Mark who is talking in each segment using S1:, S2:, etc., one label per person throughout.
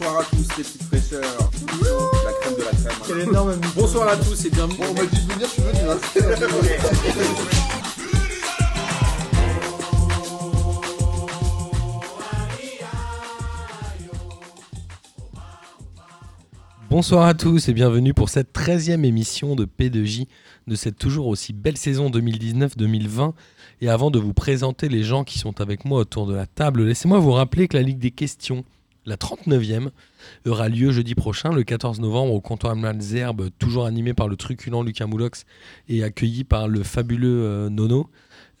S1: Bonsoir à tous les petites fraîcheurs. La crème de la crème.
S2: Quel énorme
S1: Bonsoir à tous et bienvenue.
S3: On m'a dit de venir, je suis venu. hein.
S4: Bonsoir à tous et bienvenue pour cette 13e émission de P2J de cette toujours aussi belle saison 2019-2020. Et avant de vous présenter les gens qui sont avec moi autour de la table, laissez-moi vous rappeler que la Ligue des questions, la 39e, aura lieu jeudi prochain, le 14 novembre, au comptoir Malzerbe, toujours animé par le truculent Lucas Moulox et accueilli par le fabuleux euh, Nono.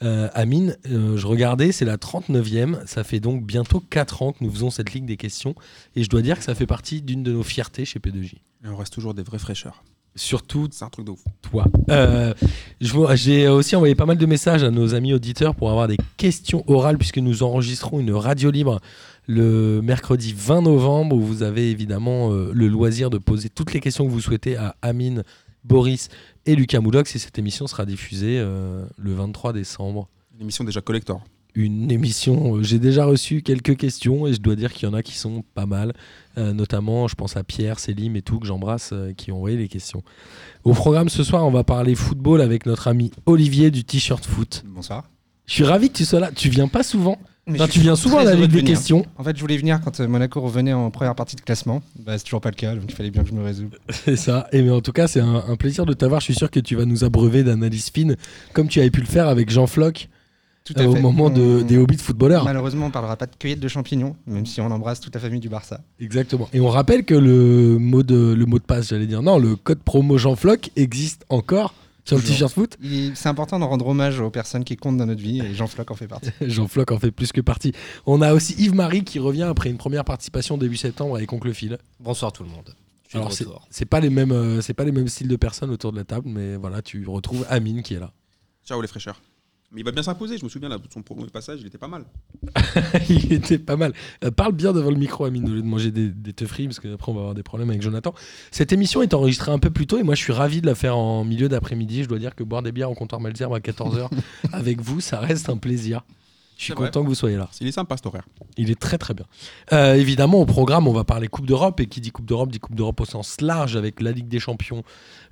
S4: Euh, Amine, euh, je regardais, c'est la 39e, ça fait donc bientôt 4 ans que nous faisons cette Ligue des questions et je dois dire que ça fait partie d'une de nos fiertés chez P2J.
S5: Et on reste toujours des vrais fraîcheurs.
S4: Surtout
S5: C'est un truc de ouf.
S4: toi. Euh, je vois- J'ai aussi envoyé pas mal de messages à nos amis auditeurs pour avoir des questions orales puisque nous enregistrons une radio libre le mercredi 20 novembre où vous avez évidemment euh, le loisir de poser toutes les questions que vous souhaitez à Amine, Boris et Lucas Moulox et cette émission sera diffusée euh, le 23 décembre.
S5: Une émission déjà collector.
S4: Une émission, euh, j'ai déjà reçu quelques questions et je dois dire qu'il y en a qui sont pas mal. Euh, notamment, je pense à Pierre, Célim et tout, que j'embrasse, euh, qui ont envoyé les questions. Au programme ce soir, on va parler football avec notre ami Olivier du T-shirt foot.
S3: Bonsoir.
S4: Je suis ravi que tu sois là. Tu viens pas souvent.
S6: Mais
S4: Enfin,
S6: je
S4: tu
S6: suis
S4: viens souvent à
S6: très
S4: la
S6: heureux
S4: Ligue
S6: de
S4: des
S6: venir.
S4: questions.
S6: En fait, je voulais venir quand euh, Monaco revenait en première partie de classement. Bah, c'est toujours pas le cas, donc il fallait bien que je me résoudre.
S4: C'est ça. Et mais en tout cas, c'est un, un plaisir de t'avoir. Je suis sûr que tu vas nous abreuver d'analyses fines, comme tu avais pu le faire avec Jean Floch
S6: Tout Mmh.
S4: euh, au moment de-
S6: On-
S4: des hobbies de footballeurs.
S6: Malheureusement, on parlera pas de cueillette de champignons, même si on embrasse toute la famille du Barça.
S4: Exactement. Et on rappelle que le mot de, le mot de passe, j'allais dire, non, le code promo Jean Floch existe encore sur le
S6: Toujours.
S4: t-shirt foot.
S6: Il- C'est important d'en rendre hommage aux personnes qui comptent dans notre vie, et Jean Floch en fait partie.
S4: Jean Floch en fait plus que partie. On a aussi Yves-Marie qui revient après une première participation début septembre avec Oncle Phil.
S7: Bonsoir tout le monde. Je suis
S4: Alors
S7: de
S4: c'est
S7: retour.
S4: c'est pas les mêmes, euh, c'est pas les mêmes styles de personnes autour de la table, mais voilà, tu retrouves Amine qui est là.
S5: Ciao les fraîcheurs. Mais il va bien s'imposer, je me souviens, là, son premier passage, il était pas mal.
S4: Il était pas mal. Euh, parle bien devant le micro, Amine, au lieu de manger des, des teufries, parce qu'après on va avoir des problèmes avec Jonathan. Cette émission est enregistrée un peu plus tôt et moi je suis ravi de la faire en milieu d'après-midi. Je dois dire que boire des bières au comptoir Malzerbe à 14h avec vous, ça reste un plaisir. Je suis
S5: C'est vrai.
S4: content que vous soyez là.
S5: Il est sympa cet horaire.
S4: Il est très très bien. Euh, évidemment, au programme, on va parler Coupe d'Europe. Et qui dit Coupe d'Europe, dit Coupe d'Europe au sens large avec la Ligue des Champions,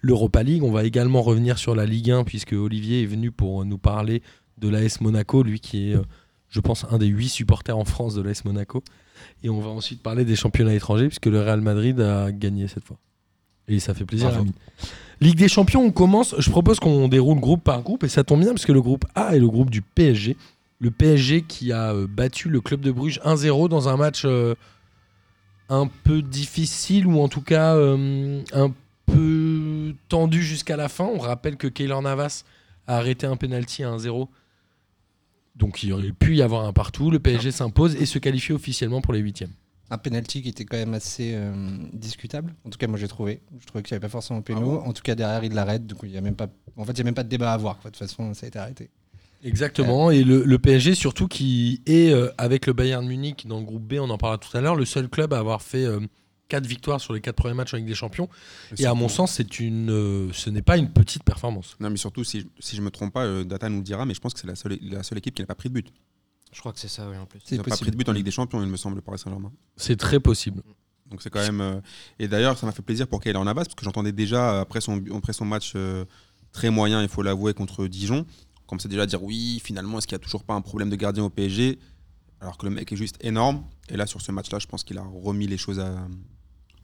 S4: l'Europa League. On va également revenir sur la Ligue 1, puisque Olivier est venu pour euh, nous parler de l'AS Monaco, lui qui est, euh, je pense, un des huit supporters en France de l'AS Monaco. Et on va ensuite parler des championnats étrangers, puisque le Real Madrid a gagné cette fois. Et ça fait plaisir,
S5: Bravo.
S4: ami. Ligue des Champions, on commence. Je propose qu'on déroule groupe par groupe, et ça tombe bien, puisque le groupe A est le groupe du PSG. Le PSG qui a euh, battu le club de Bruges 1-0 dans un match euh, un peu difficile ou en tout cas euh, un peu tendu jusqu'à la fin. On rappelle que Keylor Navas a arrêté un penalty à 1-0. Donc il aurait pu y avoir un partout. Le PSG s'impose et se qualifie officiellement pour les huitièmes.
S6: Un penalty qui était quand même assez euh, discutable. En tout cas, moi j'ai trouvé. Je trouvais qu'il n'y avait pas forcément
S4: Ah
S6: péno. en tout cas, derrière, il l'arrête. Donc, il y a même pas. En fait, il n'y a même pas de débat à avoir. quoi. De toute façon, ça a été arrêté.
S4: Exactement. Et le, le PSG surtout qui est euh, avec le Bayern Munich dans le groupe B, on en parlera tout à l'heure, le seul club à avoir fait 4 victoires sur les 4 premiers matchs en Ligue des Champions. Et à mon sens, c'est une, euh, ce n'est pas une petite performance.
S5: Non, mais surtout, si, je- si je me trompe pas, euh, Data nous le dira, mais je pense que c'est la seule, la seule équipe qui n'a pas pris de but.
S7: Je crois que c'est ça, oui, en plus.
S5: Ils
S6: C'est
S5: n'ont pas pris
S6: possible.
S5: de but en Ligue des Champions, il me semble, le Paris Saint-Germain.
S4: C'est très possible.
S5: Donc c'est quand même. euh, Et d'ailleurs, ça m'a fait plaisir pour Kaylor Navas, parce que j'entendais déjà, euh, après son, après son match euh, très moyen, il faut l'avouer, contre Dijon, on commençait déjà à dire oui, finalement, est-ce qu'il n'y a toujours pas un problème de gardien au PSG Alors que le mec est juste énorme. Et là, sur ce match-là, je pense qu'il a remis les choses à,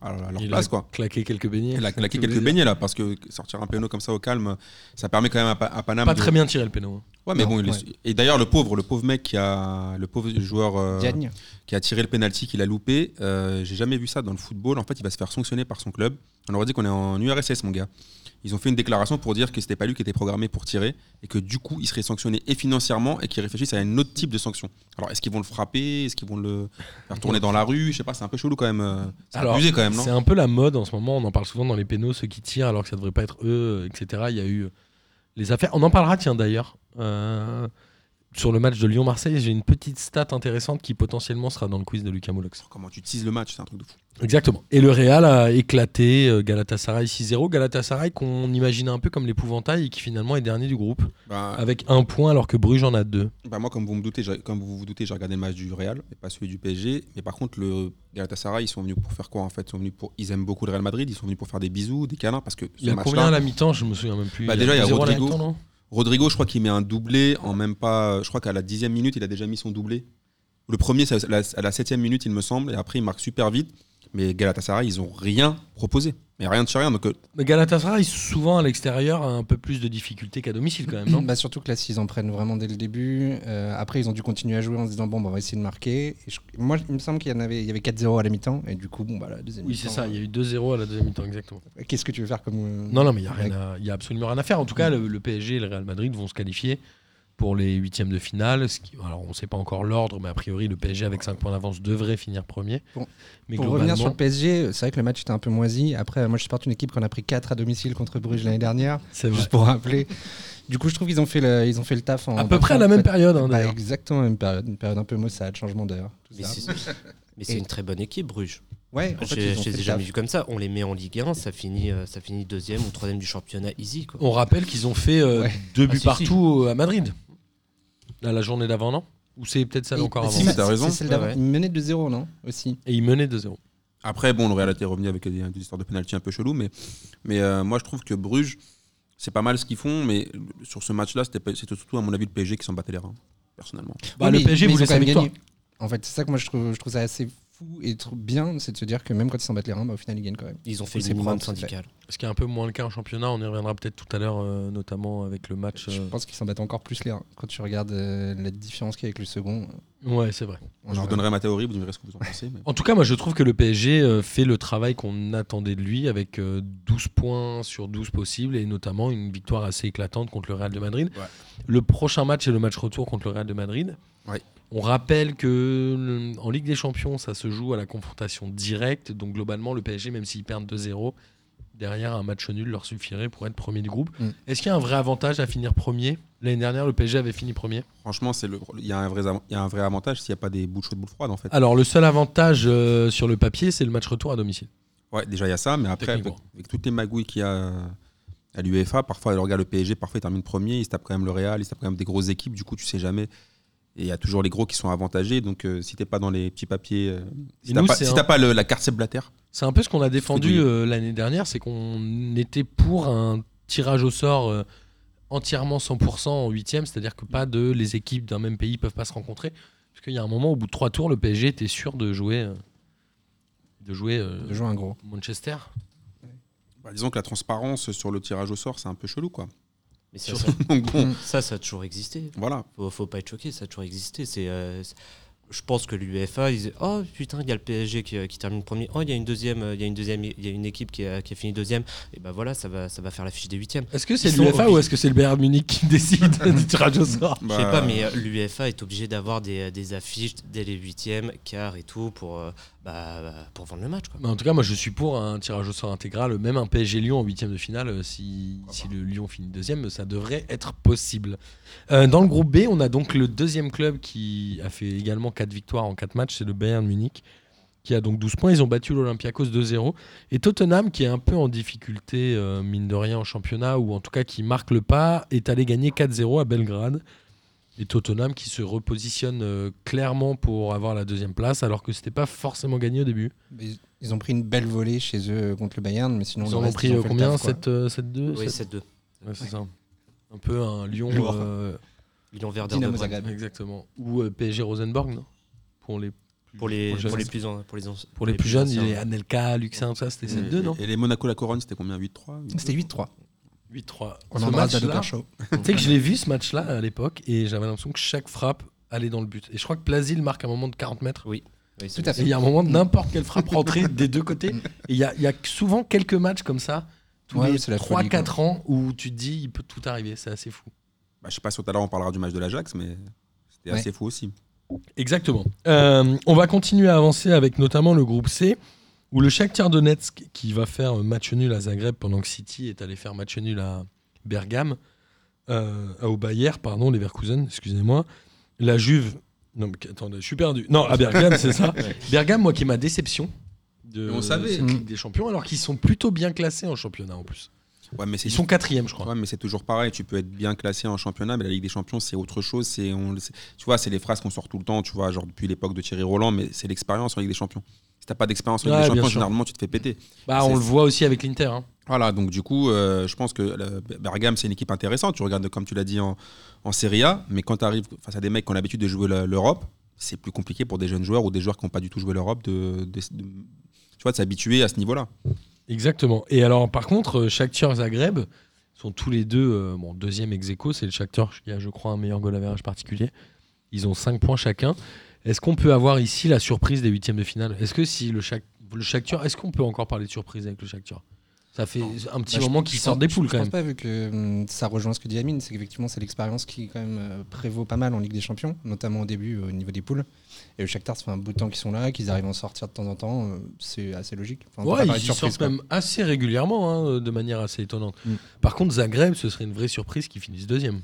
S5: à leur
S4: Il
S5: place,
S4: a
S5: quoi.
S4: claqué quelques beignets.
S5: Il a claqué quelques beignets, là, parce que sortir un péno comme ça au calme, ça permet quand même à, Pa- à Paname.
S4: Pas
S5: de-
S4: très bien tiré le péno. hein.
S5: Ouais, mais
S6: Non,
S5: bon, il est- Et d'ailleurs, le pauvre, le pauvre mec qui a. Le pauvre joueur. euh,
S6: Diagne.
S5: qui a tiré le penalty, qu'il a loupé. Euh, J'ai jamais vu ça dans le football. En fait, il va se faire sanctionner par son club. On leur a dit qu'on est en URSS, mon gars. Ils ont fait une déclaration pour dire que c'était pas lui qui était programmé pour tirer et que du coup, il serait sanctionné et financièrement et qu'ils réfléchissent à un autre type de sanction. Alors, est-ce qu'ils vont le frapper Est-ce qu'ils vont le faire tourner dans la rue Je sais pas, c'est un peu chelou quand même. euh, C'est
S4: Alors,
S5: abusé quand même,
S4: C'est
S5: non
S4: un peu la mode en ce moment. On en parle souvent dans les pénaux, ceux qui tirent alors que ça devrait pas être eux, euh, etc. Il y a eu euh, les affaires. On en parlera, tiens, d'ailleurs. Euh, sur le match de Lyon-Marseille, j'ai une petite stat intéressante qui potentiellement sera dans le quiz de Lucas Moulox.
S5: Comment tu teases le match, c'est un truc de fou.
S4: Exactement. Et le Real a éclaté euh, Galatasaray 6-0. Galatasaray qu'on imaginait un peu comme l'épouvantail et qui finalement est dernier du groupe
S5: Bah,
S4: avec un point alors que Bruges en a deux.
S5: bah, moi, comme vous me doutez, j'ai- comme vous vous doutez, j'ai regardé le match du Real et pas celui du PSG. Mais par contre, le Galatasaray, ils sont venus pour faire quoi en fait Ils sont venus pour, ils aiment beaucoup le Real Madrid. Ils sont venus pour faire des bisous, des câlins, parce que
S4: Il y
S5: ce
S4: a combien à
S5: match-là,
S4: la mi-temps Je me souviens même plus.
S5: Bah, déjà, il y a
S4: 2-0 à la
S5: Rodrigo.
S4: mi-temps, non
S5: Rodrigo, je crois qu'il met un doublé en même pas. Je crois qu'à la dixième minute, il a déjà mis son doublé. Le premier, c'est à la- à la septième minute, il me semble, et après, il marque super vite. Mais Galatasaray, ils ont rien proposé. Mais rien de chez rien. Donc, euh,
S4: Mais Galatasaray, souvent à l'extérieur, a un peu plus de difficultés qu'à domicile quand même, non
S6: Bah, surtout que là, s'ils en prennent vraiment dès le début, euh, après, ils ont dû continuer à jouer en se disant, bon, bah, on va essayer de marquer. Et je- moi, il me semble qu'il y en avait, il y avait 4-0 à la mi-temps, et du coup, bon, bah, la deuxième
S4: Oui,
S6: mi-temps,
S4: c'est ça. Il y a eu 2-0 à la deuxième mi-temps, exactement.
S6: euh, Qu'est-ce que tu veux faire comme. euh,
S4: Non, non, mais il n'y a, absolument rien à faire. En tout cas, le, le PSG et le Real Madrid vont se qualifier pour les huitièmes de finale. ce qui- alors, on ne sait pas encore l'ordre, mais a priori, le PSG avec 5 points d'avance devrait finir premier.
S6: Pour-
S4: mais
S6: Pour
S4: globalement,
S6: revenir sur le PSG, c'est vrai que le match était un peu moisi. Après, moi, je supporte une équipe qu'on a pris 4 à domicile contre Bruges l'année dernière,
S4: c'est vrai.
S6: juste pour rappeler. Du coup, je trouve qu'ils ont, fait le- ils ont fait le taf en.
S4: à peu près à la même période, hein,
S6: Bah,
S4: d'ailleurs.
S6: exactement la même période, une période un peu maussade, changement d'heure. tout
S7: Mais
S6: ça.
S7: c'est mais c'est une très bonne équipe, Bruges.
S6: Ouais, en fait,
S7: J'ai-
S6: ils ont
S7: Je
S6: fait
S7: les ai
S6: le
S7: jamais
S6: taf.
S7: vus comme ça. On les met en Ligue 1, ça finit, euh, ça finit deuxième ou troisième du championnat easy. Quoi.
S4: On rappelle qu'ils ont fait euh,
S6: Ouais.
S4: deux
S7: Ah,
S4: buts
S7: si,
S4: partout euh, à Madrid. À la journée d'avant, non Ou c'est peut-être ça
S6: Et-
S4: encore
S6: mais
S4: avant
S6: si,
S5: mais
S6: c'est-
S5: t'as
S6: c'est
S5: raison.
S6: celle d'avant.
S7: Ouais, ouais.
S6: Ils menaient de 0, non Aussi.
S4: Et ils menaient 2-0.
S5: Après, bon, le Real était revenu avec des, des histoires de pénalty un peu chelou, mais, mais euh, moi, je trouve que Bruges, c'est pas mal ce qu'ils font, mais sur ce match-là, c'était pas- c'était surtout, à mon avis, le PSG qui s'en battait les reins, personnellement.
S4: Bah,
S6: Oui,
S4: le
S6: mais-
S4: PSG
S6: mais ils
S4: voulait
S6: ont
S4: sa
S6: quand même
S4: victoire.
S6: gagné. En fait, c'est ça que moi, je trouve, je trouve ça assez fou et trop bien, c'est de se dire que même quand ils s'en battent les reins, bah, au final, ils gagnent quand même.
S7: Ils ont fait
S6: C'est
S7: le minimum
S6: propre, c'est
S7: syndical.
S4: Ce qui est un peu moins le cas en championnat, on y reviendra peut-être tout à l'heure, euh, notamment avec le match.
S6: Je
S4: euh,
S6: pense qu'ils s'en battent encore plus les reins. Quand tu regardes euh, la différence qu'il y a avec le second,
S4: Ouais, c'est vrai.
S6: on
S5: je
S6: en
S5: vous donnerai ma théorie, vous me direz ce que vous en pensez. mais-
S4: En tout cas, moi je trouve que le PSG euh, fait le travail qu'on attendait de lui avec euh, 12 points sur 12 possibles et notamment une victoire assez éclatante contre le Real de Madrid.
S5: Ouais.
S4: Le prochain match est le match retour contre le Real de Madrid.
S5: Ouais.
S4: On rappelle que euh, en Ligue des Champions, ça se joue à la confrontation directe. Donc globalement, le PSG, même s'il perd 2-0, derrière un match nul leur suffirait pour être premier du groupe.
S6: Mm.
S4: Est-ce qu'il y a un vrai avantage à finir premier L'année dernière, le PSG avait fini premier.
S5: Franchement, c'est le- il y, a un vrai av- il y a un vrai avantage s'il n'y a pas des boules chaudes, boules froides, en fait.
S4: Alors le seul avantage euh, sur le papier, c'est le match retour à domicile.
S5: Ouais, déjà, il y a ça, mais après, avec,
S4: Techniquement.
S5: avec toutes les magouilles qu'il y a à l'UEFA, parfois, alors, regarde le PSG, parfois, il termine premier, il se tape quand même le Real, il se tape quand même des grosses équipes, du coup, tu sais jamais. Et il y a toujours les gros qui sont avantagés, donc euh, si t'es pas dans les petits papiers, euh,
S4: Et
S5: si t'as
S4: nous,
S5: pas,
S4: c'est
S5: si
S4: un-
S5: t'as pas le- la carte Blatter,
S4: C'est un peu ce qu'on a défendu
S5: Fredouille.
S4: euh, l'année dernière, c'est qu'on était pour un tirage au sort euh, entièrement 100% en huitième, c'est-à-dire que pas de les équipes d'un même pays peuvent pas se rencontrer, parce qu'il y a un moment au bout de trois tours, le PSG était sûr de jouer, euh, de jouer euh,
S6: de jouer un gros.
S4: Manchester.
S5: Bah, disons que la transparence sur le tirage au sort, c'est un peu chelou, quoi.
S7: Mais ça, ça,
S5: Donc bon,
S7: ça, ça a toujours existé.
S5: voilà.
S7: Faut, faut pas être choqué, ça a toujours existé. C'est, euh, c'est- je pense que l'UEFA, ils disaient, oh putain, il y a le PSG qui, euh, qui termine premier. Oh, il y a une deuxième, euh, il y a une deuxième, il y a une équipe qui a, qui a fini deuxième. Et ben voilà, ça va, ça va faire la fiche des huitièmes.
S4: Est-ce que c'est
S7: Ils sont
S4: l'UEFA ou
S7: obligés.
S4: est-ce que c'est le Bayern Munich qui décide du tirage au sort
S5: Bah,
S7: Je sais pas, mais euh, l'UEFA est obligé d'avoir des, euh, des affiches dès les huitièmes, quarts et tout pour, euh, bah, bah, pour vendre le match. Quoi.
S4: Bah, en tout cas, moi je suis pour un tirage au sort intégral, même un PSG Lyon en huitième de finale, euh, si, si le Lyon finit deuxième, ça devrait être possible. Euh, dans le groupe B, on a donc le deuxième club qui a fait également 4 victoires en 4 matchs, c'est le Bayern Munich, qui a donc 12 points. Ils ont battu l'Olympiakos 2-0. Et Tottenham, qui est un peu en difficulté, euh, mine de rien, en championnat, ou en tout cas qui marque le pas, est allé gagner 4-0 à Belgrade. Et Tottenham qui se repositionne euh, clairement pour avoir la deuxième place, alors que c'était pas forcément gagné au début.
S6: Mais Ils, ils ont pris une belle volée chez eux euh, contre le Bayern, mais sinon
S4: Ils
S6: le
S4: en ont
S6: reste,
S4: pris
S6: ils
S4: euh,
S6: fait le
S4: combien
S6: taf,
S4: 7-2
S6: quoi.
S4: 7-2
S7: Oui,
S4: sept-
S7: 7-2.
S4: Ouais, c'est ça. Un peu un Lyon.
S6: Lourd.
S4: euh,
S7: Ils ont Werder de
S6: Dynamo
S7: Brême.
S6: Zagreb.
S4: exactement. Ou euh, PSG Rosenborg, non pour les,
S7: Pour les,
S4: Pour
S7: pour
S4: les
S7: les plus, en- pour les, anci-
S4: pour les plus jeunes, il
S7: anciens.
S4: est Anelka, Luxin, tout ça, c'était 7-2,
S5: Et-
S4: non
S5: Et les Monaco la couronne, c'était combien 8-3
S6: C'était 8-3.
S4: 8-3.
S6: On
S4: Ce
S6: embrasse Dado
S4: match-là,
S6: Carcho.
S4: Tu sais que je l'ai vu ce match-là à l'époque et j'avais l'impression que chaque frappe allait dans le but. Et je crois que Plasil marque un moment de 40 mètres.
S7: Oui,
S6: Tout
S7: c'est-
S6: à
S4: Et
S6: fait.
S4: il y a un moment, n'importe quelle frappe rentrée des deux côtés. Et il y a, il y a souvent quelques matchs comme ça, tous
S6: Ouais,
S4: les
S6: c'est la
S4: 3-4 ans, où tu te dis, il peut tout arriver, c'est assez fou.
S5: bah, Je sais pas si tout à l'heure on parlera du match de l'Ajax, mais c'était
S6: Ouais.
S5: assez fou aussi.
S4: Exactement. Euh, on va continuer à avancer avec notamment le groupe C, où le Shakhtar Donetsk, qui va faire euh, match nul à Zagreb pendant que City est allé faire match nul à Bergame, euh, ah, au Bayer, pardon, Leverkusen, excusez-moi, la Juve. Non, mais attendez, je suis perdu. Non, à Bergame, c'est ça. Bergame, moi, qui est ma déception. De,
S5: Mais on savait.
S4: cette Ligue des champions, alors qu'ils sont plutôt bien classés en championnat en plus.
S5: Ouais, mais c'est
S4: Ils sont quatrième, je crois.
S5: Ouais, mais c'est toujours pareil. Tu peux être bien classé en championnat, mais la Ligue des Champions, c'est autre chose. C'est, on, le sait- tu vois, c'est les phrases qu'on sort tout le temps. Tu vois, genre depuis l'époque de Thierry Roland, mais c'est l'expérience en Ligue des Champions. Si t'as pas d'expérience en Ligue
S4: Ouais,
S5: des
S4: bien
S5: Champions,
S4: sûr.
S5: généralement, tu te fais péter.
S4: Bah, on
S5: c'est-
S4: le voit aussi avec l'Inter. hein.
S5: Voilà, donc du coup, euh, je pense que la- Bergame, c'est une équipe intéressante. Tu regardes, comme tu l'as dit, en, en Serie A, mais quand tu arrives face à des mecs qui ont l'habitude de jouer la- l'Europe, c'est plus compliqué pour des jeunes joueurs ou des joueurs qui n'ont pas du tout joué l'Europe de, de- de- tu vois, de s'habituer à ce niveau-là.
S4: Exactement. Et alors, par contre, euh, Shakhtar Zagreb sont tous les deux. euh, bon, deuxième ex aequo, c'est le Shakhtar qui a, je crois, un meilleur goal average particulier. Ils ont 5 points chacun. Est-ce qu'on peut avoir ici la surprise des huitièmes de finale Est-ce que si le, Shak- le Shakhtar, est-ce qu'on peut encore parler de surprise avec le Shakhtar Ça fait un petit
S6: Bah, je-
S4: moment
S6: je
S4: qu'ils
S6: pense-
S4: sortent des
S6: je-
S4: poules
S6: je
S4: quand
S6: pense
S4: même.
S6: pas, vu que hum, ça rejoint ce que dit Amine, c'est qu'effectivement, c'est l'expérience qui, quand même, euh, prévaut pas mal en Ligue des Champions, notamment au début, euh, au niveau des poules. Et le Shakhtar, ça fait un bout de temps qu'ils sont là, qu'ils arrivent à en sortir de temps en temps, euh, c'est assez logique. Enfin, on peut
S4: Ouais,
S6: pas
S4: ils
S6: parler
S4: y
S6: de surprise,
S4: sortent
S6: quoi.
S4: même assez régulièrement, hein, euh, de manière assez étonnante.
S6: Mm.
S4: Par contre, Zagreb, ce serait une vraie surprise qu'ils finissent deuxième.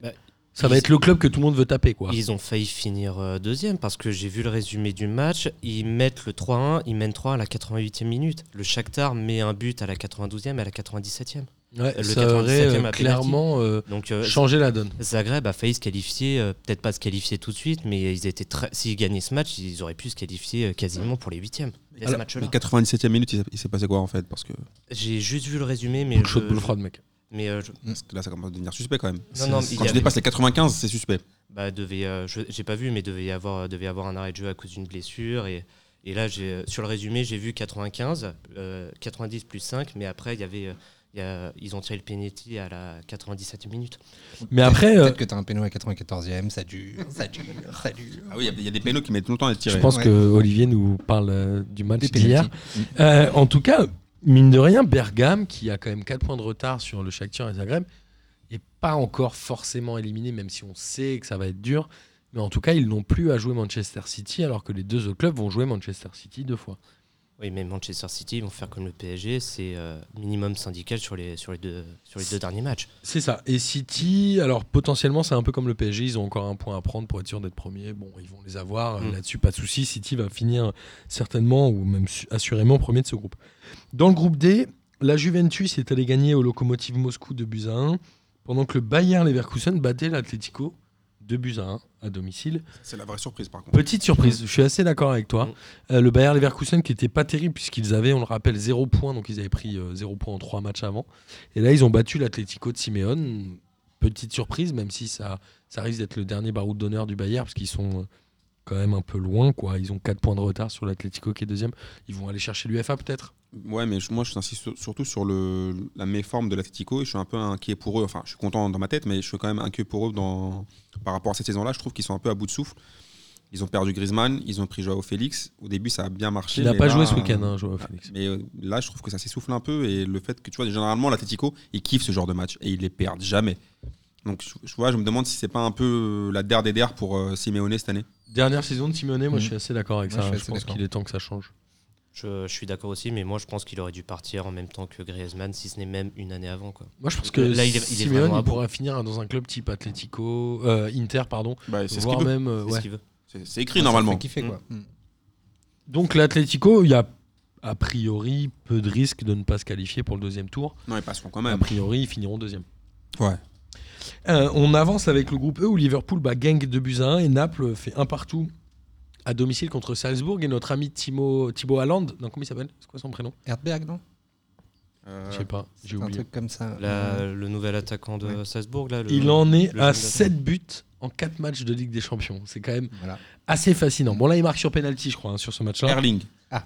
S7: Bah,
S4: Ça va
S7: ils-
S4: être le club que tout le monde veut taper, quoi.
S7: Ils ont failli finir euh, deuxième parce que j'ai vu le résumé du match. Ils mettent le 3-1, ils mènent 3 à la 88e minute. Le Shakhtar met un but à la 92e et à la 97e.
S4: Ouais,
S7: le
S4: ça aurait
S7: 97e à
S4: euh,
S7: penalty.
S4: clairement euh,
S7: Donc euh,
S4: changé la donne.
S7: Zagreb a failli se qualifier, euh, peut-être pas se qualifier tout de suite, mais ils étaient très- s'ils gagnaient ce match, ils auraient pu se qualifier euh, quasiment pour les huitièmes. Dès ce
S5: Alors,
S7: match-là.
S5: le 97e minute, il s'est- il s'est passé quoi en fait parce que,
S7: Mm. J'ai juste vu le résumé, mais
S4: Boule chaude,
S7: je-
S4: boule froide, mec.
S7: mais euh, je-
S5: parce que là, ça commence à devenir suspect quand même.
S7: non, non, il y
S5: Quand tu
S7: avait-
S5: dépasses les 95, c'est suspect.
S7: bah, devait, euh, je- j'ai pas vu, mais devait y avoir, euh, devait y avoir un arrêt de jeu à cause d'une blessure. Et, et là, j'ai, euh, sur le résumé, j'ai vu 95, euh, 90 plus 5, mais après, il y avait, euh, il y a- ils ont tiré le penalty à la 97 e minute.
S4: Mais après, euh,
S6: Peut-être que t'as un péno à 94e, ça dure, ça dure, ça dure.
S5: Ah oui, il y a- il y, a des pénaux qui mettent longtemps à être
S4: je
S5: tirés.
S4: pense
S6: ouais.
S4: que Olivier nous parle euh, du match
S6: Des
S4: d'hier. Euh, en tout cas, mine de rien, Bergame, qui a quand même 4 points de retard sur le Shakhtar et Zagreb, n'est pas encore forcément éliminé, même si on sait que ça va être dur. Mais en tout cas, ils n'ont plus à jouer Manchester City, alors que les deux autres clubs vont jouer Manchester City deux fois.
S7: Oui, mais Manchester City, ils vont faire comme le PSG, c'est euh, minimum syndical sur les, sur, les deux, sur les deux derniers matchs.
S4: C'est ça. Et City, alors potentiellement, c'est un peu comme le PSG, ils ont encore un point à prendre pour être sûr d'être premier. Bon, ils vont les avoir euh,
S7: Mm.
S4: là-dessus, pas de souci. City va finir certainement ou même su- assurément premier de ce groupe. Dans le groupe D, la Juventus est allée gagner au Lokomotiv Moscou 2 buts à 1, pendant que le Bayern Leverkusen battait l'Atlético 2 buts à 1 à domicile.
S5: C'est la vraie surprise par contre.
S4: Petite surprise, je suis assez d'accord avec toi.
S7: Mm.
S4: Euh, le Bayern Leverkusen qui était pas terrible puisqu'ils avaient, on le rappelle, 0 points, donc ils avaient pris 0 points en 3 matchs avant. Et là, ils ont battu l'Atlético de Simeone. Petite surprise, même si ça, ça risque d'être le dernier baroud d'honneur du Bayern parce qu'ils sont euh, quand même un peu loin. quoi. Ils ont 4 points de retard sur l'Atlético qui est deuxième. Ils vont aller chercher l'UFA peut-être
S5: Ouais, mais je- moi, je t'insiste sur- surtout sur le, la méforme de l'Atletico et je suis un peu inquiet pour eux. Enfin, je suis content dans ma tête, mais je suis quand même inquiet pour eux dans, par rapport à cette saison-là. Je trouve qu'ils sont un peu à bout de souffle. Ils ont perdu Griezmann, ils ont pris Joao Félix. Au début, ça a bien marché.
S4: Qui n'a
S5: mais
S4: pas
S5: là,
S4: joué ce week-end,
S5: euh,
S4: hein, Joao Félix.
S5: Mais euh, là, je trouve que ça s'essouffle un peu et le fait que, tu vois, généralement, l'Atletico, ils kiffent ce genre de match et ils les perdent jamais. Donc, je, je vois, je me demande si c'est pas un peu euh, la der des der pour euh, Simeone cette année.
S4: Dernière saison de Simeone, moi
S6: Mm.
S4: je suis assez d'accord avec
S6: Moi,
S4: ça. hein.
S6: je
S4: Je,
S6: suis assez
S4: pense
S6: d'accord.
S4: qu'il est temps que ça change.
S7: Je, je suis d'accord aussi, mais moi je pense qu'il aurait dû partir en même temps que Griezmann, si ce n'est même une année avant. Quoi.
S4: Moi je pense que
S7: Là, il est- il est
S4: Simeone
S7: vraiment à
S4: il
S7: bout.
S4: pourra finir dans un club type Atlético, euh, Inter, pardon,
S5: Bah, c'est
S4: voire même. euh,
S7: C'est ce
S4: ouais.
S7: qu'il veut.
S5: écrit
S6: Ça
S5: normalement.
S6: fait kiffer,
S4: Mm.
S6: quoi. Hum.
S4: Donc l'Atlético, il y a a priori peu de risques de ne pas se qualifier pour le deuxième tour.
S5: Non, ils passeront quand
S4: A
S5: même.
S4: priori, ils finiront deuxième.
S5: Ouais.
S4: Euh, on avance avec le groupe E où Liverpool bat Genk 2 buts à 1 et Naples fait un partout à domicile contre Salzbourg. Et notre ami Timo, Thibaut Haaland, non, comment il s'appelle C'est quoi son prénom
S6: Herzberg, non
S5: Euh,
S4: Je sais pas, j'ai
S6: Un
S4: oublié.
S6: truc comme ça.
S7: La- le nouvel attaquant de
S6: Ouais.
S7: Salzbourg, là, le-
S4: Il en est
S7: le jeune
S4: à
S7: là.
S4: 7 buts en 4 matchs de Ligue des Champions. C'est quand même
S6: Voilà.
S4: assez fascinant. Bon, là, il marque sur penalty, je crois, hein, sur ce match-là.
S5: Erling.
S6: Ah.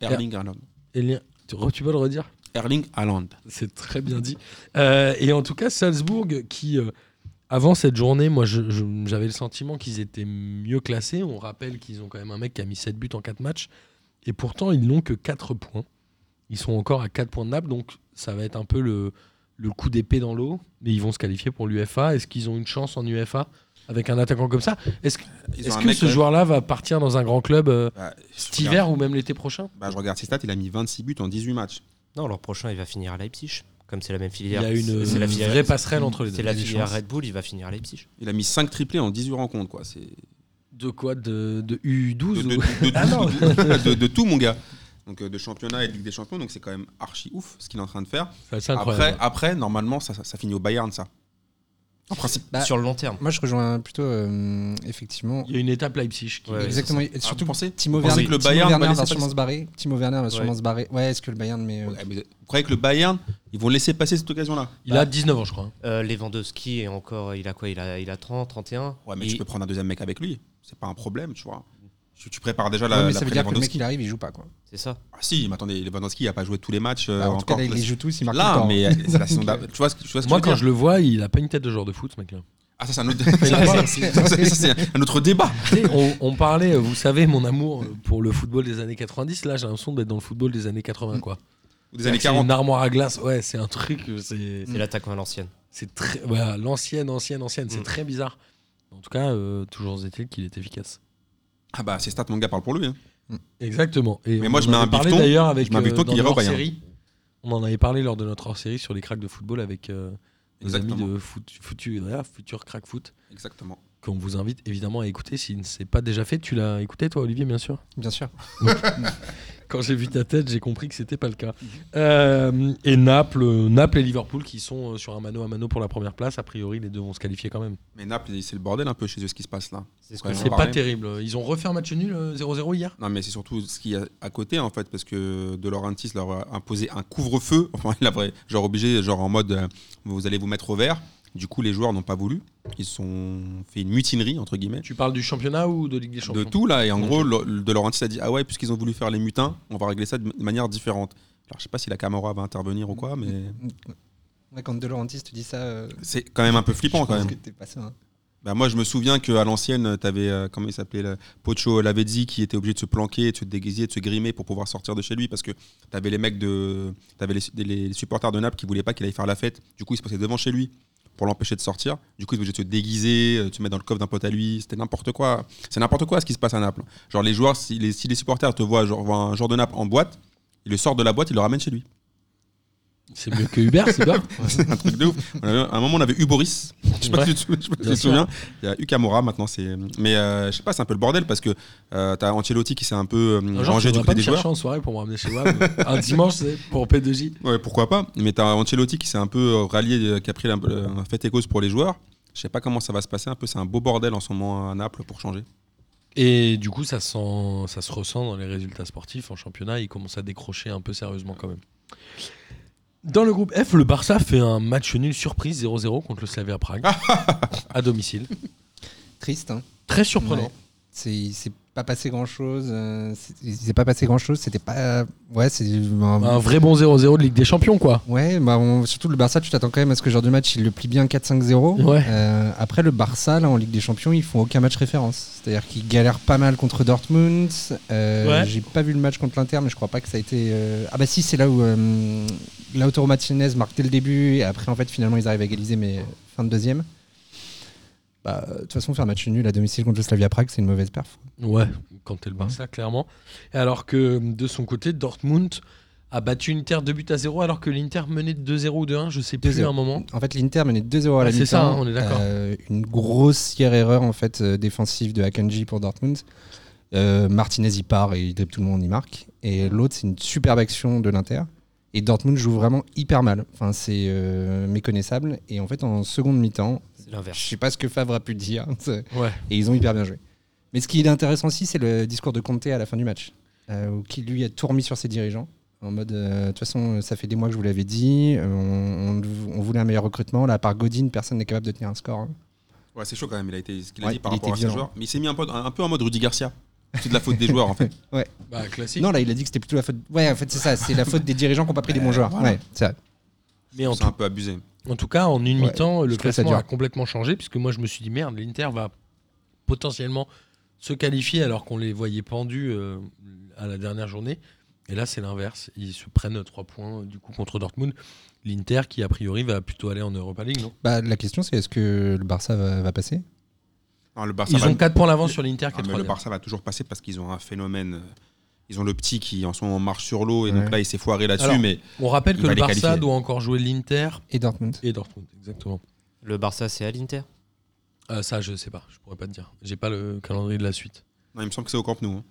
S5: Erling Haaland.
S4: Et li- Tu re- tu peux le redire
S5: Erling Haaland.
S4: C'est très bien dit. Euh, et en tout cas, Salzbourg, qui euh, avant cette journée, moi je- je- j'avais le sentiment qu'ils étaient mieux classés. On rappelle qu'ils ont quand même un mec qui a mis 7 buts en 4 matchs. Et pourtant, ils n'ont que 4 points. Ils sont encore à 4 points de Naples. Donc ça va être un peu le, le coup d'épée dans l'eau. Mais ils vont se qualifier pour l'UFA. Est-ce qu'ils ont une chance en UFA avec un attaquant comme ça Est-ce que-
S5: Ils ont
S4: est-ce
S5: un
S4: que
S5: mec,
S4: ce
S7: euh,
S5: ouais.
S4: joueur-là va partir dans un grand club euh,
S5: Bah, je
S4: cet
S5: regarde-
S4: hiver ou même l'été prochain
S5: bah, je regarde ses stats, il a mis 26 buts en 18 matchs.
S7: Non, l'an prochain, il va finir à Leipzig. comme c'est la même filière.
S4: Il y a une euh,
S7: c'est la filière-
S4: vraie passerelle entre les
S7: C'est
S4: deux.
S7: la
S6: Il y a des
S7: filière
S6: chances.
S7: Red Bull, il va finir à Leipzig.
S5: Il a mis 5 triplés en 18 rencontres, quoi. C'est
S4: De quoi De, de
S5: de,
S4: U12
S5: de-
S4: ou-
S5: de- de-
S4: Ah non.
S5: de- de- de tout, mon gars. Donc euh, de championnat et de Ligue des Champions, donc c'est quand même archi ouf ce qu'il est en train de faire.
S4: C'est assez
S5: Après,
S4: incroyable.
S5: après, normalement, ça, ça- ça finit au Bayern, ça. En principe.
S6: Bah,
S7: Sur le long terme.
S6: Moi, je rejoins plutôt, euh, effectivement.
S4: Il y a une étape Leipzig. qui-
S7: Ouais, ouais,
S6: Exactement. Et
S5: Ah, vous
S6: surtout,
S5: pensez
S6: Timo
S5: Vous pensez
S6: Werner,
S5: que le
S6: Timo
S5: Bayern va
S6: Werner
S5: laisser
S6: va
S5: passer-
S6: sûrement se barrer. Timo Werner va sûrement
S7: Ouais.
S6: se barrer. Ouais, est-ce que le Bayern, mais. euh,
S5: Ouais, mais Vous croyez que le Bayern, ils vont laisser passer cette occasion-là
S4: Il a 19 ans, je crois. hein.
S7: Euh, Lewandowski est encore, il a quoi il a, il a 30, 31.
S5: Ouais, mais
S7: Il-
S5: tu peux prendre un deuxième mec avec lui. C'est pas un problème, tu vois. Tu, tu prépares déjà
S6: ouais,
S5: la,
S6: mais
S5: la
S6: ça veut
S5: pré-
S6: dire que le mec,
S5: Lewandowski.
S6: il arrive, il joue pas, quoi.
S7: C'est ça.
S5: Ah si, mais attendez, Lewandowski, il a pas joué tous les matchs euh,
S6: Bah, en tout cas,
S5: encore.
S6: là, il les joue tous, il marque tout le
S5: Là,
S6: temps. hein.
S5: mais euh, c'est la saison
S6: Donc,
S5: d'av- Tu vois ce que, tu vois ce que
S4: Moi,
S5: je veux
S4: quand
S5: dire
S4: je le vois, il a pas une tête de joueur de foot, ce mec-là.
S5: Ah, ça, c'est un autre, ça, c'est- ça, c'est- ça, c'est un autre débat.
S4: Tu sais, on, on parlait, euh, vous savez, mon amour euh, pour le football des années 90. Là, j'ai l'impression d'être dans le football des années 80, quoi.
S5: Ou Des années
S4: C'est
S5: 40.
S4: Une armoire à glace, ouais, c'est un truc. euh, C'est
S7: C'est l'attaquant à l'ancienne.
S4: c'est très. voilà, l'ancienne, ancienne, ancienne. C'est
S7: Mm.
S4: très bizarre. En tout cas, euh, toujours est-il qu'il est efficace.
S5: Ah bah, c'est stats, mon gars parle pour lui. hein.
S4: Exactement. Et
S5: Mais
S4: on
S5: moi, je
S4: en
S5: mets
S4: avait
S5: un
S4: parlé
S5: bifton.
S4: D'ailleurs, avec
S5: Je mets un
S4: euh,
S5: bifton qui
S4: dans
S5: hein. ira au
S4: notre
S5: Bayern.
S4: série. On en avait parlé lors de notre hors-série sur les cracks de football avec euh, nos amis
S5: Exactement.
S4: de foot, foutu, voilà, futur crack foot
S5: Exactement.
S4: qu'on vous invite évidemment à écouter s'il ne s'est pas déjà fait. Tu l'as écouté toi, Olivier, bien sûr.
S5: euh,
S6: Bien sûr.
S4: Quand j'ai vu ta tête, j'ai compris que c'était pas le cas. Euh, et Naples, euh, Naples et Liverpool qui sont euh, sur un mano à mano pour la première place. A priori, les deux vont se qualifier quand même.
S5: Mais Naples, c'est le bordel un peu chez eux ce qui se passe là.
S7: C'est ce
S5: Ouais,
S7: que je
S5: c'est
S4: C'est
S5: va
S4: pas
S5: parler.
S4: terrible. Ils ont refait un match nul euh, 0-0 hier.
S5: Non, mais c'est surtout ce qu'il y a à côté en fait, parce que De Laurentiis leur a imposé un couvre-feu. Enfin, il a vrai, genre obligé, genre en mode euh, vous allez vous mettre au vert. Du coup, les joueurs n'ont pas voulu. Ils se sont fait une mutinerie entre guillemets.
S4: Tu parles du championnat ou de Ligue des Champions
S5: De tout là, et en gros, Lo- De Laurentiis a dit Ah ouais, puisqu'ils ont voulu faire les mutins, on va régler ça de manière différente. Alors, je sais pas si la Camorra va intervenir ou quoi, mais
S6: Mm-hmm. Ouais, Quand De Laurentiis te dit ça. euh,
S5: c'est quand même un peu flippant
S6: je
S5: quand
S6: pense
S5: même.
S6: que t'es hein. pas serein.
S5: Bah, moi, je me souviens qu'à l'ancienne, tu avais, comment il s'appelait, le Pocho Lavezzi, qui était obligé de se planquer, de se déguiser, de se grimer pour pouvoir sortir de chez lui parce que tu avais les mecs de. Tu les, les supporters de Naples qui voulaient pas qu'il aille faire la fête. Du coup, ils se passaient devant chez lui pour l'empêcher de sortir. Du coup, il était obligé de se déguiser, euh, de se mettre dans le coffre d'un pote à lui. C'était n'importe quoi. C'est n'importe quoi ce qui se passe à Naples. Genre, les joueurs, si les, si les supporters te voient, genre, voient un joueur de Naples en boîte, ils le sortent de la boîte, ils le ramènent chez lui.
S4: C'est mieux que Hubert, c'est bien.
S5: C'est un truc de ouf. On avait- à un moment, on avait eu Boris. Je sais pas
S4: Ouais.
S5: si tu je sais pas si tu
S4: Bien
S5: te
S4: sûr.
S5: souviens. Il y a eu Camora maintenant. C'est... Mais euh, je sais pas, c'est un peu le bordel parce que euh, t'as Ancelotti qui s'est un peu euh,
S4: Un jour, tu
S5: rangé du
S4: vas
S5: côté
S4: pas me
S5: des
S4: chercher
S5: joueurs.
S4: en soirée pour me ramener chez moi. mais un dimanche, c'est pour P2J.
S5: Ouais, pourquoi pas. Mais t'as Ancelotti qui s'est un peu euh, rallié, euh, qui a pris la, la fête et cause pour les joueurs. Je sais pas comment ça va se passer. Un peu, c'est un beau bordel en ce moment à Naples pour changer.
S4: Et du coup, ça, sent, ça se ressent dans les résultats sportifs en championnat. Ils commencent à décrocher un peu sérieusement quand même. Dans le groupe F, le Barça fait un match nul surprise 0-0 contre le Slavia Prague à domicile.
S6: Triste, hein.
S4: Très surprenant.
S6: Ouais. C'est- Il s'est pas passé grand chose. il s'est pas passé grand chose. C'était pas. Ouais, c'est. un-
S4: Un vrai bon 0-0 de Ligue des Champions, quoi.
S6: Ouais, bah on- surtout le Barça, tu t'attends quand même à ce que genre de match, il le plie bien 4-5-0.
S4: Ouais.
S6: Euh, après, le Barça, là, en Ligue des Champions, ils font aucun match référence. C'est-à-dire qu'ils galèrent pas mal contre Dortmund. Euh,
S4: Ouais.
S6: J'ai pas vu le match contre l'Inter, mais je crois pas que ça a été. euh, Ah bah si, c'est là où euh, Lautaro Martinez marque dès le début, et après, en fait, finalement, ils arrivent à égaliser, mais euh, fin de deuxième. Bah, euh, de toute façon, faire match nul à domicile contre le Slavia Prague, c'est une mauvaise perf.
S4: Ouais, quand t'es le Barça, clairement. Et alors que de son côté, Dortmund a battu l'Inter 2 buts à 0, alors que l'Inter menait de 2-0 ou 2-1, je sais plus
S6: 2-0.
S4: à un moment.
S6: En fait, l'Inter menait 2-0 à la
S4: Ouais,
S6: mi-temps.
S4: c'est ça, hein, on est d'accord.
S6: Euh, une grossière erreur en fait euh, défensive de Akanji pour Dortmund. Euh, Martinez y part et il dribble tout le monde, il marque. Et l'autre, c'est une superbe action de l'Inter. Et Dortmund joue vraiment hyper mal. Enfin, c'est euh, méconnaissable. Et en fait, en seconde mi-temps,
S7: C'est
S6: je
S7: l'inverse.
S6: sais pas ce que Favre a pu dire. c'est-
S4: Ouais.
S6: Et ils ont hyper bien joué. Mais ce qui est intéressant aussi, c'est le discours de Conte à la fin du match, euh, où qui lui a tout remis sur ses dirigeants. En mode, euh, de toute façon, ça fait des mois que je vous l'avais dit, euh, on, on- on voulait un meilleur recrutement. Là, à part Godin, personne n'est capable de tenir un score. hein.
S5: Ouais, c'est chaud quand même. Il a été ce qu'il a
S6: Ouais,
S5: dit par
S6: il
S5: rapport à
S6: était
S5: ses
S6: violent.
S5: joueurs. Mais il s'est mis un peu, un peu en mode Rudy Garcia. C'est de la faute des joueurs en fait.
S4: Bah, classique.
S6: Non, là, il a dit que c'était plutôt la faute. Ouais, en fait, c'est ça, c'est la faute des dirigeants qui n'ont pas pris
S7: Euh,
S6: des bons joueurs. Ouais, c'est vrai.
S4: Mais en
S5: C'est
S4: tout,
S5: un peu abusé.
S4: en tout cas, en une
S6: Ouais,
S4: mi-temps, le
S6: je trouve ça
S4: classement a
S6: dur.
S4: complètement changé, puisque moi, je me suis dit, merde, l'Inter va potentiellement se qualifier, alors qu'on les voyait pendus euh, à la dernière journée. Et là, c'est l'inverse. Ils se prennent 3 points, du coup, contre Dortmund. L'Inter qui, a priori, va plutôt aller en Europa League, non
S6: Bah, la question, c'est est-ce que le Barça va, va passer
S5: Non, le Barça
S4: Ils
S5: va-
S4: ont 4 points d'avance sur l'Inter qui
S5: Ah,
S4: est
S5: mais le
S4: troisième.
S5: Barça va toujours passer parce qu'ils ont un phénomène. euh, Ils ont le petit qui en ce moment marche sur l'eau et
S6: Ouais.
S5: donc là il s'est foiré là-dessus,
S4: Alors,
S5: mais
S4: On rappelle
S5: Il
S4: que
S5: va
S4: le
S5: les
S4: Barça
S5: qualifier.
S4: doit encore jouer l'Inter
S6: Et Dortmund.
S4: et Dortmund, exactement.
S7: Le Barça, c'est à l'Inter.
S4: Euh, ça, je sais pas, je pourrais pas te dire. J'ai pas le calendrier de la suite.
S5: non, il me semble que c'est au Camp Nou. hein.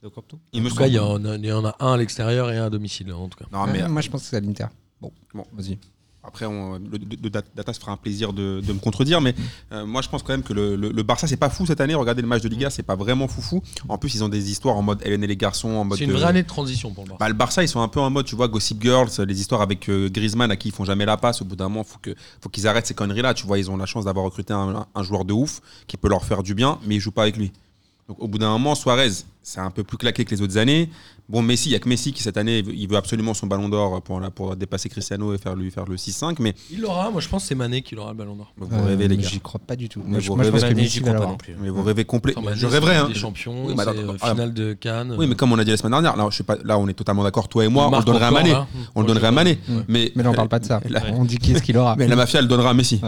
S7: C'est au Camp Nou
S5: Il me
S4: En tout cas, il y,
S5: semble.
S4: en a- il y en a un à l'extérieur et un à domicile, en tout cas.
S5: Non, mais
S6: Ouais, Euh, Moi, je pense que c'est à l'Inter. Bon,
S5: Ah, Bon.
S6: vas-y.
S5: Après, on, euh, le, de- de- Data se fera un plaisir de, de me contredire, mais euh, moi je pense quand même que le, le- le Barça c'est pas fou cette année. Regardez le match de Liga, c'est pas vraiment foufou. En plus, ils ont des histoires en mode Hélène et les garçons, en mode.
S4: C'est une
S5: euh,
S4: vraie année de transition pour le Barça.
S5: bah, le Barça, ils sont un peu en mode, tu vois, Gossip Girls, les histoires avec euh, Griezmann à qui ils font jamais la passe. Au bout d'un moment, faut que, faut qu'ils arrêtent ces conneries-là. Tu vois, ils ont la chance d'avoir recruté un, un joueur de ouf qui peut leur faire du bien, mais ils jouent pas avec lui. Donc au bout d'un moment, Suarez, c'est un peu plus claqué que les autres années. Bon, Messi, il y a que Messi qui cette année, il veut- il veut absolument son Ballon d'Or pour, la- pour dépasser Cristiano et faire lui faire le 6-5. Mais
S4: Il l'aura, moi je pense que c'est Mané qui l'aura le ballon d'or.
S5: vous rêvez les
S6: Euh,
S5: gars.
S6: J'y crois pas du tout.
S5: Mais
S6: Moi, je,
S5: vous
S6: moi, je pense
S5: rêvez.
S6: que
S7: Mané,
S6: Messi
S7: Bah, j'y
S6: va
S7: crois pas
S6: l'avoir.
S7: non plus.
S5: Mais vous rêvez complet.
S4: Enfin, Mané,
S5: Je rêverais. hein.
S4: Des champions,
S5: Oui, mais
S4: c'est,
S5: attends,
S4: euh,
S5: attends,
S4: finale de Cannes.
S5: Oui, mais comme on a dit la semaine dernière, là, je sais pas, là, on est totalement d'accord, toi et moi, on
S4: Marc
S5: le donnerait à
S4: encore, hein.
S5: Mané.
S4: là.
S5: On le donnerait à Mané.
S6: Mm.
S5: Mais,
S6: Mais là, on parle pas de ça.
S5: Là-
S6: On dit qui est-ce qu'il aura.
S5: Mais la mafia, elle donnera à Messi.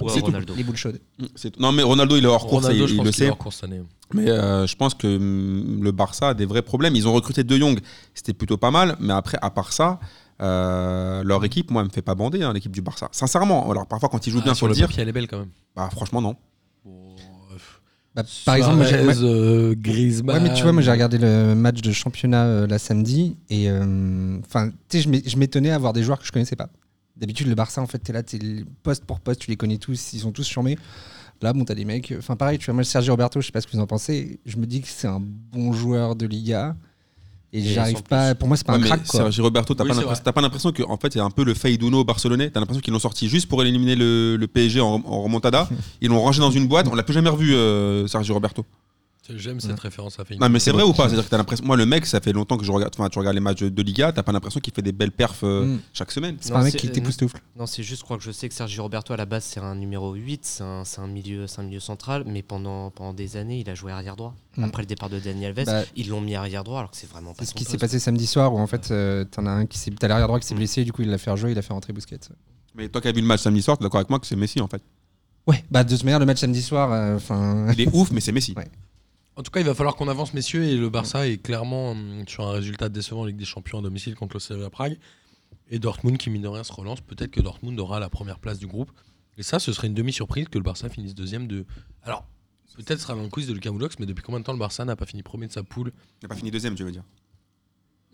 S7: Ou à
S5: C'est tout.
S7: Ronaldo.
S6: Les boules chaudes.
S5: C'est tout. Non, mais Ronaldo, il est hors cours, ça,
S4: Mm. Ronaldo,
S5: il,
S4: je
S5: il
S4: pense
S5: le
S4: qu'il est
S5: sait.
S4: hors course cette année.
S5: Mais euh, je pense que hum, le Barça a des vrais problèmes. Ils ont recruté De Jong, c'était plutôt pas mal. Mais après, à part ça, euh, leur équipe, moi, elle me fait pas bander, hein, l'équipe du Barça. Sincèrement, alors parfois, quand ils jouent
S4: Ah,
S5: bien,
S4: sur
S5: faut le
S4: le
S5: dire.
S4: papier, elle est belle quand même.
S5: Bah, franchement, non.
S6: Bah, par exemple, moi, j'ai-
S4: Suarez,
S6: moi-
S4: euh, Griezmann.
S6: Ouais, mais tu vois, moi j'ai regardé le match de championnat euh, la samedi et euh, enfin, tu sais, je m'é- je m'étonnais à voir des joueurs que je connaissais pas. D'habitude, le Barça, en fait, t'es là, t'es le- poste pour poste, tu les connais tous, ils sont tous charmés. Là, bon, t'as des mecs. Enfin, pareil, tu vois, moi, Sergio Roberto, je sais pas ce que vous en pensez, je me dis que c'est un bon joueur de Liga et, j'arrive
S7: sans
S6: pas. Pour moi, c'est pas
S5: Ouais,
S6: un
S5: mais
S6: crack, quoi.
S5: Sergi Roberto, t'as
S4: Oui,
S5: pas
S4: c'est
S5: l'impression-
S4: vrai.
S5: t'as pas l'impression que en fait, c'est un peu le Feiduno barcelonais. T'as l'impression qu'ils l'ont sorti juste pour éliminer le, le PSG en, en remontada. Ils l'ont rangé dans une boîte. On l'a plus jamais revu, euh, Sergi Roberto.
S4: J'aime cette référence à Feignant.
S5: Non, mais c'est vrai ou pas C'est-à-dire que t'as l'impression. Moi, le mec, ça fait longtemps que je regarde. Enfin, tu regardes les matchs de Liga. T'as pas l'impression qu'il fait des belles perfs euh,
S6: Mm.
S5: chaque semaine.
S6: C'est pas un
S7: Non,
S6: mec
S7: c'est- euh,
S6: qui t'époustoufle.
S7: Non, c'est juste, je crois que je sais que Sergio Roberto, à la base, c'est un numéro 8, c'est un, c'est un milieu, c'est un milieu central, mais pendant, pendant des années, il a joué arrière droit.
S6: Mm.
S7: Après le départ de Daniel Alves,
S6: Bah,
S7: ils l'ont mis arrière droit, alors que c'est vraiment pas
S6: C'est ce
S7: son
S6: qui s'est
S7: poste.
S6: passé samedi soir où en fait euh, t'en as un qui s'est t'as l'arrière droit qui s'est
S7: Mm.
S6: blessé du coup il l'a fait rejouer il a fait rentrer Busquets.
S5: Mais toi qui as vu le match samedi soir, t'es d'accord avec moi que c'est Messi en fait.
S6: Ouais bah de toute manière le match samedi soir euh, enfin
S5: Il est ouf, mais c'est Messi.
S6: Ouais.
S4: En tout cas, il va falloir qu'on avance, messieurs, et le Barça est clairement hum, sur un résultat décevant en Ligue des Champions à domicile contre le Slavia Prague. Et Dortmund, qui mine de rien se relance, peut-être que Dortmund aura la première place du groupe. Et ça, ce serait une demi-surprise que le Barça finisse deuxième de. Alors, peut-être sera dans le quiz de Lucas Moulox, mais depuis combien de temps le Barça n'a pas fini premier de sa poule
S5: Il n'a pas fini deuxième, je veux dire.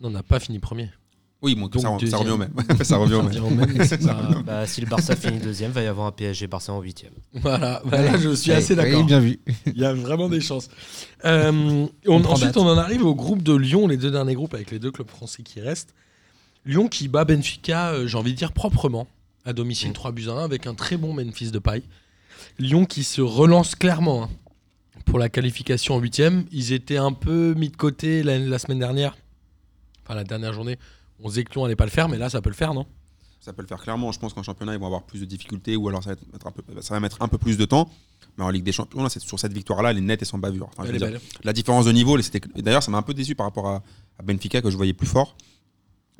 S4: Non, n'a pas fini premier.
S5: Oui, bon,
S4: Donc,
S5: ça, re- ça
S4: deuxième.
S5: revient au même. ça revient au même.
S4: Voilà,
S7: Bah, si le Barça finit deuxième, va y avoir un PSG Barça en huitième.
S4: voilà, voilà, je
S6: Eh,
S4: suis assez d'accord.
S6: bien vu.
S4: Il y a vraiment des chances. Euh, on-
S6: prend
S4: ensuite,
S6: date.
S4: on en arrive au groupe de Lyon, les deux derniers groupes avec les deux clubs français qui restent. Lyon qui bat Benfica, euh, j'ai envie de dire proprement, à domicile 3 buts à 1 avec un très bon Memphis de paille. Lyon qui se relance clairement hein, pour la qualification en 8 Ils étaient un peu mis de côté la, la semaine dernière, enfin la dernière journée. On se disait que Lyon allait pas le faire, mais là ça peut le faire, non
S5: Ça peut le faire clairement. Je pense qu'en championnat, ils vont avoir plus de difficultés ou alors ça va, être- être un peu, ça va mettre un peu plus de temps. Mais en Ligue des Champions, là, c'est sur cette victoire-là, elle est nette et sans bavure. Enfin, je
S4: Elle
S5: veux
S4: est
S5: dire,
S4: belle.
S5: la différence de niveau, c'était. et D'ailleurs, ça m'a un peu déçu par rapport à, à Benfica que je voyais plus fort.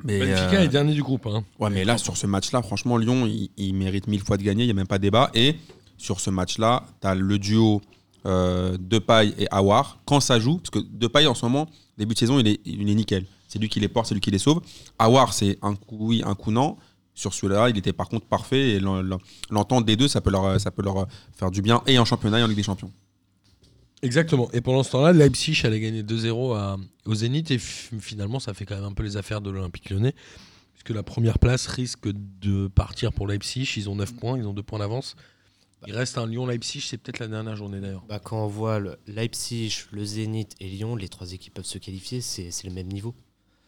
S5: Mais,
S4: Benfica
S5: euh,
S4: est dernier du groupe. hein.
S5: Ouais, mais là, sur ce match-là, franchement, Lyon, il, il mérite mille fois de gagner, il n'y a même pas débat. Et sur ce match-là, tu as le duo euh, Depay et Awar. Quand ça joue, parce que Depay, en ce moment, début de saison, il est, il est nickel. C'est lui qui les porte, c'est lui qui les sauve. Awar, c'est un coup oui, un coup non. Sur celui-là, il était par contre parfait. Et l'en- l'en- l'entente des deux, ça peut, leur, ça peut leur faire du bien et en championnat et en Ligue des Champions.
S4: Exactement. Et pendant ce temps-là, Leipzig allait gagner 2-0 à- au Zénith. Et f- finalement, ça fait quand même un peu les affaires de l'Olympique lyonnais. Puisque la première place risque de partir pour Leipzig. Ils ont 9 points, ils ont 2 points d'avance. Il reste un Lyon-Leipzig, c'est peut-être la dernière journée d'ailleurs.
S7: Bah, quand on voit le Leipzig, le Zénith et Lyon, les trois équipes peuvent se qualifier, c'est c'est le même niveau.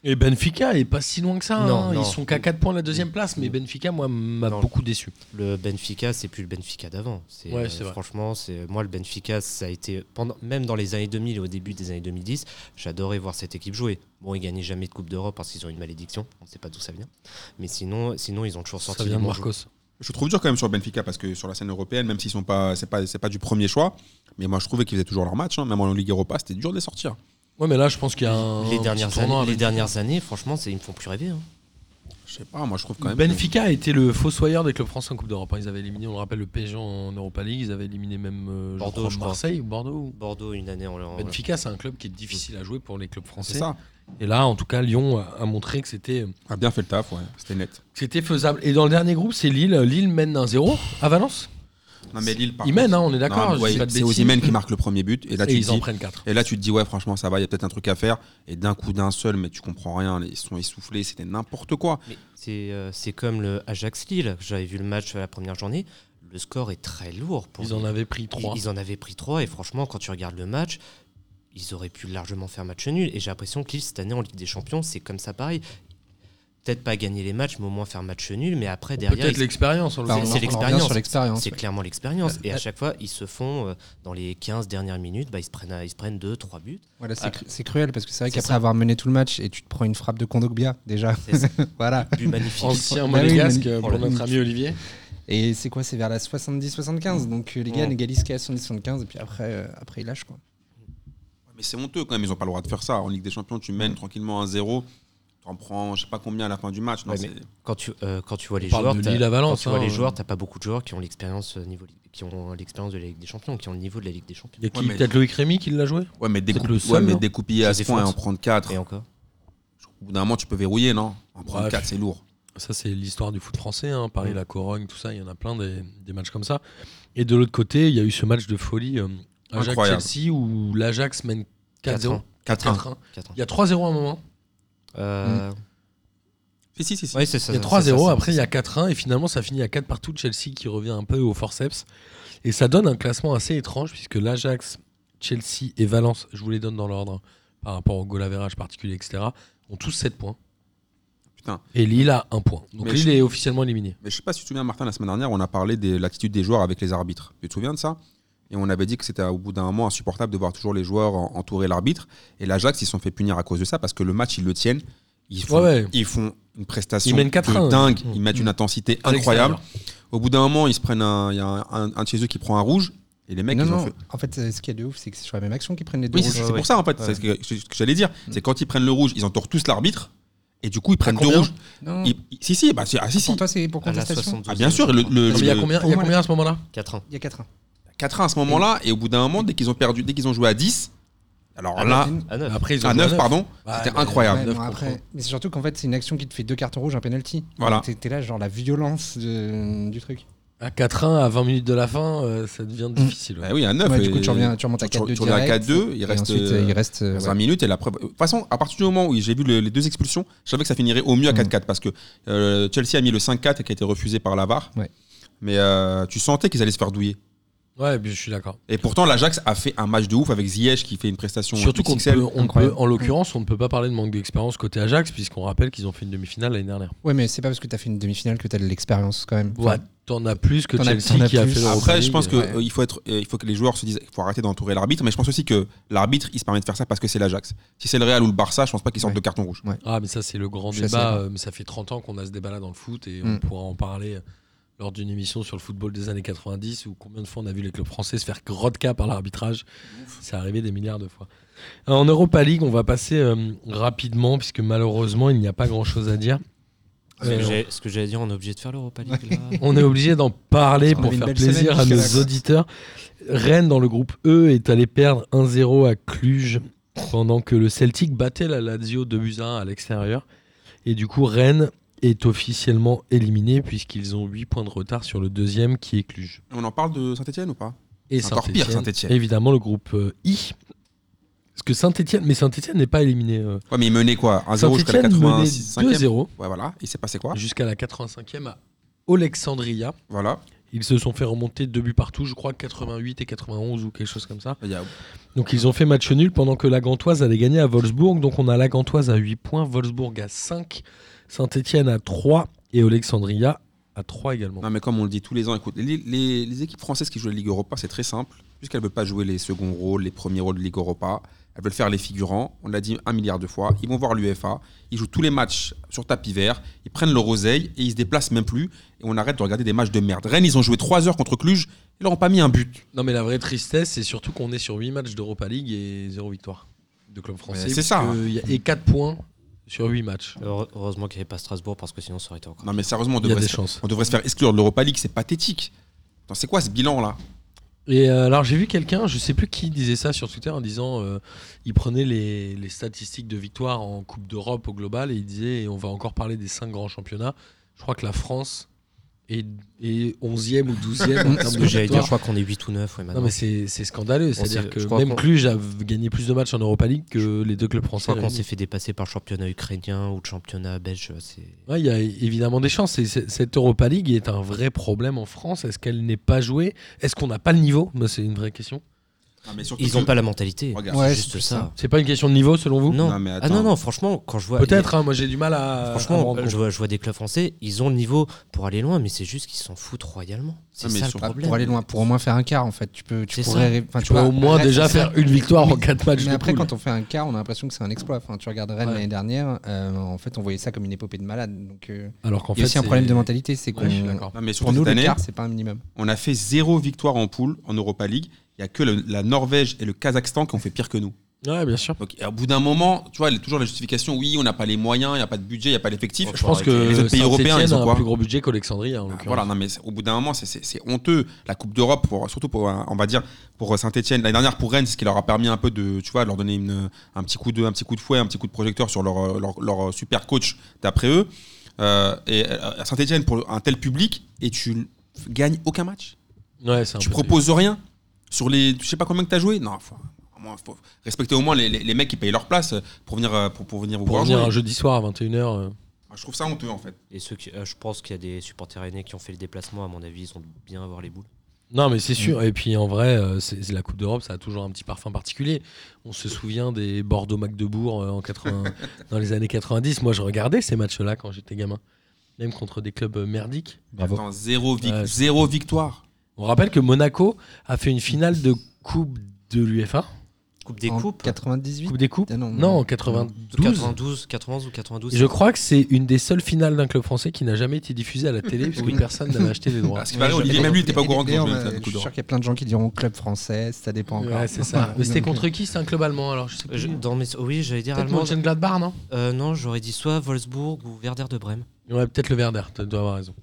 S4: Et Benfica est pas si loin que ça.
S7: Non,
S4: hein.
S7: non.
S4: Ils sont qu'à 4 points de la deuxième place. Mais Benfica, moi, m'a
S7: Non.
S4: beaucoup déçu.
S7: Le Benfica, c'est plus le Benfica d'avant. C'est, euh,
S4: Ouais, c'est vrai.
S7: Franchement, c'est moi le Benfica, ça a été pendant même dans les années 2000 et au début des années 2010, j'adorais voir cette équipe jouer. Bon, ils gagnaient jamais de Coupe d'Europe parce qu'ils ont une malédiction. On ne sait pas d'où ça vient. Mais sinon, sinon ils ont toujours
S4: Ça
S7: sorti
S4: vient
S7: des
S4: de
S7: bons
S4: Marcos.
S5: Je trouve dur quand même sur Benfica parce que sur la scène européenne, même s'ils sont pas, c'est pas, c'est pas du premier choix, mais moi je trouvais qu'ils faisaient toujours leur match, hein. même en Ligue Europa, c'était dur de les sortir.
S4: Ouais, mais là, je pense qu'il y a un.
S7: Les
S4: petit
S7: dernières,
S4: tournant
S7: années, les
S4: avec-
S7: dernières années, franchement, c'est- ils me font plus rêver. hein.
S5: Je Je sais pas, moi je trouve quand même. que-
S4: Benfica a été le fossoyeur des clubs français en Coupe d'Europe. hein. Ils avaient éliminé, on le rappelle, le PSG en Europa League. Ils avaient éliminé même euh, je
S7: Bordeaux,
S4: crois,
S7: je crois.
S4: Marseille ou Bordeaux.
S7: Bordeaux, une année, on leur.
S4: Benfica, c'est un club qui est difficile à jouer pour les clubs
S5: C'est
S4: français.
S5: ça.
S4: Et là, en tout cas, Lyon a, a montré que c'était
S5: A bien fait le taf, ouais. C'était net.
S4: que c'était faisable. Et dans le dernier groupe, c'est Lille. Lille mène 1-0 à Valence.
S5: Non, mais Lille, par
S4: Ils
S5: contre-
S4: mènent, hein, on est
S5: Non,
S4: d'accord. je
S5: ouais,
S4: dis pas de
S5: c'est
S4: bêtises.
S5: Osimhen qui marque le premier but. Et là,
S4: Et
S5: tu
S4: ils
S5: te
S4: en
S5: dis,
S4: prennent 4.
S5: Et là, tu te dis, ouais, franchement, ça va, il y a peut-être un truc à faire. Et d'un coup, d'un seul, mais tu comprends rien. Ils sont essoufflés, c'était n'importe quoi.
S7: Mais c'est euh, c'est comme le Ajax Lille. J'avais vu le match euh, la première journée. Le score est très lourd pour.
S4: Ils en avaient pris 3.
S7: Ils, ils en avaient pris 3 et franchement, quand tu regardes le match, ils auraient pu largement faire match nul. Et j'ai l'impression que Lille, cette année en Ligue des Champions, c'est comme ça pareil. Peut-être pas gagner les matchs, mais au moins faire match nul. Mais après, derrière,
S4: Peut-être
S7: ils-
S4: l'expérience. en
S6: Enfin, on
S4: l'occurrence.
S6: en- on en
S7: c'est
S6: revient
S7: l'expérience.
S6: sur l'expérience.
S7: c'est
S6: ouais.
S7: clairement l'expérience. Et à
S4: Euh,
S7: chaque fois, ils se font, euh, dans les 15 dernières minutes, bah, ils, se prennent, à- ils se prennent 2, 3 buts.
S6: Voilà, c'est
S7: Ah.
S6: cru- c'est cruel parce que c'est vrai
S7: C'est
S6: qu'après
S7: ça.
S6: avoir mené tout le match et tu te prends une frappe de Kondogbia déjà.
S7: C'est ça.
S6: voilà.
S7: But magnifique.
S4: Ancien
S6: Bah oui,
S4: monégasque
S6: mais-
S4: euh, pour
S6: Voilà.
S4: notre ami Olivier.
S6: Et c'est quoi C'est vers la
S7: Mm.
S6: 70-75. Donc euh, les gars, ils égalisent qu'à 70-75 et puis après, euh, après ils lâchent quoi.
S5: Mais c'est honteux quand même, ils n'ont pas le droit de faire ça. En Ligue des Champions, tu mènes tranquillement un 0 tu en prends je sais pas combien à la fin du match. Non,
S7: Ouais,
S5: c'est-
S7: quand tu, euh, quand tu vois les
S4: parle
S7: joueurs,
S4: de
S7: t'as-
S4: Lille à Valence,
S7: quand tu vois
S4: hein,
S7: les
S4: euh.
S7: joueurs, t'as pas beaucoup de joueurs qui ont l'expérience euh, niveau, qui ont l'expérience de la Ligue des Champions, qui ont le niveau de la Ligue des Champions.
S4: Il y a qui
S5: Ouais, mais-
S4: Peut-être Loïc Rémy qui l'a joué
S5: Ouais, mais,
S4: Peut-être
S5: découpe-
S4: le
S5: ouais,
S4: seul,
S5: mais
S4: hein.
S5: découper à ce
S7: Qui
S5: point et en
S7: défonce.
S5: prendre 4.
S7: Et encore.
S5: Au bout d'un moment, tu peux verrouiller, non En prendre
S4: Ouais.
S5: 4, c'est lourd.
S4: Ça, c'est l'histoire du foot français. hein. Paris,
S7: Mm.
S4: la Corogne, tout ça. Il y en a plein des, des matchs comme ça. Et de l'autre côté, il y a eu ce match de folie euh,
S5: Incroyable.
S4: Ajax-Chelsea où l'Ajax mène 4-0.
S5: 4-1.
S4: 4-1.
S7: Quatre ans.
S4: Il y a 3-0 à un moment. Mm.
S7: Euh,
S5: Si, si, si. si.
S7: ouais, c'est ça,
S4: Il y a
S7: c'est
S4: 3-0.
S7: ça,
S4: Après, il
S7: c'est-
S4: y a 4-1. Et finalement, ça finit à 4 partout. Chelsea qui revient un peu au forceps. Et ça donne un classement assez étrange puisque l'Ajax, Chelsea et Valence, je vous les donne dans l'ordre hein, par rapport au goal average particulier, etc., ont tous 7 points.
S5: Putain.
S4: Et Lille a 1 point. Donc
S5: Mais
S4: Lille
S5: je-
S4: est officiellement éliminé.
S5: Mais je sais pas si tu te souviens, Martin, la semaine dernière, on a parlé de l'attitude des joueurs avec les arbitres. Tu te souviens de ça Et on avait dit que c'était au bout d'un moment insupportable de voir toujours les joueurs en- entourer l'arbitre. Et l'Ajax, ils se sont fait punir à cause de ça parce que le match, ils le tiennent. Ils font,
S4: Ouais, ouais.
S5: Ils font une prestation
S4: Ils mènent 4-1,
S5: de dingue.
S4: ouais. Mmh.
S5: Ils mettent une intensité
S4: À l'extérieur.
S5: incroyable. Au bout d'un moment, ils se prennent un, il y a un, un- un de chez eux qui prend un rouge. Et les mecs,
S6: non,
S5: ils ont
S6: non.
S5: fait.
S6: En fait, euh, ce qui est de ouf, c'est que c'est sur la même action qu'ils prennent les deux
S5: Oui,
S6: rouges.
S5: c'est
S7: ouais,
S5: c'est
S7: ouais.
S5: pour ça, en fait.
S6: Ouais.
S5: C'est ce que, ce que j'allais dire.
S4: Mmh.
S5: C'est quand ils prennent le rouge, ils entourent tous l'arbitre. Et du coup, ils prennent deux
S4: combien Mmh.
S5: rouges.
S6: Non.
S5: Ils- ils- si, si, bah, c'est- ah, si, si.
S6: Pour toi, c'est pour
S7: à la
S6: contestation.
S7: 72
S5: Ah, bien sûr. Le, le-
S4: Non, mais il y a
S5: le-
S4: combien, il y a combien à ce moment-là
S7: 4 ans.
S6: Il y a 4 1
S5: 4-1 à ce moment-là, et au bout d'un moment, dès qu'ils ont perdu, dès qu'ils ont joué à 10, alors
S6: bah,
S5: là,
S7: Ah, neuf.
S4: Après, ils ont
S5: à
S4: joué
S5: 9, pardon,
S4: Ouais,
S5: c'était
S4: mais-
S5: incroyable.
S4: Ouais, neuf contre un.
S6: après, mais c'est surtout qu'en fait, c'est une action qui te fait deux cartons rouges, un penalty.
S5: Voilà.
S6: Donc, T'es t'es là, genre la violence de- du truc.
S4: À 4-1, à 20 minutes de la fin, euh, ça devient
S6: Mm.
S4: difficile. ouais.
S5: Bah oui, à 9.
S6: Ouais, du
S5: et-
S6: coup, tu, reviens, tu remontes à
S5: tu-
S6: 4-2.
S5: tu reviens à
S6: direct,
S5: 4-2, il
S6: et
S5: reste,
S6: Ensuite,
S5: euh,
S6: il reste. euh,
S5: 5
S6: ouais.
S5: minutes et la preuve. De toute façon, à partir du moment où j'ai vu le- les deux expulsions, je savais que ça finirait au mieux à
S6: Mm.
S5: 4-4 parce que euh, Chelsea a mis le 5-4 et qui a été refusé par la VAR.
S6: Ouais.
S5: Mais euh, tu sentais qu'ils allaient se faire douiller.
S4: Ouais, puis je suis d'accord.
S5: Et pourtant, l'Ajax a fait un match de ouf avec Ziyech qui fait une prestation
S4: Surtout qu'on
S5: XXL.
S4: peut, on
S6: incroyable.
S4: peut- en l'occurrence, on ne peut pas parler de manque d'expérience côté Ajax, puisqu'on rappelle qu'ils ont fait une demi-finale l'année dernière.
S6: Ouais, mais c'est pas parce que t'as fait une demi-finale que t'as de l'expérience quand même.
S4: Ouais, T'en as plus que
S6: t'en as-
S4: Chelsea
S6: t'en as
S4: qui a
S6: plus.
S4: fait le
S5: Après, je pense qu'il
S6: ouais.
S5: faut être, euh, il faut que les joueurs se disent, il faut arrêter d'entourer l'arbitre. Mais je pense aussi que l'arbitre, il se permet de faire ça parce que c'est l'Ajax. Si c'est le Real ou le Barça, je pense pas qu'ils sortent
S6: Ouais.
S5: de carton rouge.
S4: Ah, mais ça, c'est le grand
S6: Je suis assez
S4: débat.
S6: d'accord.
S4: euh, mais ça fait 30 ans qu'on a ce débat-là dans le foot et on
S6: Mm.
S4: pourra en parler euh, lors d'une émission sur le football des années 90 où combien de fois on a vu les clubs français se faire grodka par l'arbitrage. C'est arrivé des milliards de fois. Euh, En Europa League, on va passer euh, rapidement puisque malheureusement, il n'y a pas grand-chose à dire.
S7: Ce que
S4: Euh,
S7: j'ai- ce que j'allais dire, on est obligé de faire l'Europa League là.
S4: On est obligé d'en parler
S6: Parce qu'on
S4: pour
S6: avait une
S4: faire
S6: belle semaine
S4: plaisir à
S6: jusqu'à
S4: nos
S6: la-
S4: auditeurs. Rennes, dans le groupe E, est allé perdre 1-0 à Cluj pendant que le Celtic battait la Lazio 2 buts à 1 à l'extérieur. Et du coup, Rennes est officiellement éliminé puisqu'ils ont 8 points de retard sur le deuxième qui est Cluj.
S5: On en parle de Saint-Etienne ou pas
S4: Et
S5: C'est encore pire, Saint-Étienne.
S4: Évidemment, le groupe euh, I. Parce que Saint-Etienne, mais Saint-Etienne n'est pas éliminé. euh.
S5: Ouais, mais il menait quoi 1-0 jusqu'à la
S4: Saint-Etienne menait
S5: 86 e
S4: 2-0
S5: Ouais, voilà. Il s'est passé quoi
S4: jusqu'à la 85e à Alexandria.
S5: Voilà.
S4: Ils se sont fait remonter deux buts partout, je crois 88 et 91 ou quelque chose comme ça.
S5: Il y a-
S4: Donc ils ont fait match nul pendant que la Gantoise allait gagner à Wolfsburg. Donc on a la Gantoise à 8 points, Wolfsburg à 5, Saint-Etienne à 3 et Alexandria à 3 également.
S5: Non, mais comme on le dit tous les ans, écoute, les, les- les équipes françaises qui jouent la Ligue Europa, c'est très simple. Puisqu'elles ne veulent pas jouer les seconds rôles, les premiers rôles de Ligue Europa, elles veulent faire les figurants. On l'a dit un milliard de fois. Ils vont voir l'UEFA, ils jouent tous les matchs sur tapis vert, ils prennent leur oseille et ils se déplacent même plus. Et on arrête de regarder des matchs de merde. Rennes, ils ont joué 3 heures contre Cluj, ils leur ont pas mis un but.
S4: Non mais la vraie tristesse, c'est surtout qu'on est sur 8 matchs d'Europa League et 0 victoire de club français.
S5: c'est ça, hein.
S4: puisque il y a- Et 4 points sur 8 matchs.
S7: Heure- Heureusement qu'il n'y avait pas Strasbourg parce que sinon ça aurait été encore.
S5: Non, mais sérieusement, on
S4: Il y a
S5: devrait,
S4: des
S5: se,
S4: chances.
S5: on devrait se faire exclure de l'Europa League, c'est pathétique. Attends, c'est quoi ce bilan-là
S4: Et euh, alors j'ai vu quelqu'un, je sais plus qui disait ça sur Twitter en disant euh, il prenait les, les statistiques de victoire en Coupe d'Europe au global et il disait et on va encore parler des cinq grands championnats. Je crois que la France est, est 11e ou 12e en
S7: C'est
S4: termes
S7: ce
S4: de
S7: que j'allais dire,
S4: victoire.
S7: je crois qu'on est 8 ou 9 ouais,
S4: Non
S7: maintenant.
S4: mais c'est c'est scandaleux, c'est-à-dire
S7: s'est-
S4: que
S7: je crois
S4: même
S7: qu'on-
S4: Cluj a v- gagné plus de matchs en Europa League que les deux clubs
S7: je crois
S4: français.
S7: qu'on
S4: réunis.
S7: s'est fait dépasser par le championnat ukrainien ou le championnat belge. euh, C'est...
S4: Ouais, Il y a évidemment des chances. Et c- cette Europa League est un vrai problème en France. Est-ce qu'elle n'est pas jouée Est-ce qu'on n'a pas le niveau Moi, C'est une vraie question.
S5: Ah, mais surtout
S7: Ils n'ont
S5: que-
S7: pas la mentalité.
S5: Regarde,
S6: Ouais, c'est
S7: c'est juste
S6: plus
S7: ça.
S4: C'est pas une question de niveau selon vous
S7: Non.
S5: Non, mais
S7: ah
S5: attends.
S7: non, non, franchement, quand je vois.
S4: Peut-être, hein, moi j'ai du mal à. à me
S7: Franchement,
S4: rendre
S7: euh, je
S4: compte.
S7: vois, je vois des clubs français, ils ont le niveau pour aller loin, mais c'est juste qu'ils s'en foutent royalement. C'est
S5: Ah, mais
S7: ça le
S5: sur-
S7: problème.
S6: Pour aller loin, pour au moins faire un quart en fait. Tu peux, tu
S7: C'est ça.
S6: pourrais, ré- enfin,
S4: Tu pourrais
S6: vois,
S4: au moins
S6: Rennes,
S4: déjà
S6: c'est ça.
S4: faire une victoire en
S6: Mais-
S4: 4 matchs.
S6: Mais
S4: de
S6: après,
S4: poule.
S6: quand on fait un quart, on a l'impression que c'est un exploit. Enfin, tu regardes Rennes
S4: Ouais.
S6: l'année dernière, euh, en fait, on voyait ça comme une épopée de malade. Donc, euh,
S4: Alors qu'en
S6: il y a aussi un
S4: c'est-
S6: problème de mentalité, euh, c'est
S4: Ouais, je suis
S6: qu'on-
S4: d'accord.
S5: Non, mais surtout
S6: pour nous
S5: cette
S6: le
S5: année,
S6: quart, c'est pas un minimum.
S5: on a fait zéro victoire en poule en Europa League. Il n'y a que le- la Norvège et le Kazakhstan qui ont fait pire que nous.
S4: Ouais, bien sûr.
S5: Donc, et au bout d'un moment, tu vois, il y a toujours la justification oui, on n'a pas les moyens, il n'y a pas de budget, il n'y a pas d'effectif.
S4: Je pense que
S5: les autres pays européens, ils
S4: Saint-Étienne
S5: ont
S4: a un
S5: quoi Ah,
S4: plus gros budget qu'Alexandria
S6: Ah,
S4: en l'occurrence.
S5: Voilà, non, mais c'est- au bout d'un moment, c'est- c'est c'est honteux. La Coupe d'Europe, pour- surtout pour, euh, on va dire, pour Saint-Etienne, l'année dernière pour Rennes, ce qui leur a permis un peu de, tu vois, de leur donner une- un, petit coup de, un petit coup de fouet, un petit coup de projecteur sur leur, euh, leur, leur super coach d'après eux. Euh, et euh, Saint-Etienne, pour un tel public, et tu n- gagnes aucun match.
S4: Ouais, c'est un
S5: Tu
S4: peu-
S5: proposes rien sur les, je sais pas combien que tu as joué. Non, faut, au moins, faut respecter au moins les, les- les mecs qui payent leur place euh, pour venir, euh, pour, pour venir vous
S4: Pour
S5: voir
S4: venir
S5: jouer. Ah,
S4: un jeudi soir à 21h.
S5: Je trouve ça honteux en fait.
S7: Et ceux qui, euh, je pense qu'il y a des supporters aînés qui ont fait le déplacement, à mon avis, ils ont bien avoir les boules.
S4: Non, mais c'est
S6: Mm.
S4: sûr. Et puis en vrai, euh, c'est c'est la Coupe d'Europe, ça a toujours un petit parfum particulier. On se souvient des Bordeaux-Magdebourg euh, en 80 dans les années 90. Moi, je regardais ces matchs-là quand j'étais gamin, même contre des clubs euh, merdiques.
S6: Bravo.
S5: Attends, zéro, vic-
S4: Ouais, c'est-
S5: zéro victoire.
S4: On rappelle que Monaco a fait une finale de Coupe de l'UFA,
S7: Coupe des
S6: en
S7: coupes
S6: 98.
S4: Coupe des Coupes.
S6: Ah non,
S4: Non, en
S6: non.
S4: 92.
S7: 92, 91 ou 92.
S4: Et Je crois que c'est une des seules finales d'un club français qui n'a jamais été diffusée à la télé puisque
S6: Oui.
S4: personne n'avait acheté les droits.
S5: Parce qu'il paraît, Olivier, même lui, il n'était pas au courant que
S6: Et on
S5: je
S6: a-
S5: venais de la Coupe
S6: Je suis
S5: d'Europe.
S6: sûr qu'il y a plein de gens qui diront club français, Ah, ça euh, dépend encore.
S4: Ouais, c'est ça. Mais c'était contre qui C'est un club allemand alors je sais
S7: Euh,
S4: plus.
S7: je-
S4: Peut-être
S7: dans mes- oui, j'allais dire allemand.
S4: Mönchengladbach, non
S7: Euh, non, j'aurais dit soit Wolfsburg ou Werder de Brême.
S4: Ouais, peut-être le Verder, tu dois avoir raison.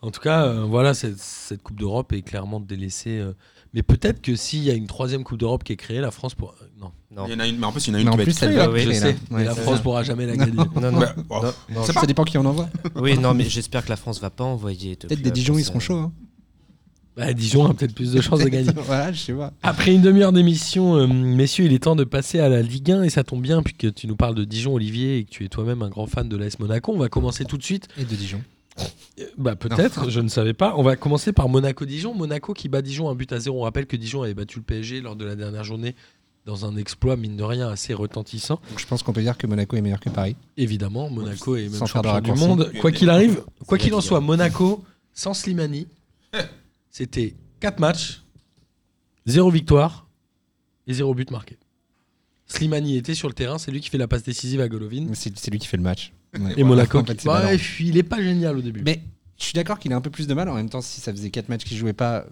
S4: En tout cas, euh, voilà, cette, cette Coupe d'Europe est clairement délaissée. euh, mais peut-être que s'il y a une troisième Coupe d'Europe qui est créée, la France pourra. Non,
S7: Non.
S5: Il y en a une, mais en plus, il y en a une
S6: Mais en
S5: qui va
S6: plus,
S5: être
S6: elle
S5: créée,
S6: doit
S5: là.
S7: oui,
S4: je
S6: créer, là.
S4: sais,
S6: Ouais,
S4: mais la
S6: c'est
S4: France
S6: ça.
S4: pourra jamais la gagner.
S7: Non, non.
S5: Ouais, oh.
S7: Non, non,
S6: Ça dépend qui en envoie.
S7: Oui, non, mais j'espère que la France va pas envoyer. de
S6: Peut-être des
S7: club,
S6: Dijon, ils
S7: ça-
S6: seront chauds. hein.
S4: Bah, Dijon a peut-être plus de chances de gagner.
S6: voilà, je sais pas.
S4: Après une demi-heure d'émission, euh, messieurs, il est temps de passer à la Ligue 1 et ça tombe bien puisque tu nous parles de Dijon, Olivier, et que tu es toi-même un grand fan de l'AS Monaco. On va commencer tout de suite.
S6: Et de Dijon.
S4: Euh, Bah peut-être, je ne savais pas. On va commencer par Monaco-Dijon. Monaco qui bat Dijon un but à zéro. On rappelle que Dijon avait battu le PSG lors de la dernière journée dans un exploit mine de rien assez retentissant.
S6: Donc, je pense qu'on peut dire que Monaco est meilleur que Paris.
S4: Évidemment, Monaco est même
S6: Sans faire de
S4: champion du
S6: raccourci.
S4: monde. Quoi qu'il arrive, quoi
S7: la
S4: qu'il en
S7: Ligue 1.
S4: soit, Monaco sans Slimani, c'était 4 matchs, 0 victoire et 0 but marqué. Slimani était sur le terrain, c'est lui qui fait la passe décisive à Golovin.
S6: Mais C'est c'est lui qui fait le match. Ouais.
S4: Et Monaco, Bah,
S6: En fait,
S4: qui-
S6: c'est
S4: Ouais,
S6: ballon.
S4: il est pas génial au début.
S6: Mais je suis d'accord qu'il a un peu plus de mal. En même temps, si ça faisait 4 matchs qu'il jouait pas,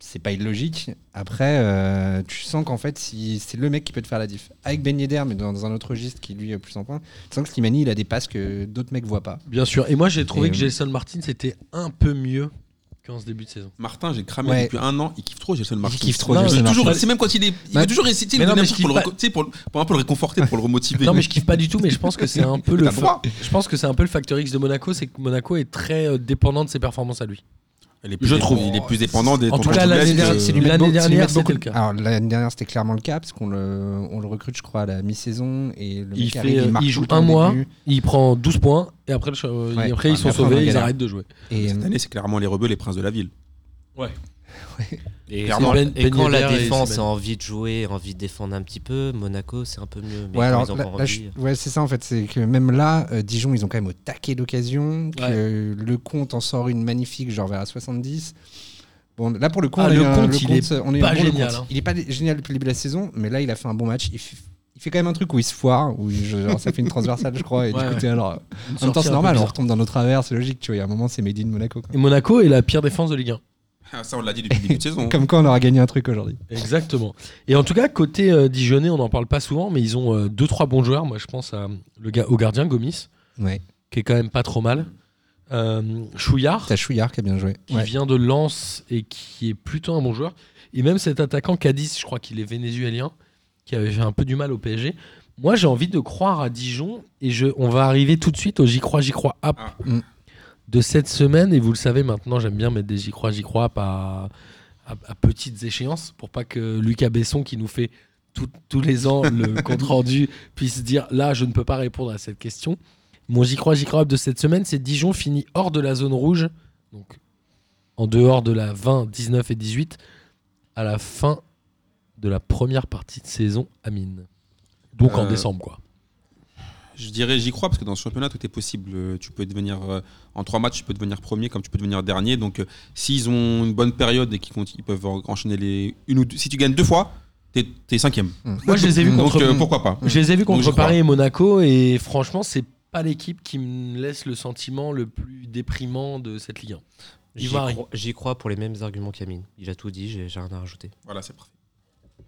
S6: c'est pas illogique. Après, euh, tu sens qu'en fait, si c'est le mec qui peut te faire la diff. Avec Ben Yedder, mais dans, dans un autre registre qui lui est plus en point, tu sens que Slimani, il a des passes que d'autres mecs voient pas.
S4: Bien sûr. Et moi, j'ai trouvé
S6: Et,
S4: que
S6: euh,
S4: Jason Martin, c'était un peu mieux qu'en ce début de saison.
S5: Martin, j'ai cramé
S6: Ouais.
S5: depuis un an, il kiffe trop Jason Martin.
S6: kiffe trop
S5: Il veut
S4: Jason
S5: toujours,
S4: Martin. Bah,
S5: c'est même quand il est, il
S6: Mais-
S5: veut toujours essayer de
S4: mais
S5: lui
S4: non,
S5: donner
S4: mais
S5: un
S4: je
S5: truc pour,
S4: kiffe
S5: le, tu sais, pour, le- pour un peu le réconforter, pour le remotiver.
S4: Non, mais je kiffe pas du tout, mais je pense que c'est un peu le.
S5: T'as
S4: fa-
S5: droit.
S4: Je pense que c'est un peu le facteur X de Monaco, c'est que Monaco est très euh, dépendant de ses performances à lui.
S5: Il est plus
S4: Je
S5: dé-
S4: trouve.
S5: Il est plus dépendant des
S4: En tout
S5: tournois
S4: cas,
S5: de
S4: l'année
S5: l'Est,
S4: dernière,
S5: euh,
S4: c'est du- L'année
S6: Mettre beau-
S4: dernière,
S6: c'est lui mettre
S4: c'était
S6: beaucoup-
S4: le cas.
S6: Alors, l'année dernière, c'était clairement le cas, parce qu'on le, on le recrute, je crois, à la mi-saison. Et le
S4: Il,
S6: mec
S4: fait,
S6: arrive,
S4: euh,
S6: marque
S4: il
S6: tout
S4: joue
S6: le temps
S4: un
S6: au
S4: mois,
S6: début.
S4: il prend 12 points, et après, le ch- euh,
S6: Ouais.
S4: et après ils
S6: Ah,
S4: sont
S6: mais après, on
S4: sauvés, ils
S6: galère.
S4: arrêtent de jouer.
S6: Et, euh,
S5: Cette année, c'est clairement les rebeux, les princes de la ville.
S7: Et,
S5: Clairement,
S7: quand-
S4: Ben-
S7: et quand
S4: Ben
S7: la
S4: Yedder et
S7: défense
S4: Slimani.
S7: a envie de jouer, a envie de défendre un petit peu, Monaco c'est un peu mieux. Mais
S6: Ouais,
S7: quand
S6: alors,
S7: ils ont
S6: là-
S7: pas
S6: là, je-
S7: envie,
S6: ouais, c'est ça en fait, c'est que même là, euh, Dijon, ils ont quand même au taquet d'occasion, que
S4: Ouais.
S6: euh, le compte en sort une magnifique, genre vers la 70. Bon, là pour le coup,
S4: Ah,
S6: on a
S4: le
S6: eu un-
S4: Comte, il est
S6: euh, on a eu
S4: pas
S6: un bon le
S4: génial,
S6: Comte.
S4: hein.
S6: Il est pas dé- génial depuis le début de la saison, mais là, il a fait un bon match. Il fait, il fait quand même un truc où il se foire, où il- genre, ça fait une transversale, je crois, et
S4: Ouais,
S6: du coup,
S4: ouais.
S6: t'es alors.
S4: Une
S6: En même temps,
S4: sortie un
S6: c'est
S4: peu
S6: normal, hein. on
S4: bizarre.
S6: retombe dans nos travers, c'est logique, tu vois, il y a un moment, c'est Made in Monaco. quoi.
S4: Et Monaco est la pire défense de Ligue 1.
S5: Ah, Ça, on l'a dit depuis le début de saison.
S6: Comme quoi, on aura gagné un truc aujourd'hui.
S4: Exactement. Et en tout cas, côté euh, Dijonais, on n'en parle pas souvent, mais ils ont 2 deux trois bons joueurs. Moi, je pense à le gars, au gardien Gomis,
S6: Ouais.
S4: qui est quand même pas trop mal. Euh, Chouillard,
S6: T'as Chouillard qui a bien joué.
S4: qui vient de Lens et qui est plutôt un bon joueur. Et même cet attaquant Cadiz, je crois qu'il est vénézuélien, qui avait fait un peu du mal au PSG. Moi, j'ai envie de croire à Dijon et je, on va arriver tout de suite au J'y crois, J'y crois app
S5: Ah.
S6: Mm.
S4: de cette semaine. Et vous le savez maintenant, j'aime bien mettre des J'y crois, J'y crois app à, à- à petites échéances pour pas que Lucas Besson, qui nous fait tout- tous les ans le compte rendu, puisse dire là, je ne peux pas répondre à cette question. Mon J'y crois, J'y crois app de cette semaine, c'est Dijon finit hors de la zone rouge. Donc, en dehors de la 20, 19 et 18 à la fin de la première partie de saison à Mine. Donc en
S5: Euh,
S4: décembre quoi.
S5: Je dirais, j'y crois, parce que dans ce championnat, tout est possible. Euh, Tu peux devenir, euh, en trois matchs, tu peux devenir premier comme tu peux devenir dernier. Donc, euh, s'ils ont une bonne période et qu'ils conti- ils peuvent en- enchaîner les une ou deux, si tu gagnes deux fois, t'es es cinquième.
S4: Moi je les ai vus
S5: Donc,
S4: contre
S5: euh, pourquoi pas
S4: je les ai vus
S5: donc, j'y
S4: contre
S5: crois.
S4: Paris et Monaco et franchement c'est pas l'équipe qui me laisse le sentiment le plus déprimant de cette Ligue 1.
S7: J'y
S4: Ivoirien.
S7: crois, j'y crois pour les mêmes arguments qu'Amine. Il a tout dit, j'ai j'ai rien à rajouter.
S5: Voilà, c'est parfait.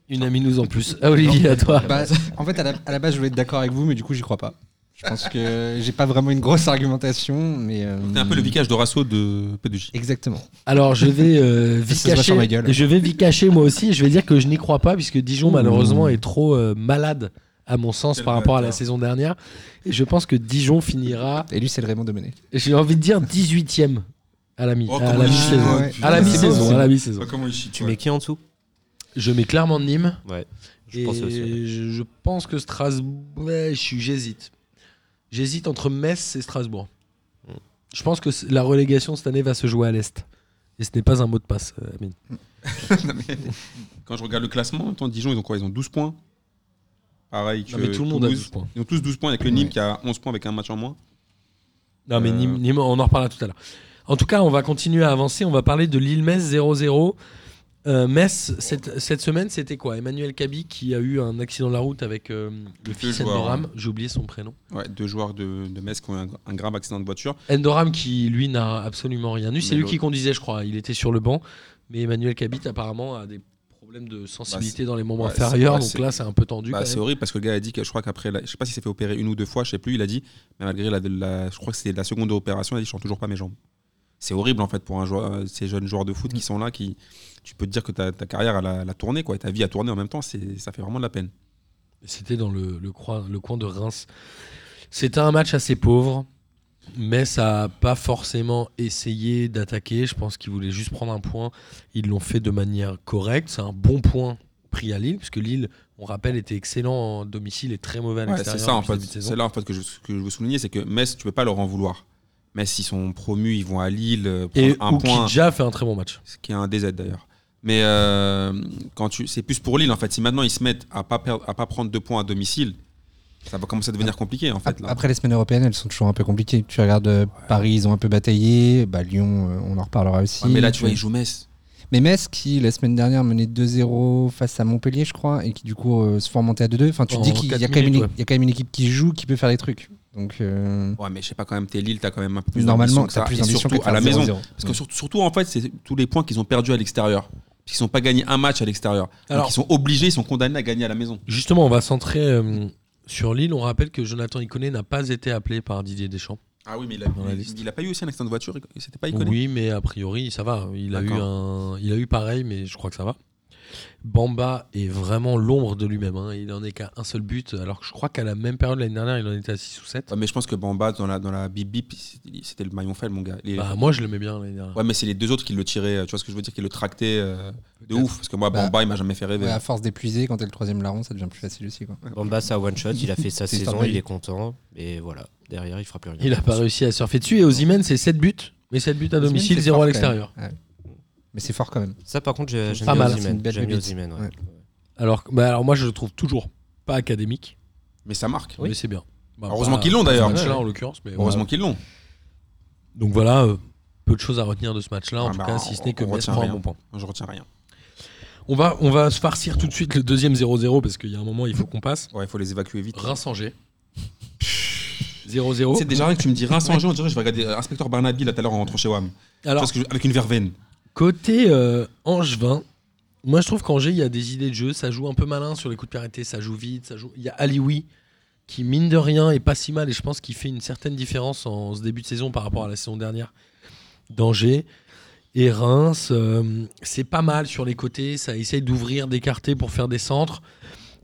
S4: Une amie nous en plus. Ah, Olivier à toi.
S6: Bah, en fait, à la, à la base, je voulais être d'accord avec vous, mais du coup, j'y crois pas. Je pense que j'ai pas vraiment une grosse argumentation, mais. euh,
S5: T'es un peu le vicage d'Horacio de P2J.
S6: Exactement.
S4: Alors je vais euh,
S6: Ça
S4: vie
S6: se voit sur ma
S4: cacher.
S6: gueule.
S4: Je vais vie cacher moi aussi. Je vais dire que je n'y crois pas puisque Dijon malheureusement est trop euh, malade à mon sens
S5: Quel
S4: par rapport à la
S5: bâtard.
S4: saison dernière. Et je pense que Dijon finira
S6: Et lui, c'est le Raymond Domenech.
S4: j'ai envie de dire 18ème à la mi-
S5: Oh,
S4: à
S5: comment
S4: la
S5: il
S6: chie,
S4: mi-saison.
S6: ouais.
S4: À la
S6: Ah, c'est
S4: mi-saison,
S6: bon,
S4: à la
S6: c'est
S4: mi-saison.
S5: comment il chie,
S7: Tu mets qui en dessous
S4: Je mets clairement Nîmes
S7: Ouais, je
S4: et
S7: pense aussi.
S4: je je pense que Strasbourg ouais, je suis- j'hésite. J'hésite entre Metz et Strasbourg.
S7: Mm.
S4: Je pense que c- la relégation cette année va se jouer à l'est. Et ce n'est pas un mot de passe, euh, Amine.
S5: Non, mais Quand je regarde le classement, attends, Dijon, ils ont quoi Ils ont 12 points. Pareil que
S4: Non, mais tout le monde a
S5: Toulouse.
S4: 12 points.
S5: Ils ont tous 12 points avec le Nîmes
S6: Ouais.
S5: qui a 11 points avec un match en moins.
S4: Non, mais
S5: Euh.
S4: Nîmes, Nîmes, on en reparlera tout à l'heure. En tout cas, on va continuer à avancer. On va parler de Lille-Metz 0-0. Euh, Metz, cette, cette semaine, c'était quoi Emmanuel Cabi qui a eu un accident de la route avec euh, le
S5: Deux
S4: fils
S5: joueurs,
S4: Endoram. J'ai oublié son prénom.
S5: Ouais, deux joueurs de, de Metz qui ont eu un, un grave accident de voiture.
S4: Endoram qui, lui, n'a absolument rien eu. C'est
S5: Mais
S4: lui
S5: l'autre-
S4: qui conduisait, je crois. Il était sur le banc. Mais Emmanuel Cabit, apparemment, a des problèmes de sensibilité dans les membres
S5: ouais, Bah, c'est-
S4: inférieurs.
S5: ouais,
S4: donc
S5: c'est-
S4: là, c'est un peu tendu.
S5: Bah,
S4: quand
S5: c'est
S4: même.
S5: horrible parce que le gars a dit que je crois qu'après, la- je sais pas s'il s'est fait opérer une ou deux fois, je sais plus. Il a dit, mais malgré la, la- je crois que c'est la seconde opération, il a dit, je sens toujours pas mes jambes. C'est horrible en fait pour un joueur, euh, ces jeunes joueurs de foot
S4: Mm.
S5: qui sont là, qui, tu peux te dire que ta, ta carrière elle a, elle a tourné quoi, et ta vie a tourné en même temps, c'est, ça fait vraiment de la peine.
S4: C'était dans le, le, coin, le coin de Reims. C'était un match assez pauvre. Metz a pas forcément essayé d'attaquer. Je pense qu'ils voulaient juste prendre un point. Ils l'ont fait de manière correcte. C'est un bon point pris à Lille, puisque Lille, on rappelle, était excellent en domicile et très mauvais à
S5: Ouais,
S4: l'extérieur.
S5: c'est ça en
S4: depuis le
S5: fait.
S4: début de saison.
S5: C'est là en fait que je, que je veux souligner, c'est que Metz, tu peux pas leur en vouloir. Metz, ils sont promus, ils vont à Lille euh, prendre
S4: Et
S5: un point,
S4: Oukidja fait un très bon match.
S5: ce qui est un DZ d'ailleurs. Mais euh, quand tu, c'est plus pour Lille en fait. Si maintenant ils se mettent à pas perdre, à pas prendre deux points à domicile, ça va commencer à devenir compliqué en fait.
S6: Ap-
S5: Là.
S6: Après, les semaines européennes, elles sont toujours un peu compliquées. Tu regardes euh, Paris, ils ont un peu bataillé. Bah, Lyon, euh, on en reparlera aussi.
S5: Ouais, mais là, tu vois, ils jouent Metz.
S6: Mais Metz, qui la semaine dernière menait 2-0 face à Montpellier, je crois, et qui du coup euh, se font remonter à 2-2. Enfin, tu te
S4: En
S6: dis qu'il y, a
S4: quatre
S6: quand même une
S4: minutes,
S6: équipe- il y a quand même une équipe qui joue, qui peut faire des trucs. Donc, euh,
S5: Ouais, mais je sais pas quand même, t'es Lille, t'as quand même un peu plus
S6: normalement,
S5: d'ambition que
S6: t'as
S5: ça.
S6: plus
S5: et
S6: d'ambition
S5: surtout
S6: que
S5: à la maison. Parce que
S6: Ouais.
S5: surtout, surtout, en fait, c'est tous les points qu'ils ont perdus à l'extérieur. Parce qu'ils n'ont pas gagné un match à l'extérieur.
S4: Alors-
S5: Donc ils sont obligés, ils sont condamnés à gagner à la maison.
S4: Justement, on va centrer euh, sur Lille. On rappelle que Jonathan Iconé n'a pas été appelé par Didier Deschamps.
S5: Ah oui, mais il
S4: Dans la
S5: a,
S4: il- liste.
S5: pas eu aussi un accident de voiture, c'était pas iconné.
S4: Oui, mais a priori, ça va. Il a, eu
S5: D'accord.
S4: un... il a eu pareil, mais je crois que ça va. Bamba est vraiment l'ombre de lui-même. hein. Il en est qu'à un seul but, alors que je crois qu'à la même période l'année dernière, il en était à 6 ou 7.
S5: mais je pense que Bamba, dans la, dans la bip bip, c'était le maillon faible, mon gars. Les-
S4: Bah, moi, je l'aimais bien l'année dernière.
S5: Ouais, mais c'est les deux autres qui le tiraient, euh, tu vois ce que je veux dire, qui le tractaient euh, de
S6: Peut-être.
S5: ouf. Parce que moi,
S6: Bah,
S5: Bamba, il m'a jamais fait rêver.
S6: ouais, à force d'épuiser, quand t'es le troisième laron, ça devient plus facile aussi. Quoi.
S7: Bamba, c'est un one shot, il a fait sa
S6: C'est
S7: saison,
S6: normal.
S7: il est content. Et voilà, derrière, il fera plus rien.
S4: Il n'a pas réussi à surfer dessus. Et Ozymen, c'est 7 buts, mais 7 buts à
S6: Osimhen,
S4: domicile,
S6: c'est
S4: 0
S6: fort
S4: à
S6: quand
S4: l'extérieur.
S6: même. Ouais. Mais c'est fort quand même.
S7: Ça, par contre, j'ai- j'aime
S4: Pas
S7: bien
S4: mal.
S6: C'est une
S7: Osimhen.
S6: belle
S7: J'aime bien
S6: bibite.
S7: Osimhen, ouais.
S6: Ouais.
S4: Alors, que- bah, alors, moi, je le trouve toujours pas académique,
S5: Mais ça marque.
S4: mais c'est bien. Bah,
S5: Heureusement
S4: pas-
S5: qu'ils l'ont,
S4: pas ce
S5: d'ailleurs.
S4: match-là, en l'occurrence. mais voilà.
S5: Heureusement qu'ils l'ont.
S4: Donc voilà, euh, peu de choses à retenir de ce match-là, en
S5: Ah
S4: tout
S5: bah,
S4: cas, si
S5: on-
S4: ce n'est que
S5: on
S4: Metz
S5: retient
S4: prend un
S5: rien.
S4: bon point.
S5: Je retiens rien.
S4: On va, on va se farcir tout de suite le deuxième 0-0, parce qu'il y a un moment, il faut qu'on passe.
S5: Ouais, il faut les évacuer vite.
S4: Reims-Angers.
S5: Tu sais,
S4: 0-0.
S5: déjà rien que tu me dis Reims Angers, on dirait que je vais regarder euh, Inspecteur Barnaby là tout à l'heure en rentrant chez WAM.
S4: Alors,
S5: Parce que je- avec une verveine.
S4: Côté euh, Angevin, moi je trouve qu'Angers, il y a des idées de jeu. Ça joue un peu malin sur les coups de pied arrêtés, ça joue vite. Ça joue... Il y a Alioui qui, mine de rien, est pas si mal et je pense qu'il fait une certaine différence en ce début de saison par rapport à la saison dernière d'Angers. Et Reims, euh, c'est pas mal sur les côtés. Ça essaye d'ouvrir, d'écarter pour faire des centres.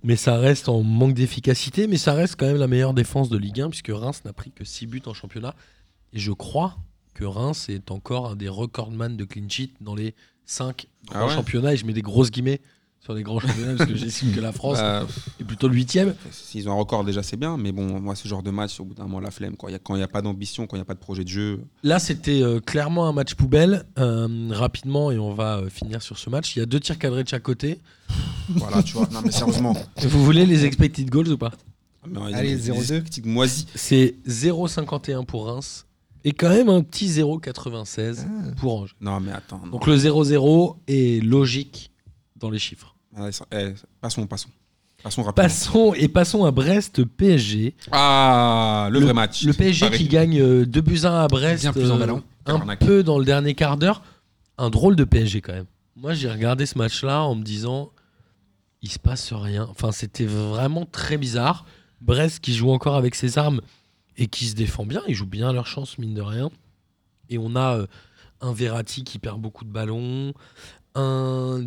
S4: Mais ça reste en manque d'efficacité. Mais ça reste quand même la meilleure défense de Ligue 1 puisque Reims n'a pris que 6 buts en championnat. Et je crois que Reims est encore un des recordman de clean sheet dans les 5
S5: Ah
S4: grands
S5: ouais
S4: championnats. Et je mets des grosses guillemets sur les grands championnats parce que j'estime que la
S6: Oh,
S4: France
S5: Bah,
S4: est plutôt le 8
S5: S'ils ont un record déjà, c'est bien, mais bon, moi, ce genre de match, au bout d'un moment, la flemme. Quoi. Il y a- quand il n'y a pas d'ambition, quand il n'y a pas de projet de jeu,
S4: Là, c'était euh, clairement un match poubelle. Euh, rapidement, et on va euh, finir sur ce match. Il y a deux tirs cadrés de chaque côté.
S5: voilà, tu vois. Non, mais sérieusement.
S4: Vous voulez les expected goals ou pas
S5: Mais on a
S6: Allez,
S5: des- des
S6: 0-2.
S5: tactiques moisies.
S4: C'est 0,51 pour Reims et quand même un petit 0,96 pour Angers.
S5: Non, mais attends. non.
S4: Donc le 0-0 est logique dans les chiffres.
S5: Allez, ça- eh, passons, passons. Passons rapidement.
S4: Passons et passons à Brest PSG.
S5: Ah, le, vrai match.
S4: Le PSG
S5: Paris.
S4: qui gagne euh, 2 buts 1 à Brest. euh,
S6: Bien plus emballant.
S4: un
S5: Arnaque.
S4: peu dans le dernier quart d'heure. Un drôle de PSG quand même. Moi j'ai regardé ce match-là en me disant il se passe rien. Enfin c'était vraiment très bizarre. Brest qui joue encore avec ses armes et qui se défend bien. Ils jouent bien leur chance mine de rien. Et on a euh, un Verratti qui perd beaucoup de ballons. Un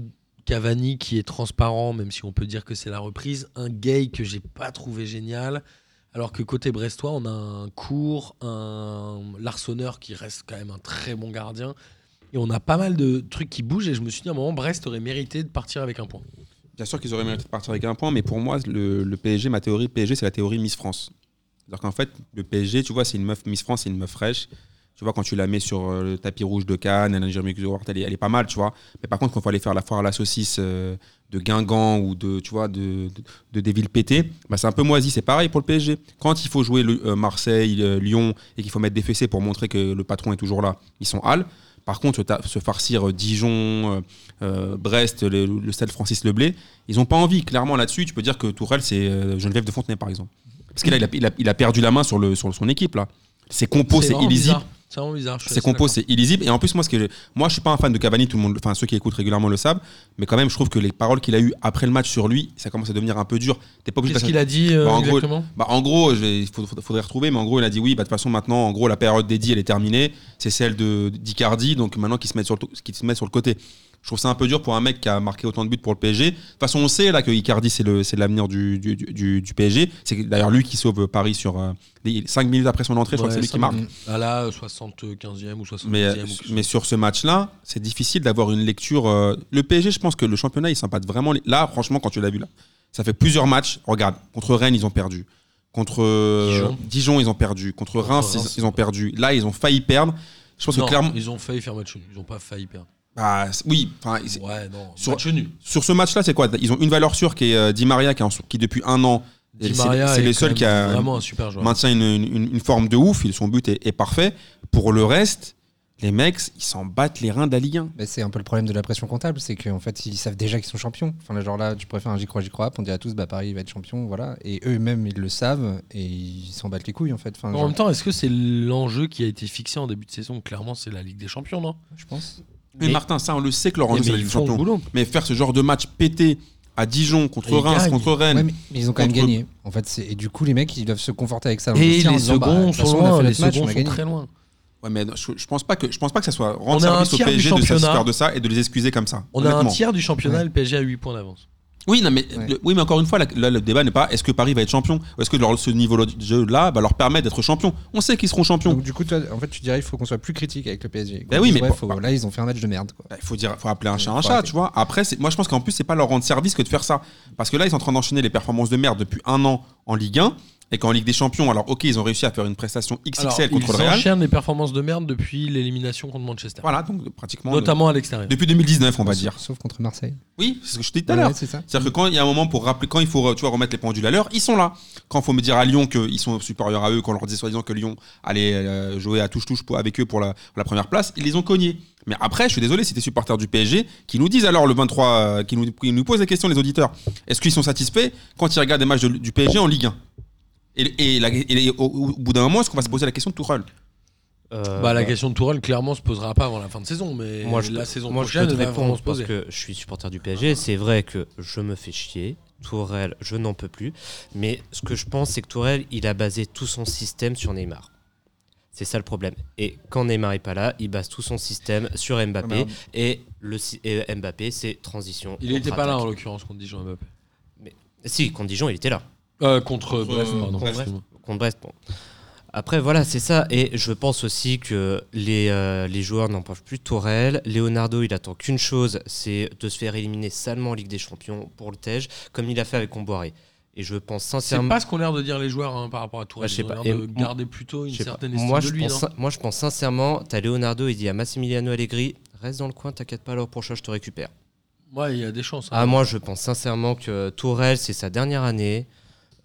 S4: Cavani qui est transparent même si on peut dire que c'est la reprise. Un Gay que j'ai pas trouvé génial. Alors que côté brestois, on a un court, un Larsonneur qui reste quand même un très bon gardien. Et on a pas mal de trucs qui bougent. Et je me suis dit à un moment, Brest aurait mérité de partir avec un point.
S5: Bien sûr qu'ils auraient mérité de partir avec un point, mais pour moi, le, le PSG, ma théorie PSG, c'est la théorie Miss France. C'est-à-dire qu'en fait, le PSG, tu vois, c'est une meuf Miss France, c'est une meuf fraîche. Tu vois, quand tu la mets sur euh, le tapis rouge de Cannes, elle, est- elle, est- elle est pas mal, tu vois. Mais par contre, quand il faut aller faire la foire à la saucisse euh, de Guingamp ou de, tu vois, de, de, de des villes pétées, bah, c'est un peu moisi. C'est pareil pour le PSG. Quand il faut jouer le, euh, Marseille, euh, Lyon et qu'il faut mettre des fessées pour montrer que le patron est toujours là, ils sont halles. Par contre, se ta- se farcir euh, Dijon, euh, euh, Brest, le, le stade Francis Leblé, ils n'ont pas envie. Clairement, là-dessus, tu peux dire que Tourelle, c'est euh, Geneviève de Fontenay, par exemple. Parce qu'il a, il a- il a, il a perdu la main sur, le, sur son équipe, là. Ses compos, c'est
S4: vraiment
S5: illisible.
S4: bizarre. C'est vraiment bizarre. je suis
S5: Ses
S4: assez
S5: compos, c'est illisible. Et en plus, moi, ce que je, moi, je suis pas un fan de Cavani, tout le monde, enfin, ceux qui écoutent régulièrement le savent. Mais quand même, je trouve que les paroles qu'il a eues après le match sur lui, ça commence à devenir un peu dur. T'es pas
S4: d'accord.
S5: obligé de passer-
S4: Qu'est-ce qu'il a dit euh,
S5: Bah, en gros,
S4: exactement
S5: bah, en gros, je vais- il faut- faut- faudrait retrouver, mais en gros, il a dit oui, bah, de toute façon, maintenant, en gros, la période dédiée, elle est terminée. C'est celle de d'Icardi, donc maintenant, qui se, met sur le, qui se met sur le côté. Je trouve ça un peu dur pour un mec qui a marqué autant de buts pour le PSG. De toute façon, on sait là que Icardi, c'est le- c'est l'avenir du, du, du- du PSG. C'est d'ailleurs lui qui sauve Paris sur. 5 minutes après son entrée, je crois que
S4: Ouais,
S5: c'est lui
S4: ça
S5: qui marque.
S4: me- Ah là, euh, 75e ou 70e.
S5: Mais, euh,
S4: ou quelque
S5: mais
S4: chose.
S5: sur ce match-là, c'est difficile d'avoir une lecture. euh, le PSG, je pense que le championnat, il s'impacte vraiment. les- Là, franchement, quand tu l'as vu là, ça fait plusieurs matchs. Regarde, contre Rennes, ils ont perdu. Contre euh,
S4: Dijon.
S5: Dijon. ils ont perdu. Contre,
S4: Contre
S5: Reims,
S4: Reims.
S5: ils, ils ont perdu. Là, ils ont failli perdre. Je pense
S4: Non,
S5: que clairement.
S4: Ils ont failli faire match nul. Ils ont pas failli perdre.
S5: Ah, c'est- oui, enfin, c'est-
S4: Ouais, non.
S5: Sur-
S4: Match nul.
S5: sur ce match-là, c'est quoi Ils ont une valeur sûre qui est euh, Di Maria, qui, est en- qui depuis un an,
S4: Di
S5: c'est-
S4: Maria
S5: c'est
S4: est
S5: les
S4: quand
S5: seuls
S4: même
S5: qui a
S4: Vraiment un super joueur.
S5: maintient une, une- une forme de ouf. Son but est, est parfait. Pour le reste, les mecs, ils s'en battent les reins de la Ligue 1.
S6: Bah, c'est un peu le problème de la pression comptable, c'est qu'en fait ils savent déjà qu'ils sont champions. Enfin là, genre là, tu préfères un j'y crois, j'y crois, on dit à tous bah Paris va être champion, voilà. Et eux-mêmes ils le savent et ils s'en battent les couilles en fait. Enfin,
S4: En
S6: genre,
S4: même temps, est-ce que c'est l'enjeu qui a été fixé en début de saison Clairement, c'est la Ligue des Champions, non
S6: je pense.
S5: Mais,
S7: Mais-
S5: Martin, ça, on le sait que Laurent Nunez,
S4: Eh, mais
S5: c'est la Ligue
S4: ils
S5: des
S4: font le
S5: champions.
S4: boulot.
S5: Mais faire ce genre de match pété à Dijon, contre
S4: Et ils
S5: Reims,
S4: gagnent.
S5: contre Rennes.
S6: Ouais, mais mais ils ont quand même
S5: Contre-
S6: gagné. En fait, c'est- et du coup les mecs ils doivent se conforter avec ça. dans le
S4: Et
S6: vestiaire en
S4: les
S6: disant, bah, de
S4: seconds
S6: toute façon,
S4: sont
S6: on a
S4: loin.
S6: fait
S4: Les
S6: notre match,
S4: seconds
S6: on a
S4: sont
S6: gagné.
S4: très loin.
S5: Ouais, mais non, je, je pense pas que je pense pas que ça soit
S4: On a
S5: rendre
S4: un
S5: service au
S4: tiers du
S5: PSG de
S4: championnat.
S5: satisfaire de ça et de les excuser comme ça.
S4: On a un
S5: honnêtement.
S4: tiers du championnat, le PSG a 8 points d'avance.
S5: Oui, non, mais
S6: Ouais.
S5: le- oui, mais encore une fois, la- là, le débat n'est pas est-ce que Paris va être champion ou est-ce que leur- ce niveau de jeu là va leur permettre d'être champion. On sait qu'ils seront champions.
S4: Ah
S6: Donc du coup toi, en fait tu dirais il faut qu'on soit plus critique avec le PSG.
S5: Bah
S6: Qu'on
S5: oui,
S6: dise,
S5: mais
S6: ouais,
S5: pas-
S6: faut-
S5: pas-
S6: là ils ont fait un match de merde quoi.
S5: Bah, Il faut dire, faut appeler un chat
S6: faut
S5: un chat,
S6: arrêter.
S5: tu vois. Après, c'est- moi je pense qu'en plus c'est pas leur rendre service que de faire ça, parce que là ils sont en train d'enchaîner les performances de merde depuis un an en Ligue 1 et qu'en Ligue des Champions, alors ok ils ont réussi à faire une prestation XXL
S4: Alors,
S5: contre
S4: ils
S5: le Real.
S4: enchaînent les performances de merde depuis l'élimination contre Manchester.
S5: Voilà, donc pratiquement. euh,
S4: Notamment à l'extérieur.
S5: Depuis 2019, on va dire.
S6: Sauf contre Marseille.
S5: Oui, c'est ce que je t'ai dit tout à l'heure.
S6: Ouais, c'est ça.
S5: C'est-à-dire que quand il y a un moment pour rappeler, quand il faut tu vois, remettre les pendules à l'heure, ils sont là. Quand il faut me dire à Lyon qu'ils sont supérieurs à eux, quand on leur disait soi-disant que Lyon allait euh, jouer à touche-touche pour- avec eux pour la, la première place, ils les ont cognés. Mais après, je suis désolé, c'était supporters du PSG qui nous disent alors le 23, euh, qui, nous, qui nous posent la question, les auditeurs, est-ce qu'ils sont satisfaits quand ils regardent des matchs de- du PSG en Ligue 1 et, et la- et- et au, au bout d'un moment, est-ce qu'on va se poser la question de Tourelle
S7: Euh,
S4: bah, la question de Tourelle, clairement, se posera pas avant la fin de saison. Mais
S7: Moi, je
S4: la
S7: peux-
S4: saison
S7: moi, je
S4: prochaine,
S7: peux te
S4: elle va vraiment
S7: répondre
S4: se
S7: parce
S4: poser.
S7: que je suis supporter du PSG. C'est vrai que je me fais chier. Tourelle, je n'en peux plus. Mais ce que je pense, c'est que Tourelle, il a basé tout son système sur Neymar. C'est ça le problème. Et quand Neymar est pas là, il base tout son système sur Mbappé.
S3: Ah, merde.
S7: et, le, si- et Mbappé, c'est transition.
S4: Il n'était pas
S7: contre-attaque.
S4: là, en l'occurrence, contre Dijon Mbappé.
S7: Si, contre Dijon, il était là.
S4: Euh, contre
S5: Contre,
S4: Brest,
S5: euh,
S4: pardon.
S5: Brest.
S4: excuse-moi.
S7: Contre Brest, bon. Après, voilà, c'est ça. Et je pense aussi que les, euh, les joueurs n'en peuvent plus. Tourelle, Leonardo, il attend qu'une chose, c'est de se faire éliminer salement en Ligue des Champions pour le Tej, comme il a fait avec Comboiré. Et je pense
S4: C'est
S7: sincèrement...
S4: pas ce qu'ont l'air de dire les joueurs hein, par rapport à Tourelle.
S7: Bah, je sais
S4: Ils ont
S7: pas.
S4: l'air
S7: Et
S4: de
S7: moi-
S4: garder plutôt une
S7: je sais pas.
S4: certaine estime
S7: moi,
S4: de
S7: je
S4: lui. hein.
S7: pense,
S4: non
S7: moi, je pense sincèrement, t'as Leonardo, il dit à Massimiliano Allegri, reste dans le coin, t'inquiète pas, l'heure prochaine, je te récupère.
S4: Ouais, il y a des chances. hein.
S7: Ah, moi, je pense sincèrement que Tourelle, c'est sa dernière année.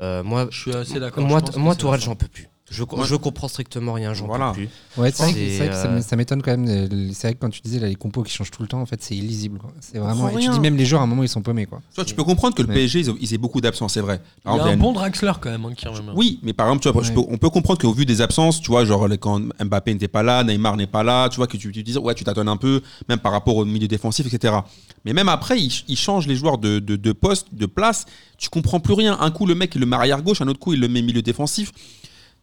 S7: Euh, moi,
S4: je suis assez d'accord.
S7: moi,
S4: je pense que
S7: moi
S4: c'est la
S7: Tourelle,
S4: fin.
S7: j'en peux plus. Je, co-
S5: Moi-
S7: je comprends strictement rien, j'en
S5: Voilà.
S7: peux plus.
S6: Ouais, c'est vrai, que-
S7: C'est,
S6: c'est vrai que ça
S7: euh,
S6: m- ça m'étonne quand même. euh, C'est vrai que quand tu disais là, les compos qui changent tout le temps, en fait, c'est illisible. quoi. C'est vraiment.
S5: comprend
S6: et tu
S5: rien.
S6: dis même les joueurs à un moment ils sont paumés quoi.
S5: Tu vois, tu peux comprendre que le
S6: Ouais.
S5: PSG, ils ont, ils aient beaucoup d'absents, c'est vrai. Par
S4: Il y
S5: exemple,
S4: a
S5: il
S4: un
S5: y a
S4: bon Draxler quand même hein, qui revient.
S5: une- Oui, mais par exemple, tu vois, je
S6: Ouais.
S5: peux- on peut comprendre qu'au vu des absences, tu vois, genre les- quand Mbappé n'était pas là, Neymar n'est pas là, tu vois, que tu, tu dis, ouais, tu t'attends un peu, même par rapport au milieu défensif, etc. Mais même après, ils, ils changent les joueurs de, de, de poste, de place, tu comprends plus rien. Un coup, le mec, il le met arrière gauche, un autre coup, il le met milieu défensif.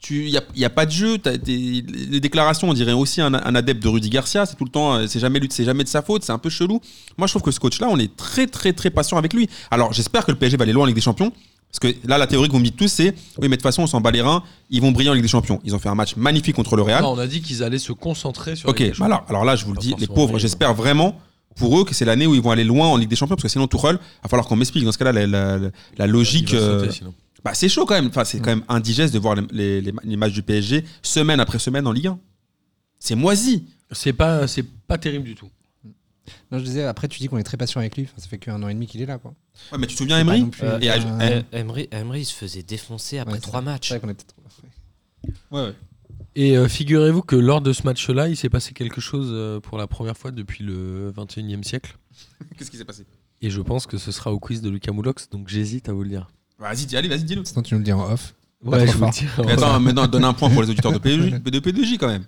S5: Il n'y a, y a pas de jeu. t'as des- les déclarations, on dirait aussi un, un adepte de Rudy Garcia. C'est tout le temps, euh, c'est jamais, lui- c'est jamais de sa faute. C'est un peu chelou. Moi, je trouve que ce coach-là, on est très, très, très patient avec lui. Alors, j'espère que le PSG va aller loin en Ligue des Champions. Parce que là, la théorie que vous me dites tous, c'est oui, mais de toute façon, on s'en bat les reins. Ils vont briller en Ligue des Champions. Ils ont fait un match magnifique contre le Real.
S4: Non, on a dit qu'ils allaient se concentrer sur.
S5: Ok,
S4: les
S5: bah alors, alors là, je vous le
S4: Pas
S5: dis, les
S4: forcément
S5: pauvres,
S4: vrai,
S5: j'espère vraiment pour eux que c'est l'année où ils vont aller loin en Ligue des Champions. Parce que sinon, Tourelle, il va falloir qu'on m'explique dans ce cas-là la, la- la- la logique. euh, bah, c'est chaud quand même. Enfin,
S6: Mm.
S5: c'est quand même indigeste de voir les, les- les ma- les matchs du PSG semaine après semaine en Ligue 1. C'est moisi.
S4: C'est pas, c'est pas terrible du tout.
S6: Non, je disais après tu dis qu'on est très patient avec lui. Enfin, ça fait qu'un an et demi qu'il est là quoi.
S5: Ouais, mais tu te souviens,
S6: C'est pas
S5: Emery
S6: non plus,
S5: Euh, et
S6: euh,
S5: Al-
S6: ouais,
S7: Eh, Emery, Emery, il se faisait défoncer après
S6: Ouais,
S7: trois matchs.
S6: C'est vrai qu'on est peut-être.
S4: Et euh, figurez-vous que lors de ce match-là, il s'est passé quelque chose euh, pour la première fois depuis le 21e siècle.
S5: Qu'est-ce qui s'est passé
S4: Et je pense que ce sera au quiz de Lucas Moulox, donc j'hésite à vous le dire.
S5: Vas-y, dis, allez, vas-y, dis-le.
S6: Sinon tu nous le dis en off. Pas
S4: Ouais,
S6: trop
S4: je vous le
S6: fort.
S4: dis.
S5: Mais attends, maintenant, donne un point pour les auditeurs de PDG, de PDG, quand même.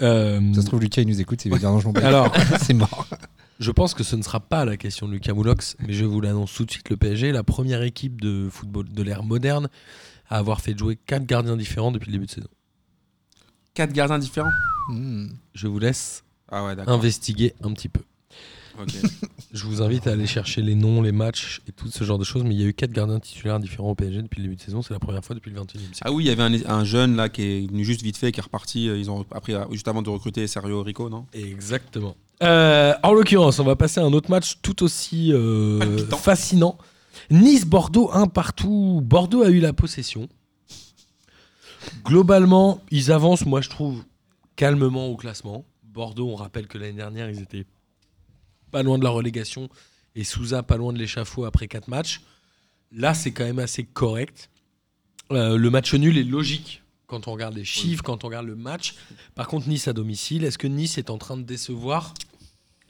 S4: Euh,
S6: Ça se trouve Lucas il nous écoute, il va dire non je m'en bats.
S4: Alors.
S6: c'est mort.
S4: Je pense que ce ne sera pas la question de Lucas Moulox, mais je vous l'annonce tout de suite. Le PSG est la première équipe de football de l'ère moderne à avoir fait jouer quatre gardiens différents depuis le début de saison.
S5: Quatre gardiens différents.
S6: Hmm.
S4: Je vous laisse
S5: Ah ouais, d'accord.
S4: investiguer un petit peu.
S5: Ok.
S4: Je vous invite à aller chercher les noms, les matchs et tout ce genre de choses. Mais il y a eu quatre gardiens titulaires différents au PSG depuis le début de saison. C'est la première fois depuis le 21e siècle.
S5: Ah oui, il y avait un, un jeune là qui est venu juste vite fait, qui est reparti. euh, Ils ont appris à- juste avant de recruter Sergio Rico, non
S4: Exactement. Euh, en l'occurrence, on va passer à un autre match tout aussi euh,
S5: Palpitant.
S4: fascinant. Nice-Bordeaux, un partout. Bordeaux a eu la possession. Globalement, ils avancent, moi je trouve, calmement au classement. Bordeaux, on rappelle que l'année dernière, ils étaient pas loin de la relégation et Souza pas loin de l'échafaud après quatre matchs. Là, c'est quand même assez correct. Euh, le match nul est logique quand on regarde les chiffres, quand on regarde le match. Par contre, Nice à domicile, est-ce que Nice est en train de décevoir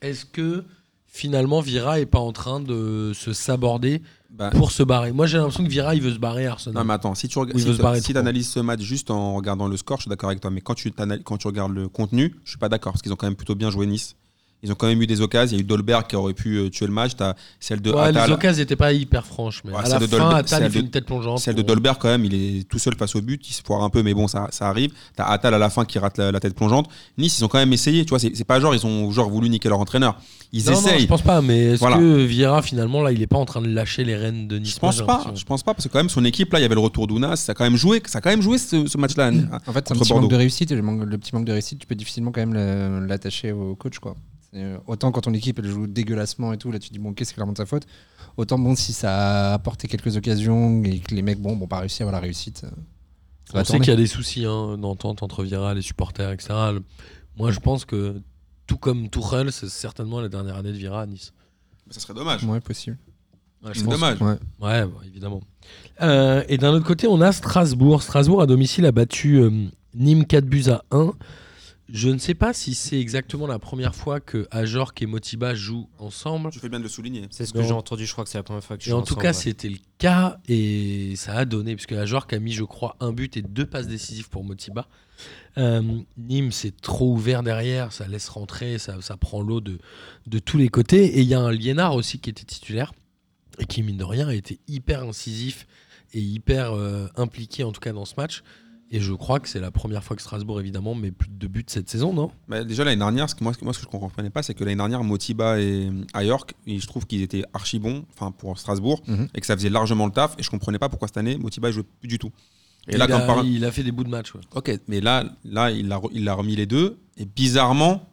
S4: Est-ce que finalement Vira est pas en train de se saborder
S5: Bah,
S4: pour se barrer Moi, j'ai l'impression que Vira, il veut se barrer à Arsenal.
S5: Non, mais attends, si tu
S4: Oui,
S5: regardes,
S4: Ah, il veut
S5: si,
S4: se barrer trop.
S5: tu analyses ce match juste en regardant le score, je suis d'accord avec toi. Mais quand tu, t'anal- quand tu regardes le contenu, je suis pas d'accord parce qu'ils ont quand même plutôt bien joué Nice. Ils ont quand même eu des occasions. Il y a eu Dolberg qui aurait pu euh, tuer le match. T'as celle de
S4: Ouais,
S5: Attal.
S4: les occasions n'étaient pas hyper franches, mais
S5: Ouais,
S4: à
S5: celle
S4: la
S5: de
S4: fin,
S5: Dolbe-
S4: Attal, il
S5: celle
S4: fait
S5: de-
S4: une tête plongeante.
S5: Celle de
S4: pour-
S5: Dolberg, quand même, il est tout seul face au but, il se foire un peu, mais bon, ça, ça arrive. T'as Attal à la fin qui rate la, la tête plongeante. Nice, ils ont quand même essayé, tu vois, c'est c'est pas genre, ils ont genre voulu niquer leur entraîneur. Ils
S4: Non, non,
S5: essayent.
S4: je pense pas, mais est-ce
S5: Voilà.
S4: que Vieira, finalement, là, il est pas en train de lâcher les rênes de Nice hein.
S5: Je pense
S4: Moi, j'ai
S5: pas,
S4: l'impression.
S5: je pense pas, parce que quand même, son équipe, là, il y avait le retour d'Ounas, ça a quand même joué, ça a quand même joué ce, ce match-là.
S4: Mm.
S5: Ah,
S6: En fait, c'est un
S5: Contre
S6: petit manque
S5: Bordeaux.
S6: de réussite. Et le, manque- le petit manque de réussite, tu peux difficilement quand même le- l'attacher au coach. Quoi. C'est, euh, Autant quand ton équipe elle joue dégueulassement et tout, là tu te dis bon, ok, c'est clairement de sa faute. Autant bon, si ça a apporté quelques occasions et que les mecs, bon, bon, pas réussi à avoir la réussite. euh, ça va
S4: On sait
S6: tourner.
S4: qu'il y a des soucis hein, d'entente entre Vieira, les supporters, etc. Le- Moi, je pense que tout comme Tuchel, c'est certainement la dernière année de Vieira à Nice.
S5: Ça serait dommage.
S6: Ouais, possible.
S4: Ouais, je
S5: C'est
S4: pense.
S5: dommage.
S6: Ouais.
S4: Ouais, bah, évidemment. Euh, et d'un autre côté, on a Strasbourg. Strasbourg à domicile a battu euh, Nîmes 4 buts à 1. Je ne sais pas si c'est exactement la première fois que Ajorc et Motiba jouent ensemble.
S5: Tu fais bien de le souligner.
S7: C'est ce que
S4: Non.
S7: j'ai entendu, je crois que c'est la première fois que je
S4: Et
S7: suis
S4: en tout
S7: ensemble,
S4: cas,
S7: ouais.
S4: c'était le cas et ça a donné, puisque Ajorc a mis, je crois, un but et deux passes décisives pour Motiba. Euh, Nîmes, c'est trop ouvert derrière, ça laisse rentrer, ça, ça prend l'eau de, de tous les côtés. Et il y a un Liénard aussi qui était titulaire et qui, mine de rien, a été hyper incisif et hyper euh, impliqué, en tout cas, dans ce match. Et je crois que c'est la première fois que Strasbourg, évidemment, met plus de deux buts cette saison, non
S5: Bah, déjà l'année dernière, ce que moi, ce que- moi, ce que je ne comprenais pas, c'est que l'année dernière, Motiba et à York, et je trouve qu'ils étaient archi bons, enfin pour Strasbourg,
S6: Mhm.
S5: et que ça faisait largement le taf. Et je comprenais pas pourquoi cette année, Motiba ne jouait plus du tout. Et
S4: il,
S5: là, quand
S4: a,
S5: par-
S4: il a fait des bouts de match. ouais.
S5: Ok, mais là, là il, a, re- il a remis les deux. Et bizarrement,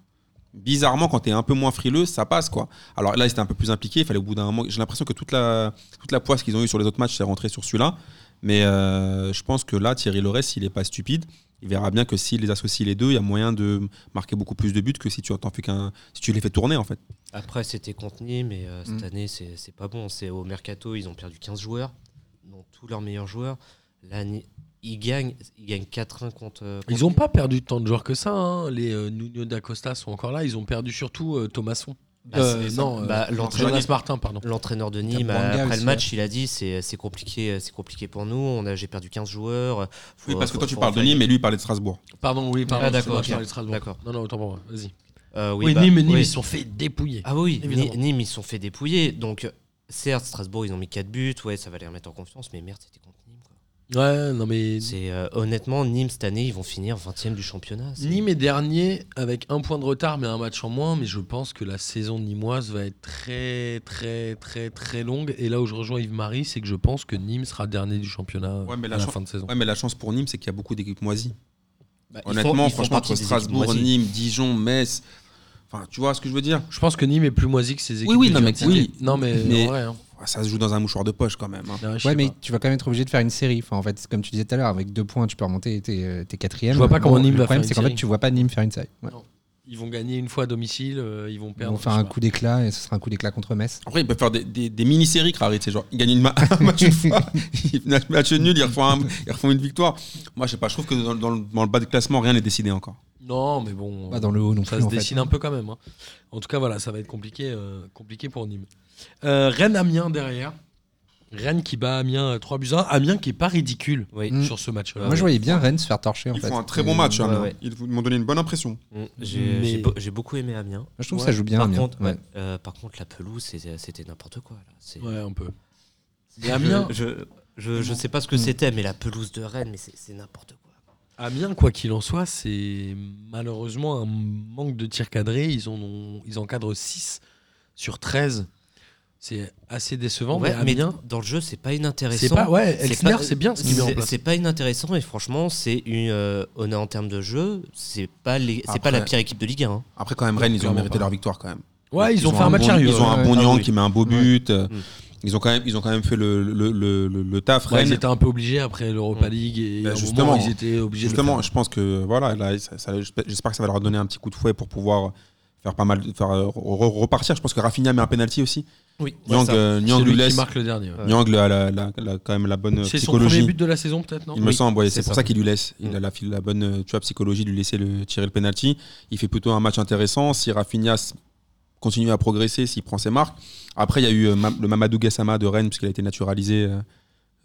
S5: bizarrement quand tu es un peu moins frileux, ça passe. quoi. Alors là, il s'était un peu plus impliqué. Il fallait au bout d'un moment. J'ai l'impression que toute la, toute la poisse qu'ils ont eue sur les autres matchs s'est rentrée sur celui-là. Mais euh, je pense que là, Thierry Lorès, il n'est pas stupide. Il verra bien que s'il les associe les deux, il y a moyen de marquer beaucoup plus de buts que si tu, en fais qu'un, si tu les fais tourner, en fait.
S7: Après, c'était contenu, mais euh, cette
S6: Mm.
S7: année, c'est c'est pas bon. C'est au mercato, ils ont perdu 15 joueurs, dont tous leurs meilleurs joueurs. L'année, ils gagnent, ils gagnent 4-1 contre. euh,
S4: Ils
S7: contre-
S4: n'ont pas perdu tant de joueurs que ça. hein. Les euh, Nuno d'Acosta sont encore là. Ils ont perdu surtout euh, Thomasson.
S7: Bah,
S4: Euh,
S7: c'est-
S4: non, euh,
S7: bah, l'entraîneur-
S4: Jonas Martin, pardon.
S7: L'entraîneur de Nîmes,
S6: Capmanga
S7: après
S6: aussi,
S7: le match, il a dit c'est c'est compliqué, c'est compliqué pour nous. On a j'ai perdu 15 joueurs. euh, faut-
S5: Oui, parce que
S7: faut-
S5: toi, tu
S7: faut
S5: parles de
S7: en faire-
S5: Nîmes et lui, il parlait de Strasbourg.
S4: Pardon, oui, pardon.
S7: Ah, d'accord,
S4: moi,
S7: ok.
S4: je parlais de Strasbourg.
S7: D'accord.
S4: Non, non, autant pour moi. Vas-y.
S7: Euh,
S4: Oui,
S7: bah,
S4: Nîmes, Nîmes,
S7: oui.
S4: ils se sont fait dépouiller.
S7: Ah oui,
S4: Évidemment.
S7: Ni- Nîmes, ils se sont fait dépouiller. Donc, euh, certes, Strasbourg, ils ont mis 4 buts. Ouais, ça va les remettre en confiance, mais merde, c'était contre Nîmes. quoi.
S4: Ouais, non, mais
S7: C'est euh, honnêtement, Nîmes, cette année, ils vont finir 20 e du championnat. c'est-
S4: Nîmes est dernier avec un point de retard, mais un match en moins. Mais je pense que la saison nîmoise va être très, très, très, très longue. Et là où je rejoins Yves-Marie, c'est que je pense que Nîmes sera dernier du championnat
S5: Ouais, mais
S4: à
S5: la
S4: la
S5: chan-
S4: fin de saison.
S5: Ouais, mais la chance pour Nîmes, c'est qu'il y a beaucoup d'équipes moisies.
S7: Bah, ils font-
S5: Honnêtement,
S7: ils font
S5: franchement,
S7: partie
S5: entre
S7: des équipes
S5: Strasbourg,
S7: moisies.
S5: Nîmes, Dijon, Metz. Enfin, tu vois ce que je veux dire
S4: Je pense que Nîmes est plus moisi que ses équipes.
S5: oui,
S4: du
S5: non, mais-
S4: Gentil.
S5: oui.
S4: non, mais,
S5: Mais-
S4: en vrai, hein.
S5: Ouais, Ça se joue dans un mouchoir de poche quand même. hein.
S4: Non, je sais
S6: Ouais, mais
S4: pas.
S6: tu vas quand même être obligé de faire une série. Enfin, en fait, c'est comme tu disais tout à l'heure, avec deux points, tu peux remonter tes, euh, tes quatrièmes.
S4: Je vois pas comment
S6: Bon,
S4: Nîmes va
S6: Le problème,
S4: faire une
S6: c'est qu'en fait,
S4: série.
S6: tu vois pas Nîmes faire une série. Ouais.
S4: Ils vont gagner une fois à domicile, euh, ils vont
S6: Ils
S4: perdre.
S6: vont faire
S4: je sais
S6: un
S4: pas.
S6: coup d'éclat et ce sera un coup d'éclat contre Metz.
S5: Après, ils peuvent faire des, des- des mini-séries, Kravitz. C'est genre, ils gagnent une ma- un match une fois, ils font un match nul, ils refont, un- ils refont une victoire. Moi, je sais pas, je trouve que dans, dans le, dans le bas de classement, rien n'est décidé encore.
S4: Non, mais bon.
S6: Pas dans le haut non
S4: Ça
S6: plus.
S4: se
S6: en fait.
S4: dessine un peu quand même. hein. En tout cas, voilà, ça va être compliqué, euh, compliqué pour Nîmes. Euh, Rennes Amiens derrière. Rennes qui bat Amiens euh, 3 buts à 1. Amiens qui est pas ridicule
S7: Oui.
S6: Mm.
S4: sur ce match-là.
S6: Moi, je voyais bien Rennes se faire torcher. en
S5: Ils
S6: fait.
S5: font un très
S6: Et-
S4: euh,
S5: bon match, hein.
S7: ouais,
S5: Amiens.
S7: ouais.
S5: Ils m'ont donné une bonne impression.
S7: Mm, J'ai
S4: Mais-
S7: j'ai beau- j'ai beaucoup aimé Amiens.
S6: Je trouve que
S4: Ouais.
S6: ça joue bien.
S7: par,
S6: Amiens.
S7: Contre,
S6: Ouais.
S7: ouais, euh, par contre, la pelouse, c'était c'était n'importe quoi. Là. C'est-
S4: Ouais, un peu. Mais Amiens, Mm.
S7: Je, je, je sais pas ce que c'était, mais la pelouse de Rennes, mais c'est c'est n'importe quoi.
S4: Amiens, quoi qu'il en soit, c'est malheureusement un manque de tirs cadrés. Ils, en ont- ils encadrent 6 sur 13. C'est assez décevant.
S7: Ouais,
S4: mais
S7: mais
S4: Amiens,
S7: dans le jeu, c'est pas
S4: c'est
S7: inintéressant.
S4: pas. Ouais,
S7: C'est
S4: Elsner,
S7: pas-
S4: c'est bien ce qu'il met en
S7: C'est-
S4: place.
S7: C'est pas inintéressant et franchement, c'est une. euh, on est en termes de jeu, c'est pas les, c'est
S5: Après-
S7: pas la pire équipe de Ligue 1. hein.
S5: Après, quand même, Rennes, ils ont
S4: Clairement
S5: mérité
S4: pas.
S5: leur victoire quand même.
S4: Ouais, ils, ont, fait un match
S5: bon-
S4: sérieux.
S5: Ils ont
S6: ouais.
S5: un bon
S7: Ah
S5: Niang
S7: oui.
S5: qui met un beau but. euh,
S7: Mm.
S5: Ils, ont quand même, ils ont quand même fait le, le, le, le- le taf.
S4: Ouais, Bah, ils
S5: Rennes,
S4: étaient un peu obligés après l'Europa
S7: Mm.
S4: League et
S5: Bah,
S4: à un
S5: justement.
S4: moment, ils étaient obligés de
S5: Justement,
S4: le
S5: je pense que voilà, là, ça- ça- j'espère j'espère que ça va leur donner un petit coup de fouet pour pouvoir faire pas mal, faire euh, re- re- repartir. Je pense que Rafinha met un penalty aussi.
S4: Oui.
S5: Nyang, euh,
S4: faire.
S5: Nyang
S4: C'est
S5: lui
S4: lui qui
S5: laisse.
S4: marque le dernier. ouais.
S7: Ouais.
S5: Nyang a la- la- la- quand même la bonne
S4: C'est son premier
S5: psychologie.
S4: but de la saison peut-être, non
S5: euh, Il me semble, ouais, c'est
S7: c'est
S5: pour
S7: ça.
S5: ça qu'il lui laisse. Il
S7: Mm.
S5: a la, fil- la bonne euh, tu vois, psychologie de lui laisser le, tirer le penalty. Il fait plutôt un match intéressant. Si Rafinha s- continue à progresser, s'il prend ses marques. Après, il y a eu euh, Ma- le Mamadou Gassama de Rennes, puisqu'il a été naturalisé euh,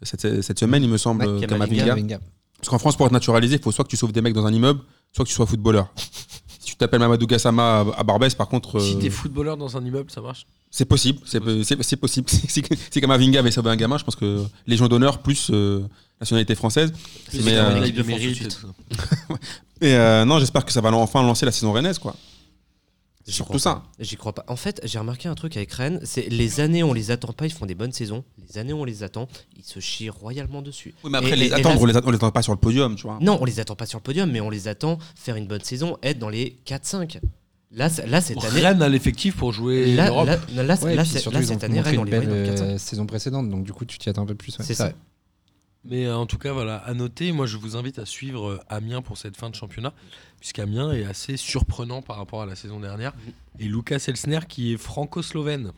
S5: cette, cette semaine, il me semble,
S6: Ouais,
S5: euh,
S7: Kamavinga.
S5: Kamavinga. Parce qu'en France, pour être naturalisé, il faut soit que tu sauves des mecs dans un immeuble, soit que tu sois footballeur. si tu t'appelles Mamadou Gassama à- à Barbès, par contre,
S4: Si
S5: euh,
S4: t'es footballeur dans un immeuble, ça marche.
S5: c'est possible. C'est c'est- c'est possible. si si Kamavinga avait sauvé un gamin, je pense que Légion d'honneur plus euh, nationalité française.
S7: Plus
S5: Mais,
S7: dans
S5: euh,
S7: l'équipe de France tout de suite.
S5: Et euh, non, j'espère que ça va enfin lancer la saison rennaise, quoi. C'est
S7: J'y
S5: surtout
S7: crois
S5: ça.
S7: J'y crois pas. En fait, j'ai remarqué un truc avec Rennes, c'est les années où on les attend pas, ils font des bonnes saisons. Les années où on les attend, ils se chient royalement dessus.
S5: Oui, mais après,
S7: Et-
S5: les
S7: et- et
S5: attendre,
S7: là-
S5: on les attend- on les attend pas sur le podium, tu vois.
S7: Non, on les attend pas sur le podium, mais on les attend faire une bonne saison, être dans les 4-5. Là, c- là cette année,
S4: Rennes a l'effectif pour jouer
S7: là,
S4: l'Europe.
S7: là, là, là,
S6: Ouais, et
S7: là,
S6: puis
S7: c'est-
S6: surtout,
S7: là,
S6: ils ont
S7: cette année,
S6: montré
S7: Rennes, on
S6: une
S7: les voit
S6: belle
S7: dans les 4-5.
S6: euh, saison précédente, donc du coup, tu t'y attends un peu plus. ouais.
S7: C'est
S6: Ça,
S7: ça.
S4: Mais euh, en tout cas, voilà, à noter, moi je vous invite à suivre euh, Amiens pour cette fin de championnat, puisqu'Amiens est assez surprenant par rapport à la saison dernière. Et Lucas Elsner qui est franco-slovène,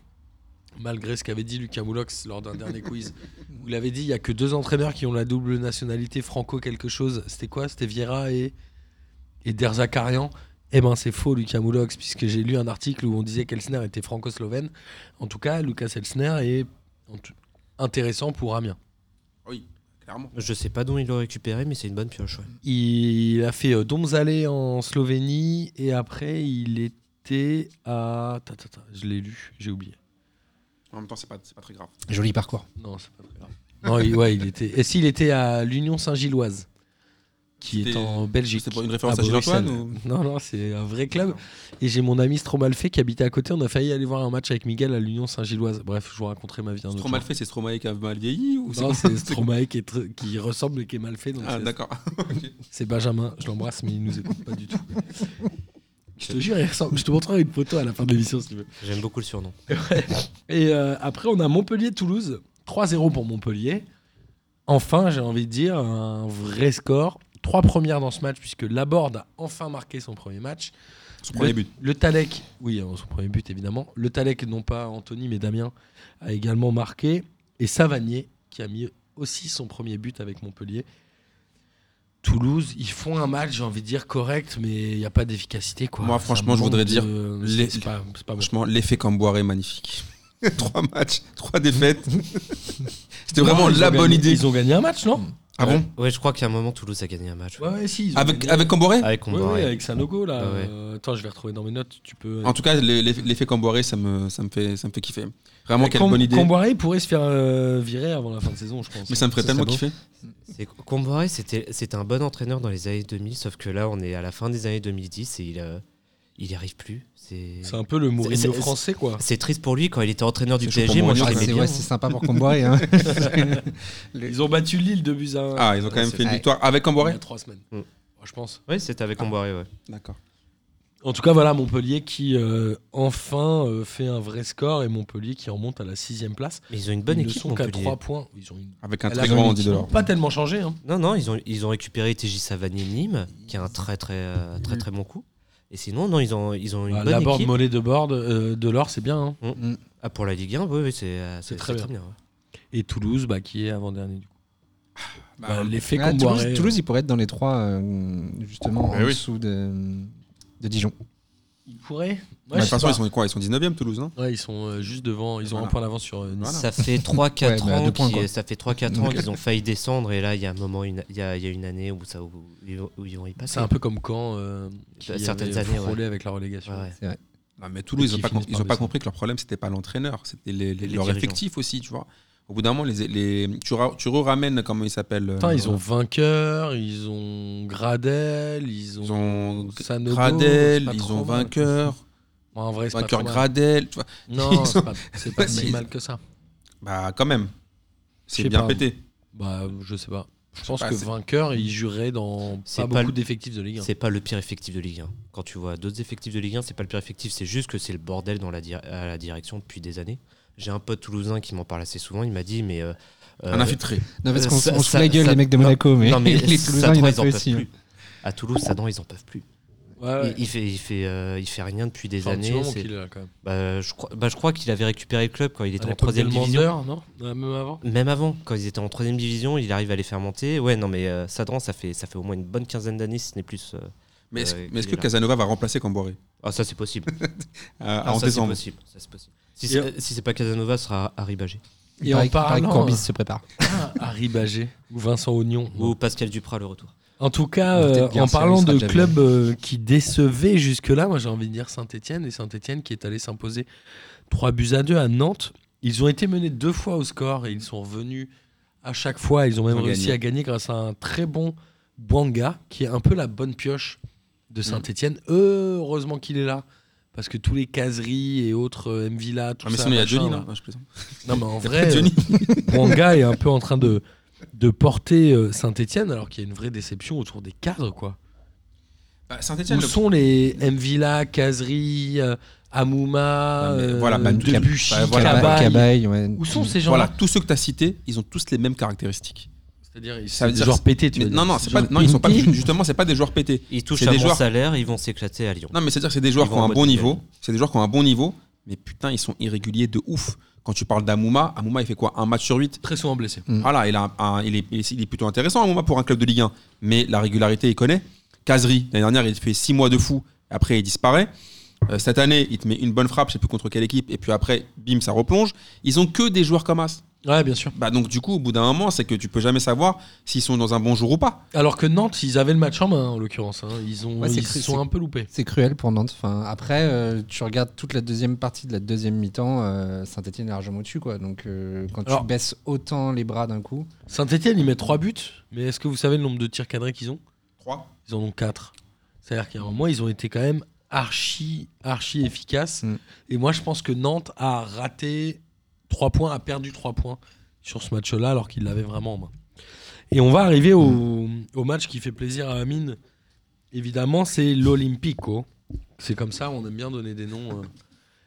S4: malgré ce qu'avait dit Lucas Moulox lors d'un dernier quiz. Vous l'avez dit, il n'y a que deux entraîneurs qui ont la double nationalité franco quelque chose. C'était quoi C'était Vieira et, et et Derzakarian. Eh ben c'est faux, Lucas Moulox, puisque j'ai lu un article où on disait qu'Elsner était franco-slovène. En tout cas, Lucas Elsner est en tout- intéressant pour Amiens.
S5: Ah Oui, clairement.
S7: Je sais pas d'où ils l'ont récupéré, mais c'est une bonne pioche. ouais.
S4: Il a fait euh, Domžale en Slovénie et après il était à. Ta, ta, ta, je l'ai lu, j'ai oublié.
S5: En même temps, c'est pas, c'est pas très grave.
S6: Joli parcours.
S4: Non, c'est pas très grave. Non, il, ouais, il était. Et s'il était à l'Union Saint-Gilloise, qui est
S5: C'était-
S4: en Belgique.
S5: C'est pas une référence
S4: à
S5: à Gilles-Antoine
S4: Bruxelles.
S5: ou...
S4: Non, non, c'est un vrai club. Et j'ai mon ami Stromalfé qui habitait à côté. On a failli aller voir un match avec Miguel à l'Union Saint-Gilloise. Bref, je vous raconterai ma vie. un autre
S5: Stromae mal fait, c'est Stromae qui a mal vieilli ou
S4: jour.
S5: c'est
S4: Non,
S5: quoi
S4: c'est Stromae qui, est tr- qui ressemble et qui est mal fait. donc
S5: Ah,
S4: c'est-
S5: d'accord. Ok.
S4: c'est Benjamin, je l'embrasse, mais il nous écoute pas du tout. Je te jure, il ressemble. Je te montrerai une photo à la fin de l'émission si tu veux.
S7: J'aime beaucoup le surnom.
S4: Et euh, après, on a Montpellier-Toulouse. 3-0 pour Montpellier. Enfin, j'ai envie de dire, un vrai score. Trois premières dans ce match, puisque Laborde a enfin marqué son premier match.
S5: Son premier but.
S4: Le Talek, oui, euh, son premier but évidemment. Le Talek, non pas Anthony, mais Damien, a également marqué. Et Savagnier, qui a mis aussi son premier but avec Montpellier. Toulouse, ils font un match, j'ai envie de dire correct, mais il n'y a pas d'efficacité. quoi.
S5: Moi,
S4: Ça
S5: franchement, je
S4: manque
S5: voudrais
S4: de-
S5: dire,
S4: c'est-
S5: les-
S4: C'est pas, c'est pas bon.
S5: Franchement, l'effet Camboire est magnifique. trois matchs, trois défaites. C'était vraiment
S4: Ils ont
S5: la
S4: gagné-
S5: bonne idée.
S4: Ils ont gagné un match, non
S5: Ah bon
S7: Ouais, je crois qu'à un moment, Toulouse a gagné un match.
S4: Ouais, ouais, si. ils ont
S5: Avec,
S4: gagné.
S5: avec Camboire
S7: Avec
S4: Ouais,
S7: Comboiré.
S4: ouais, avec Sanogo, là.
S7: Ouais, ouais.
S4: Euh, attends, je vais retrouver dans mes notes. Tu peux.
S5: En tout cas, les- les- l'effet Camboire, ça me, ça, me fait, ça me fait kiffer. Vraiment, quelle
S4: Cam-
S5: bonne idée.
S4: Camboiré pourrait se faire euh, virer avant la fin de saison, je pense.
S5: Mais ça me ferait
S4: Ça,
S5: tellement
S4: serait
S5: kiffer.
S7: C'est- Comboiré, c'était c'était un bon entraîneur dans les années 2000, sauf que là, on est à la fin des années 2010 et il euh, il y arrive plus. C'est
S4: bon. C'est un peu le
S7: C'est-
S4: Mourinho
S7: c'est-
S4: français, quoi.
S7: c'est triste pour lui quand il était entraîneur du
S5: C'est chaud
S7: PSG.
S5: pour
S7: Moi, je
S5: Mourinho,
S7: l'aimais
S5: ça.
S6: C'est
S7: bien.
S6: ouais, c'est sympa pour Comboiré. Hein.
S4: Ils ont battu Lille de buts à un.
S5: Ah, ils ont quand même
S4: c'est
S5: fait une
S4: vrai.
S5: victoire avec
S4: Il y
S5: Camboire
S4: a trois semaines.
S7: Mm.
S4: Je pense.
S7: Ouais, c'était avec Comboiré, ouais.
S5: D'accord.
S4: En tout cas, voilà Montpellier qui euh, enfin euh, fait un vrai score et Montpellier qui remonte à la sixième place.
S7: Mais ils ont une bonne
S4: ils ne
S7: équipe,
S4: sont qu'à
S7: Montpellier.
S4: trois points. Ils ont une-
S5: Avec un
S4: Elle
S5: très
S4: a
S5: grand
S4: gagné.
S5: Andy Delors.
S4: Pas tellement changé. Hein.
S7: Non, non, ils ont, ils ont récupéré TJ Savanier Nîmes, qui est un très très euh,
S4: Mm.
S7: très très bon coup. Et sinon, non, ils ont, ils ont une
S4: Ah, la
S7: bonne
S4: board
S7: équipe.
S4: mollet de board euh, de l'or, c'est bien. hein.
S7: Ah, pour la Ligue 1, oui, oui, c'est euh,
S4: C'est
S7: c'est
S4: très
S7: très,
S4: bien.
S7: bien. ouais.
S4: Et Toulouse, bah, qui est avant dernier du coup.
S5: Bah,
S4: Bah, L'effet
S6: Ah,
S4: Comboiré,
S6: Toulouse, Toulouse, il pourrait être dans les trois, euh, justement,
S5: Eh
S6: en
S5: oui.
S6: dessous de, de Dijon.
S4: euh, il pourrait. Ouais,
S5: bah, de
S4: je
S5: toute
S4: sais
S5: façon,
S4: pas.
S5: ils sont quoi Ils sont 19 e Toulouse, non
S4: Ouais, ils sont euh, juste devant. Ils ont un
S5: Voilà.
S4: point d'avance sur euh, Nice.
S5: Voilà.
S7: Ça fait 3-4
S6: Ouais, bah, deux
S7: ans,
S6: points,
S7: qu'ils-
S6: quoi.
S7: ça fait 3-4 ans qu'ils ont failli descendre et là il y a un moment, une- il y, a, il y a une année où ça où, où- où ils vont y passer.
S4: C'est un peu comme quand euh, qui
S7: Bah, certaines
S4: avait
S7: années, ouais.
S4: frôlé avec la relégation.
S7: Ouais, ouais.
S5: Non, mais Toulouse,
S4: Et
S5: ils
S4: qui
S5: n'ont pas,
S4: finissent
S5: com- ils ont
S4: par
S5: pas
S4: descendre.
S5: compris que leur problème, c'était pas l'entraîneur, c'était les- les-
S7: Les
S5: leur
S7: dirigeants.
S5: effectif aussi, tu vois. Au bout d'un moment, les, les, tu, ra- tu ramènes, comment il s'appelle
S4: Putain,
S5: euh,
S4: ils ont vainqueur, ils ont Gradel, ils ont,
S5: Ils ont
S4: Sanogo, c'est
S5: Gradel,
S4: pas
S5: ils
S4: trop
S5: ont
S4: mal.
S5: vainqueur,
S4: Bon, en vrai, c'est pas
S5: vainqueur
S4: trop mal.
S5: Gradel, tu vois.
S4: Non,
S5: Ils
S4: c'est
S5: ont-
S4: pas, c'est pas si
S5: Ils-
S4: mal que ça.
S5: Bah, quand même.
S4: Je
S5: C'est
S4: sais
S5: bien
S4: pas.
S5: pété.
S4: Bah, je sais pas. Je pense
S5: pas,
S4: que
S5: c'est-
S4: vainqueur, il jurait dans
S7: C'est
S4: pas
S7: pas
S4: beaucoup
S7: le-
S4: d'effectifs de Ligue 1.
S7: C'est pas le pire effectif de Ligue 1. Quand tu vois d'autres effectifs de Ligue 1, c'est pas le pire effectif, c'est juste que c'est le bordel dans la dir- à la direction depuis des années. J'ai un pote toulousain qui m'en parle assez souvent, il m'a dit mais euh,
S5: Un
S7: euh,
S5: infiltré.
S6: Non, parce
S7: Euh,
S6: qu'on
S7: ça-
S6: on se
S7: ça-
S6: fout la gueule,
S7: ça-
S6: les mecs de
S7: non,
S6: Monaco, mais,
S7: non, mais
S6: les Toulousains,
S7: Saint-Ouen,
S6: ils
S7: ils
S6: en hein.
S7: en
S6: fait
S7: peuvent
S6: aussi.
S7: plus. à Toulouse, Sadan, ils en peuvent plus.
S4: Ouais, ouais.
S7: Il, il fait, il fait, euh, il fait rien depuis des
S4: Enfin, un petit
S7: années.
S4: moment
S7: c'est-
S4: qu'il est là, quand même.
S7: Bah, je crois, bah, je crois qu'il avait récupéré le club quand il
S4: À
S7: était en
S4: l'époque
S7: troisième
S4: d'Elmander,
S7: division.
S4: non Ouais, Même avant
S7: Même avant, quand ils étaient en troisième division, il arrive à les faire monter. Ouais, non, mais euh, Sadran, ça fait, ça fait au moins une bonne quinzaine d'années, si ce n'est plus. euh.
S5: Mais est-ce
S7: Ouais,
S5: mais est-ce
S7: il est
S5: que
S7: là.
S5: Casanova va remplacer Camboré
S7: Ah, ça, c'est possible.
S5: euh,
S7: Ah,
S5: en
S7: ça, c'est
S5: décembre
S7: possible. Ça, c'est possible. Si
S4: Et
S7: c'est euh, si c'est pas Casanova, ce sera Harry Bagé.
S4: Et en
S6: Pareil que
S4: parlant,
S6: Corbis
S4: euh,
S6: se prépare.
S4: Harry Bagé ou Vincent Ognon.
S7: Ou Pascal Duprat, le retour.
S4: En tout cas,
S6: Peut-être
S4: euh,
S6: bien
S4: en
S6: si elle
S4: parlant
S6: sera
S4: de
S6: déjà
S4: clubs euh, qui décevaient jusque-là, moi j'ai envie de dire Saint-Etienne, et Saint-Etienne qui est allé s'imposer 3 buts à 2 à Nantes. Ils ont été menés deux fois au score et ils sont revenus à chaque fois. Ils ont même
S5: ont
S4: réussi
S5: gagné.
S4: à gagner grâce à un très bon Bouanga, qui est un peu la bonne pioche
S5: Mm.
S4: de Saint-Etienne. Heureusement qu'il est là, parce que tous les caseries et autres, euh, Mvila, tout
S5: Ah, mais
S4: ça.
S5: sinon, il y a
S4: machin,
S5: Johnny,
S4: là.
S5: non Ah, je plaisante.
S4: Non, mais en
S5: Il y a
S4: vrai,
S5: pas
S4: euh,
S5: Johnny.
S4: Bouanga est un peu en train de, de porter Saint-Etienne, alors qu'il y a une vraie déception autour des cadres, quoi.
S5: Bah,
S4: Où
S5: Saint-Etienne, le-
S4: sont les Mvila, Kazri, euh, Amouma,
S5: Non, mais
S4: euh,
S5: voilà, bah, tout-
S4: Debuchy,
S5: bah, voilà,
S4: Cabaye
S6: Cabaye, ouais.
S4: Où sont ces gens-là
S5: Voilà, tous ceux que tu as cités, ils ont tous les mêmes caractéristiques.
S4: C'est-à-dire, ils
S5: Ça
S4: sont
S5: veut dire-
S4: genre pétés, tu
S5: Mais
S4: veux
S5: non,
S4: dire.
S5: non,
S4: C'est
S5: c'est pas,
S4: genre
S5: non, ils sont pas,
S4: pétés.
S5: ju- justement, c'est pas des joueurs pétés.
S7: Ils touchent
S5: C'est
S7: à
S5: des
S7: mon
S5: joueurs-
S7: salaire, ils vont s'éclater à Lyon.
S5: Non, mais c'est-à-dire que c'est des joueurs
S7: Ils
S5: qui
S7: vont
S5: ont
S7: en
S5: un
S7: mode
S5: bon
S7: nickel.
S5: niveau. C'est des joueurs qui ont un bon niveau, mais putain, ils sont irréguliers de ouf. Quand tu parles d'Amouma, Amouma, il fait quoi Un match sur 8
S4: Très souvent blessés.
S6: Mm.
S5: Voilà, il, a un- un- il, est, il est plutôt intéressant Amouma pour un club de Ligue 1, mais la régularité, il connaît. Casery, l'année dernière, il fait six mois de fou, après il disparaît. Euh, cette année, il te met une bonne frappe, je sais plus contre quelle équipe, et puis après, bim, ça replonge. Ils ont que des joueurs comme As.
S4: Ouais, bien sûr.
S5: Bah donc du coup, au bout d'un moment, c'est que tu peux jamais savoir s'ils sont dans un bon jour ou pas.
S4: Alors que Nantes, ils avaient le match en main, en l'occurrence. hein. Ils, ont,
S6: Ouais, c'est
S4: ils
S6: cru-
S4: sont
S6: c'est-
S4: un peu loupés.
S6: C'est cruel pour Nantes. Enfin, après, euh, tu regardes toute la deuxième partie de la deuxième mi-temps, euh, Saint-Etienne est largement au-dessus. quoi. Donc, euh, quand
S4: Alors-
S6: tu baisses autant les bras d'un coup,
S4: Saint-Etienne, ils mettent 3 buts, mais est-ce que vous savez le nombre de tirs cadrés qu'ils ont
S5: 3.
S4: Ils en ont 4. C'est-à-dire qu'à un moment, ils ont été quand même archi, archi efficaces.
S6: Mm.
S4: Et moi, je pense que Nantes a raté 3 points, a perdu 3 points sur ce match-là, alors qu'il l'avait vraiment en main. Et on va arriver au,
S6: Mm.
S4: au match qui fait plaisir à Amine. Évidemment, c'est l'Olympico. C'est comme ça, on aime bien donner des noms euh,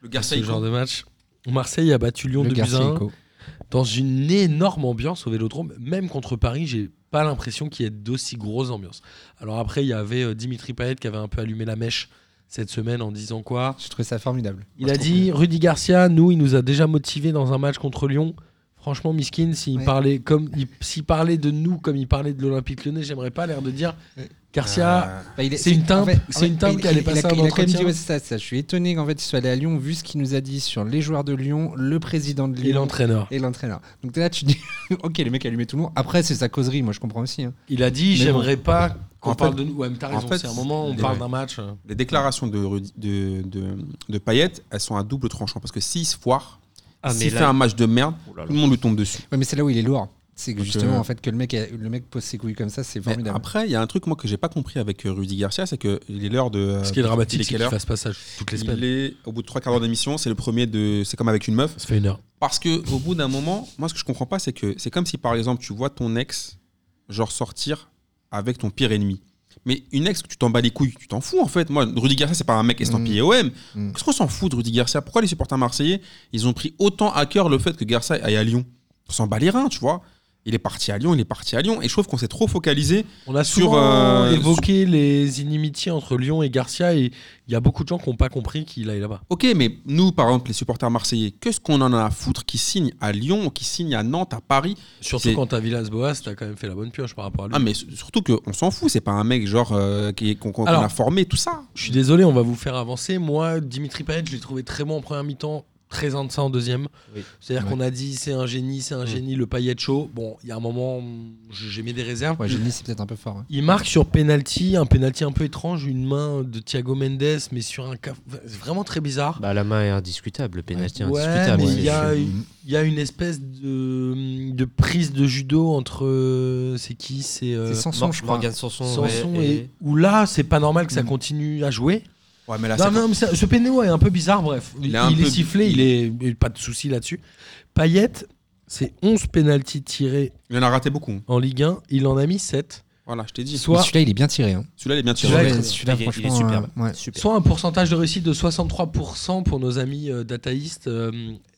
S5: Le
S4: à ce
S5: Garcia,
S4: genre de match. Marseille a battu Lyon
S6: le
S4: 2 buts à un.
S6: Garcia-Eco.
S4: dans une énorme ambiance au Vélodrome. Même contre Paris, j'ai pas l'impression qu'il y ait d'aussi grosses ambiances. Alors après, il y avait euh, Dimitri Payet qui avait un peu allumé la mèche cette semaine en disant quoi
S6: J'ai trouvé ça formidable.
S4: Il
S6: Moi,
S4: a
S6: je trouve
S4: dit Rudy Garcia, nous, il nous a déjà motivés dans un match contre Lyon. Franchement, Miskin, s'il
S6: Ouais.
S4: parlait comme il- s'il parlait de nous comme il parlait de l'Olympique Lyonnais, j'aimerais pas l'air de dire
S6: Ouais.
S4: Garcia.
S5: Ah,
S6: que- Bah, il est-
S4: c'est une timpe-
S6: en fait-
S4: c'est
S6: en fait,
S4: une timpe
S6: il-
S4: qui allait
S6: il-
S4: passer
S6: il a-
S4: un
S6: il a quand même dit,
S4: entretien.
S6: ouais, c'est ça, c'est ça. Je suis étonné qu'en fait, il soit allé à Lyon, vu ce qu'il nous a dit sur les joueurs de Lyon, le président de
S4: Et
S6: Lyon.
S4: l'entraîneur.
S6: Et l'entraîneur. Donc là, tu dis, ok, le mec a allumé tout le monde. Après, c'est sa causerie, moi je comprends aussi. hein.
S4: Il a dit
S6: Mais
S4: j'aimerais pas qu'on
S5: En
S4: parle
S5: fait-
S4: de nous. Ouais, mais t'as
S5: en
S4: raison.
S5: fait,
S4: c'est un moment on
S5: les-
S4: parle
S5: ouais.
S4: d'un match. euh,
S5: les déclarations de, Rudy- de, de, de Payet, elles sont à double tranchant parce que s'il se foire,
S7: Ah, mais
S5: s'il fait
S7: là-
S5: un match de merde,
S7: Oh là là.
S5: tout le monde lui tombe dessus.
S6: Ouais, mais c'est là où il est lourd. C'est que
S5: Donc,
S6: justement,
S5: euh,
S6: en fait, que le mec, a- le mec pose ses couilles comme ça, c'est
S5: Mais
S6: formidable.
S5: après, il y a un truc moi que j'ai pas compris avec euh, Rudy Garcia, c'est que il est l'heure de.
S4: Ce qui est
S5: Euh, il
S4: dramatique,
S5: est
S4: c'est
S5: quelle
S4: qu'il
S5: heure
S4: fasse pas ça toutes les
S5: Il
S4: semaines.
S5: est au bout de trois quarts d'heure d'émission, c'est le premier de. C'est comme avec une meuf.
S4: Ça fait une heure.
S5: Parce que au bout d'un moment, moi ce que je comprends pas, c'est que c'est comme si par exemple tu vois ton ex, genre sortir avec ton pire ennemi. Mais une ex, tu t'en bats les couilles, tu t'en fous en fait. Moi, Rudy Garcia, c'est pas un mec estampillé OM.
S6: Mm.
S5: Qu'est-ce qu'on s'en fout de Rudy Garcia Pourquoi les supporters marseillais, ils ont pris autant à cœur le fait que Garcia aille à Lyon On s'en bat les reins, tu vois. Il est parti à Lyon, il est parti à Lyon. Et je trouve qu'on s'est trop focalisé.
S4: On a
S5: Sur,
S4: souvent
S5: euh,
S4: évoqué les inimitiés entre Lyon et Garcia et il y a beaucoup de gens qui n'ont pas compris qu'il aille là-bas.
S5: Ok, mais nous, par exemple, les supporters marseillais, qu'est-ce qu'on en a à foutre qui signe à Lyon, qui signe à Nantes, à Paris
S4: Surtout
S5: C'est-
S4: quand t'as Villas-Boas, t'as quand même fait la bonne pioche par rapport à lui.
S5: Ah mais s- surtout qu'on s'en fout, c'est pas un mec genre euh, qui- qu'on qu'on
S4: Alors-
S5: a formé, tout ça.
S4: Je suis désolé, on va vous faire avancer. Moi, Dimitri Payet, je l'ai trouvé très bon en première mi-temps, très ça en deuxième.
S7: Oui.
S4: C'est-à-dire qu'on a dit c'est un génie,
S5: Mm.
S4: c'est un génie, le Payet chaud. Bon, il y a un moment, j'ai mis des réserves.
S6: Ouais, génie, c'est peut-être un peu fort. hein.
S4: Il marque sur penalty, un penalty un peu étrange, une main de Thiago Mendes, mais sur un cas vraiment très bizarre.
S7: Bah, la main est indiscutable, le pénalty est
S4: Ouais,
S7: indiscutable.
S4: mais
S7: Ah, c'est
S4: il y, a-
S7: sûr.
S4: il y a une espèce de, de prise de judo entre. euh, C'est qui C'est euh,
S6: C'est Sanson,
S7: Mor-
S6: je crois.
S7: Morgan Sanson,
S4: Sanson
S7: ouais, Mm.
S4: et. Où là, c'est pas normal que ça continue à jouer.
S5: Ouais mais là
S4: Non, non, mais ça- ce pénéo est un peu bizarre, bref. Il,
S5: Ah, Il est un
S4: il est
S5: peu-
S4: sifflé, il est il est pas de souci là-dessus. Payette, c'est 11 pénalties tirés
S5: il en a raté beaucoup. hein.
S4: en Ligue 1, il en a mis 7.
S5: Voilà, je t'ai dit.
S6: Mais
S4: Soit,
S6: Celui-là, il est bien tiré. hein.
S5: Celui-là il est bien tiré.
S4: Celui-là,
S6: Ouais,
S4: il-
S6: Celui-là,
S7: il est- il est
S6: franchement.
S7: superbe.
S6: euh, ouais.
S7: super.
S4: soit un pourcentage de réussite de 63% pour nos amis euh, dataïstes. Euh,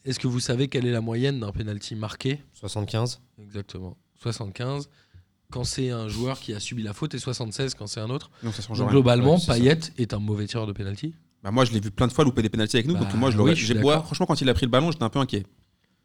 S4: Est-ce que vous savez quelle est la moyenne d'un pénalty marqué
S7: 75.
S4: Exactement. 75 quand c'est un joueur qui a subi la faute et 76 quand c'est un autre.
S5: Non, ça change
S4: Donc,
S5: rien.
S4: globalement,
S5: Ouais, c'est ça.
S4: Payet est un mauvais tireur de penalty.
S5: Bah, moi je l'ai vu plein de fois louper des pénalités avec nous,
S4: Bah,
S5: donc moi je
S4: oui,
S5: l'aurais.
S4: je suis
S5: j'ai-
S4: d'accord.
S5: ouais, franchement quand il a pris le ballon, j'étais un peu inquiet.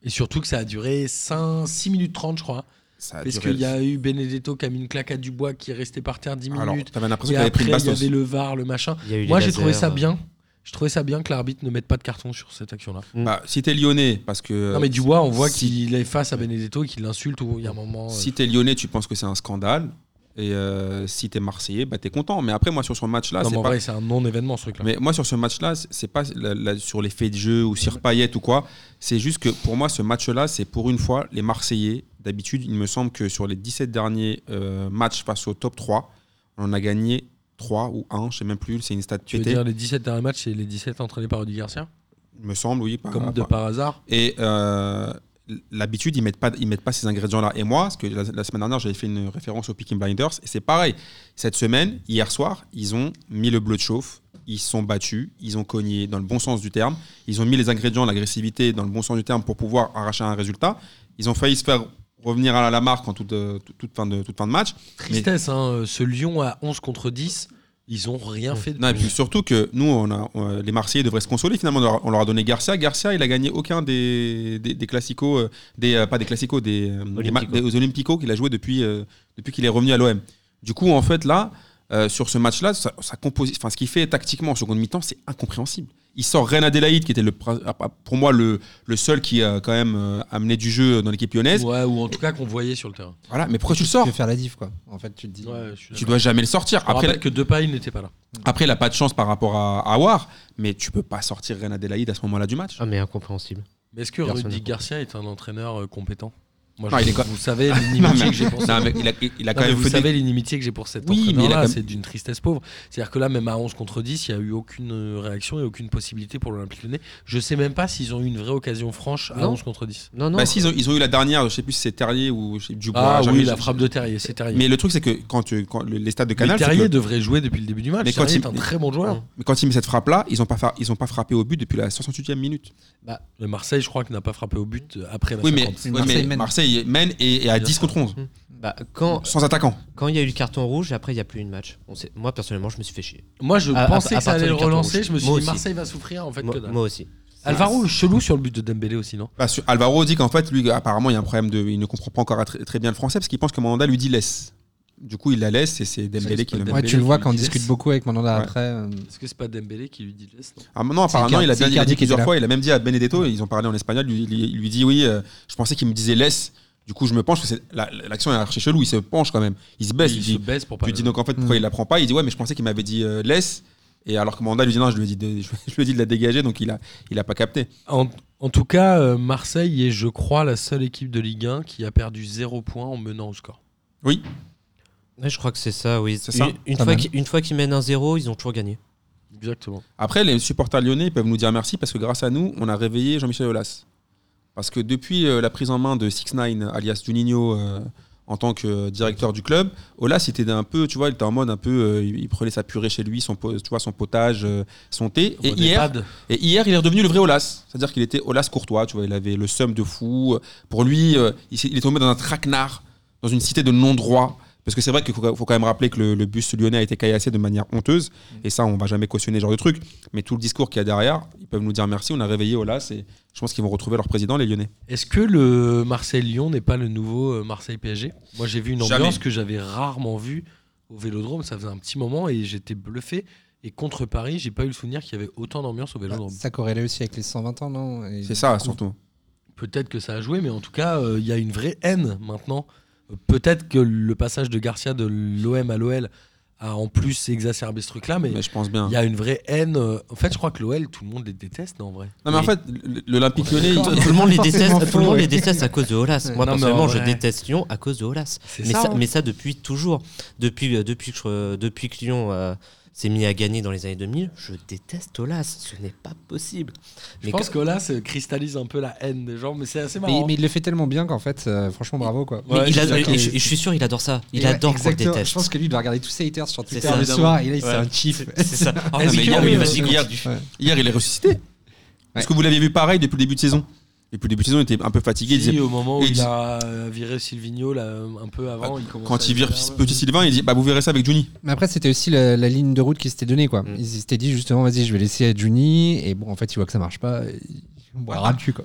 S4: Et surtout que ça a duré 5, 6 minutes 30, je crois.
S5: Ça a
S4: parce
S5: duré-
S4: qu'il y a eu Benedetto qui a mis une claque à Dubois qui est resté par terre 10
S5: Alors,
S4: minutes.
S5: t'avais l'impression
S4: Et
S5: qu'il avait
S4: après,
S5: pris
S4: il
S5: une
S4: y
S5: bastos.
S4: avait le VAR, le machin.
S7: Il y a eu les
S4: Moi, j'ai
S7: lasers,
S4: trouvé ça
S7: euh,
S4: bien. Je trouvais ça bien que l'arbitre ne mette pas de carton sur cette action-là.
S5: Bah, si t'es lyonnais, parce que.
S4: non, mais Dubois, on voit
S5: Euh, si-
S4: qu'il est face à Benedetto et qu'il l'insulte ou il y a un moment. euh,
S5: Si t'es lyonnais, tu penses que c'est un scandale. Et euh, si t'es marseillais, bah t'es content. Mais après moi sur ce match-là,
S4: non,
S5: Ah, c'est
S4: mais en
S5: pas.
S4: vrai, c'est un non-événement ce truc-là.
S5: Mais moi, sur ce match-là, c'est- c'est pas la- la- sur les faits de jeu ou sur Payet ou quoi. C'est juste que pour moi, ce match-là, c'est pour une fois les Marseillais. D'habitude, il me semble que sur les 17 derniers euh, matchs face au top 3, on en a gagné 3 ou 1, je sais même plus. C'est une stat
S4: Tu veux
S5: tuétée,
S4: dire les 17 derniers matchs, c'est les 17 entraînés par Rudy Garcia
S5: il me semble, oui. par-
S4: Comme de
S5: par-
S4: par hasard.
S5: Et euh, l'habitude, ils mettent pas, ils mettent pas ces ingrédients-là. Et moi, parce que la, la semaine dernière, j'avais fait une référence aux Peaky Blinders, et c'est pareil. Cette semaine, hier soir, ils ont mis le bleu de chauffe, ils se sont battus, ils ont cogné dans le bon sens du terme, ils ont mis les ingrédients, l'agressivité dans le bon sens du terme pour pouvoir arracher un résultat. Ils ont failli se faire revenir à la, la marque en toute, euh, toute- toute fin de, toute fin de match. Mais-
S4: Tristesse, hein, euh, ce Lyon à 11 contre 10, ils ont rien fait de
S5: Mmh. Non, et puis
S4: plus.
S5: surtout que nous, on a, on- euh, les Marseillais devraient se consoler. Finalement, on leur, on leur a donné Garcia. Garcia, il a gagné aucun des, des, des classicos, euh, des, euh, pas des classicos, des, euh, des ma-
S7: Olympico.
S5: des- aux Olympicos qu'il a joué depuis, euh, depuis qu'il est revenu à l'OM. Du coup, en fait, là, euh, sur ce match-là, sa, sa composi- enfin, ce qu'il fait tactiquement en seconde mi-temps, c'est incompréhensible. Il sort Reine Adélaïde, qui était le, pr- pour moi le, le seul qui a quand même euh, amené du jeu dans l'équipe lyonnaise.
S4: Ouais, ou en tout cas qu'on voyait sur le terrain.
S5: Voilà, mais pourquoi tu le sors
S6: Tu veux faire la diff, quoi. En fait, tu te dis.
S5: Tu dois jamais le sortir. Après,
S4: Après que Depay n'était pas là.
S5: après, il a pas de chance par rapport à Awar, mais tu peux pas sortir Reine Adélaïde à ce moment-là du match.
S7: Ah, mais incompréhensible.
S4: Mais est-ce que
S7: Personne
S4: Rudy
S7: ne
S4: Garcia est un entraîneur euh, compétent Moi,
S5: Ah,
S4: je-
S5: il est quoi-
S4: vous savez
S5: Non,
S4: l'inimitié
S5: mais-
S4: que j'ai pour
S5: Non, mais il a, il a
S4: Non,
S5: quand
S4: mais
S5: même
S4: vous
S5: fait des-
S4: savez l'inimitié que j'ai pour cet
S5: Oui, mais il a
S4: entraîneur-là,
S5: quand même-
S4: c'est d'une tristesse pauvre. C'est-à-dire que là, même à 11 contre 10, il n'y a eu aucune euh, réaction et aucune possibilité pour l'Olympique Lyonnais. Je sais même pas s'ils ont eu une vraie occasion franche à
S7: Non.
S4: 11 contre 10.
S7: Non, non.
S5: Bah, si, ils, ont, ils ont eu la dernière, je sais plus si c'est Terrier ou je sais- Dubois.
S4: Ah
S5: j'arrive-
S4: oui, la
S5: je-
S4: frappe de Terrier, c'est Terrier.
S5: Bah, Mais le truc, c'est que quand, tu- quand le- les stades de
S4: Mais
S5: Canal. c'est que-
S4: Terrier devrait jouer depuis le début du match.
S5: Mais quand
S4: Terrier
S5: il- Mmh.
S4: est un très bon joueur.
S5: mais quand il met cette frappe-là, ils n'ont pas, fa- ils ont pas frappé au but depuis la 68e minute.
S4: Le Marseille, je crois, qu'il n'a pas frappé au but après la
S5: Oui, mais
S4: 50.
S5: oui, mais Marseille,
S6: Marseille mène.
S5: mène et, et à
S4: Bah, Bien
S5: 10
S4: sûr. Mmh.
S5: contre 11.
S7: Bah, quand
S5: Sans attaquant.
S7: quand il y a eu le carton rouge, après, il n'y a plus eu de match. On sait- Moi, personnellement, je me suis fait chier.
S4: Moi, je
S7: À- à-
S4: pensais
S7: à
S4: que ça
S7: partir
S4: allait
S7: du
S4: le
S7: carton
S4: relancer.
S7: rouge.
S4: Je me suis
S7: Moi
S4: dit,
S7: aussi.
S4: Marseille va souffrir. En fait,
S7: Moi,
S4: que dalle.
S7: moi aussi.
S4: Alvaro, chelou sur le but de Dembélé aussi, non
S5: Bah, sur- Alvaro dit qu'en fait, lui, apparemment, il y a un problème de. Il ne comprend pas encore très, très bien le français parce qu'il pense que Mandanda lui dit laisse. Du coup, il la laisse et c'est Dembélé qui le met.
S6: Ouais,
S4: Dembélé
S6: tu le vois
S4: qui
S6: quand on
S4: lui laisse.
S6: discute beaucoup avec Mandanda
S5: Ouais.
S6: après. euh,
S4: Est-ce que c'est pas Dembélé qui lui dit laisse non
S5: Ah, non, apparemment,
S6: Icardi-
S5: il a, bien,
S6: c'est
S5: il a
S6: Icardi
S5: dit
S6: qui était
S5: plusieurs
S6: là.
S5: fois, il a même dit à Benedetto, ils ont parlé en espagnol, lui- lui- il lui dit oui, euh, je pensais qu'il me disait laisse. Du coup, je me penche, parce que c'est- la- l'action est archi chelou, il se penche quand même. Il se baisse, il,
S4: Il se
S5: dit.
S4: baisse pour
S5: Tu
S4: pas.
S5: lui dis donc en fait pourquoi
S6: Mm.
S5: il la prend pas Il dit ouais, mais je pensais qu'il m'avait dit euh, laisse. Et alors que Manda lui dit non, je lui ai dit de, je, lui ai dit de la dégager, donc il a, il a pas capté.
S4: En, en tout cas, euh, Marseille est, je crois, la seule équipe de Ligue 1 qui a perdu 0 point en menant au score.
S7: Ouais, je crois que c'est ça, oui.
S5: C'est ça
S7: Une- Une,
S6: Pas
S7: fois
S6: mal.
S7: qu'ils- une fois qu'ils mènent un 0, ils ont toujours gagné.
S4: Exactement.
S5: Après, les supporters lyonnais peuvent nous dire merci parce que grâce à nous, on a réveillé Jean-Michel Aulas. Parce que depuis euh, la prise en main de 6 9 alias Juninho euh, en tant que euh, directeur du club, Aulas il était un peu, tu vois, il était en mode un peu, euh, il il prenait sa purée chez lui, son, po- tu vois, son potage, euh, son thé. Et
S4: Au
S5: hier,
S4: dépad,
S5: Et hier, il est redevenu le vrai Olas. C'est-à-dire qu'il était Olas courtois, tu vois, il avait le seum de fou. Pour lui, euh, il s'est- il est tombé dans un traquenard, dans une cité de non-droit. Parce que c'est vrai qu'il faut, faut quand même rappeler que le, le bus lyonnais a été caillassé de manière honteuse. Et ça, on va jamais cautionner ce genre de truc. Mais tout le discours qu'il y a derrière, ils peuvent nous dire merci, on a réveillé Olas. Et je pense qu'ils vont retrouver leur président, les Lyonnais.
S4: Est-ce que le Marseille-Lyon n'est pas le nouveau euh, Marseille-PSG Moi, j'ai vu une ambiance
S5: Jamais.
S4: que j'avais rarement vue au Vélodrome. Ça faisait un petit moment et j'étais bluffé. Et contre Paris, j'ai pas eu le souvenir qu'il y avait autant d'ambiance au Vélodrome.
S6: Ah,
S5: Ah,
S6: Ça corrélait aussi avec les 120 ans, non Et
S5: C'est ça, surtout.
S4: Peut-être que ça a joué, mais en tout cas, euh, il y a une vraie haine maintenant. Euh, Peut-être que le passage de Garcia de l'OM à l'OL a en plus exacerbé ce truc-là, mais
S5: Mais je pense bien.
S4: il y a une vraie haine. euh, En fait, je crois que l'OL, tout le monde les déteste, non, en vrai.
S5: Non, mais en fait, l- l'Olympique lyonnais,
S7: Tout,
S5: il-
S7: tout le monde les
S6: Forcément
S7: déteste,
S6: faux,
S7: tout le monde
S6: ouais.
S7: les déteste à cause de Olas. Moi
S4: Non, mais
S7: personnellement,
S4: en
S7: je
S4: vrai.
S7: déteste Lyon à cause de Olas.
S4: C'est
S7: Mais
S4: ça,
S7: ça,
S4: hein.
S7: mais ça depuis toujours, depuis euh, depuis que je- depuis que Lyon euh, s'est mis à gagner dans les années 2000, je déteste Olas. Ce n'est pas possible.
S4: Je
S7: Mais
S4: pense
S7: que-
S4: que là, ça cristallise un peu la haine des gens, mais c'est assez
S6: Mais,
S4: marrant.
S6: mais il le fait tellement bien qu'en fait, euh, franchement, bravo quoi.
S7: mais
S4: Ouais,
S7: il
S4: je
S7: a-
S4: suis d'accord.
S7: et je, et je suis sûr, il adore ça. Il
S6: Et ouais,
S7: adore qu'on le
S6: exactement.
S7: déteste.
S6: Je pense que lui, il doit regarder tous ses haters sur Twitter
S7: ça,
S6: le
S4: évidemment.
S6: soir. Et là, il
S7: Ouais.
S6: c'est un chief.
S7: C'est ça.
S5: Ah, mais
S4: Est-ce
S5: hier,
S4: que-
S5: oui,
S4: euh,
S5: vas-y, hier, hier, il est ressuscité. Est-ce que vous l'aviez vu pareil depuis le début de saison Depuis le début de saison, il était un peu fatigué. il disait,
S4: Si, au moment où
S5: il
S4: il
S5: dit-
S4: a euh, viré Silvigno là, euh, un peu avant, il commence à
S5: Quand il vire
S4: dire,
S5: petit Sylvain, il dit bah vous verrez ça avec Johnny.
S6: Mais après, c'était aussi la, la ligne de route qui s'était donnée, quoi.
S7: Mm.
S6: Ils s'étaient dit justement, vas-y, je vais laisser à Juni. Et bon, en fait, il voit que ça marche pas. Il boira le cul, quoi.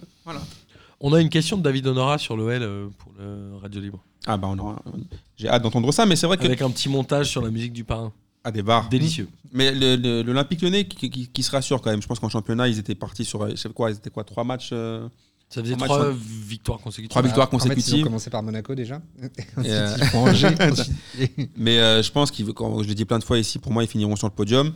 S4: On a une question de David Honora sur l'OL euh, pour le Radio Libre.
S5: Ah bah on aura- j'ai hâte d'entendre ça, mais c'est vrai que
S4: Avec un petit montage sur la musique du parrain.
S5: à des bars.
S4: Délicieux.
S5: Mais le- le- l'Olympique Lyonnais qui, qui- qui se rassure quand même. Je pense qu'en championnat ils étaient partis sur euh, je sais quoi, ils étaient quoi trois matchs, euh,
S4: Ça faisait
S5: Un match
S4: trois
S5: en-
S4: victoires consécutives.
S5: Trois victoires
S6: En fait, ils ont
S5: consécutives.
S6: commencé par Monaco déjà. Ensuite,
S5: euh,
S6: ils font Angers. Ensuite,
S5: mais euh, je pense qu'ils quand je l'ai dit plein de fois ici, pour moi ils finiront sur le podium.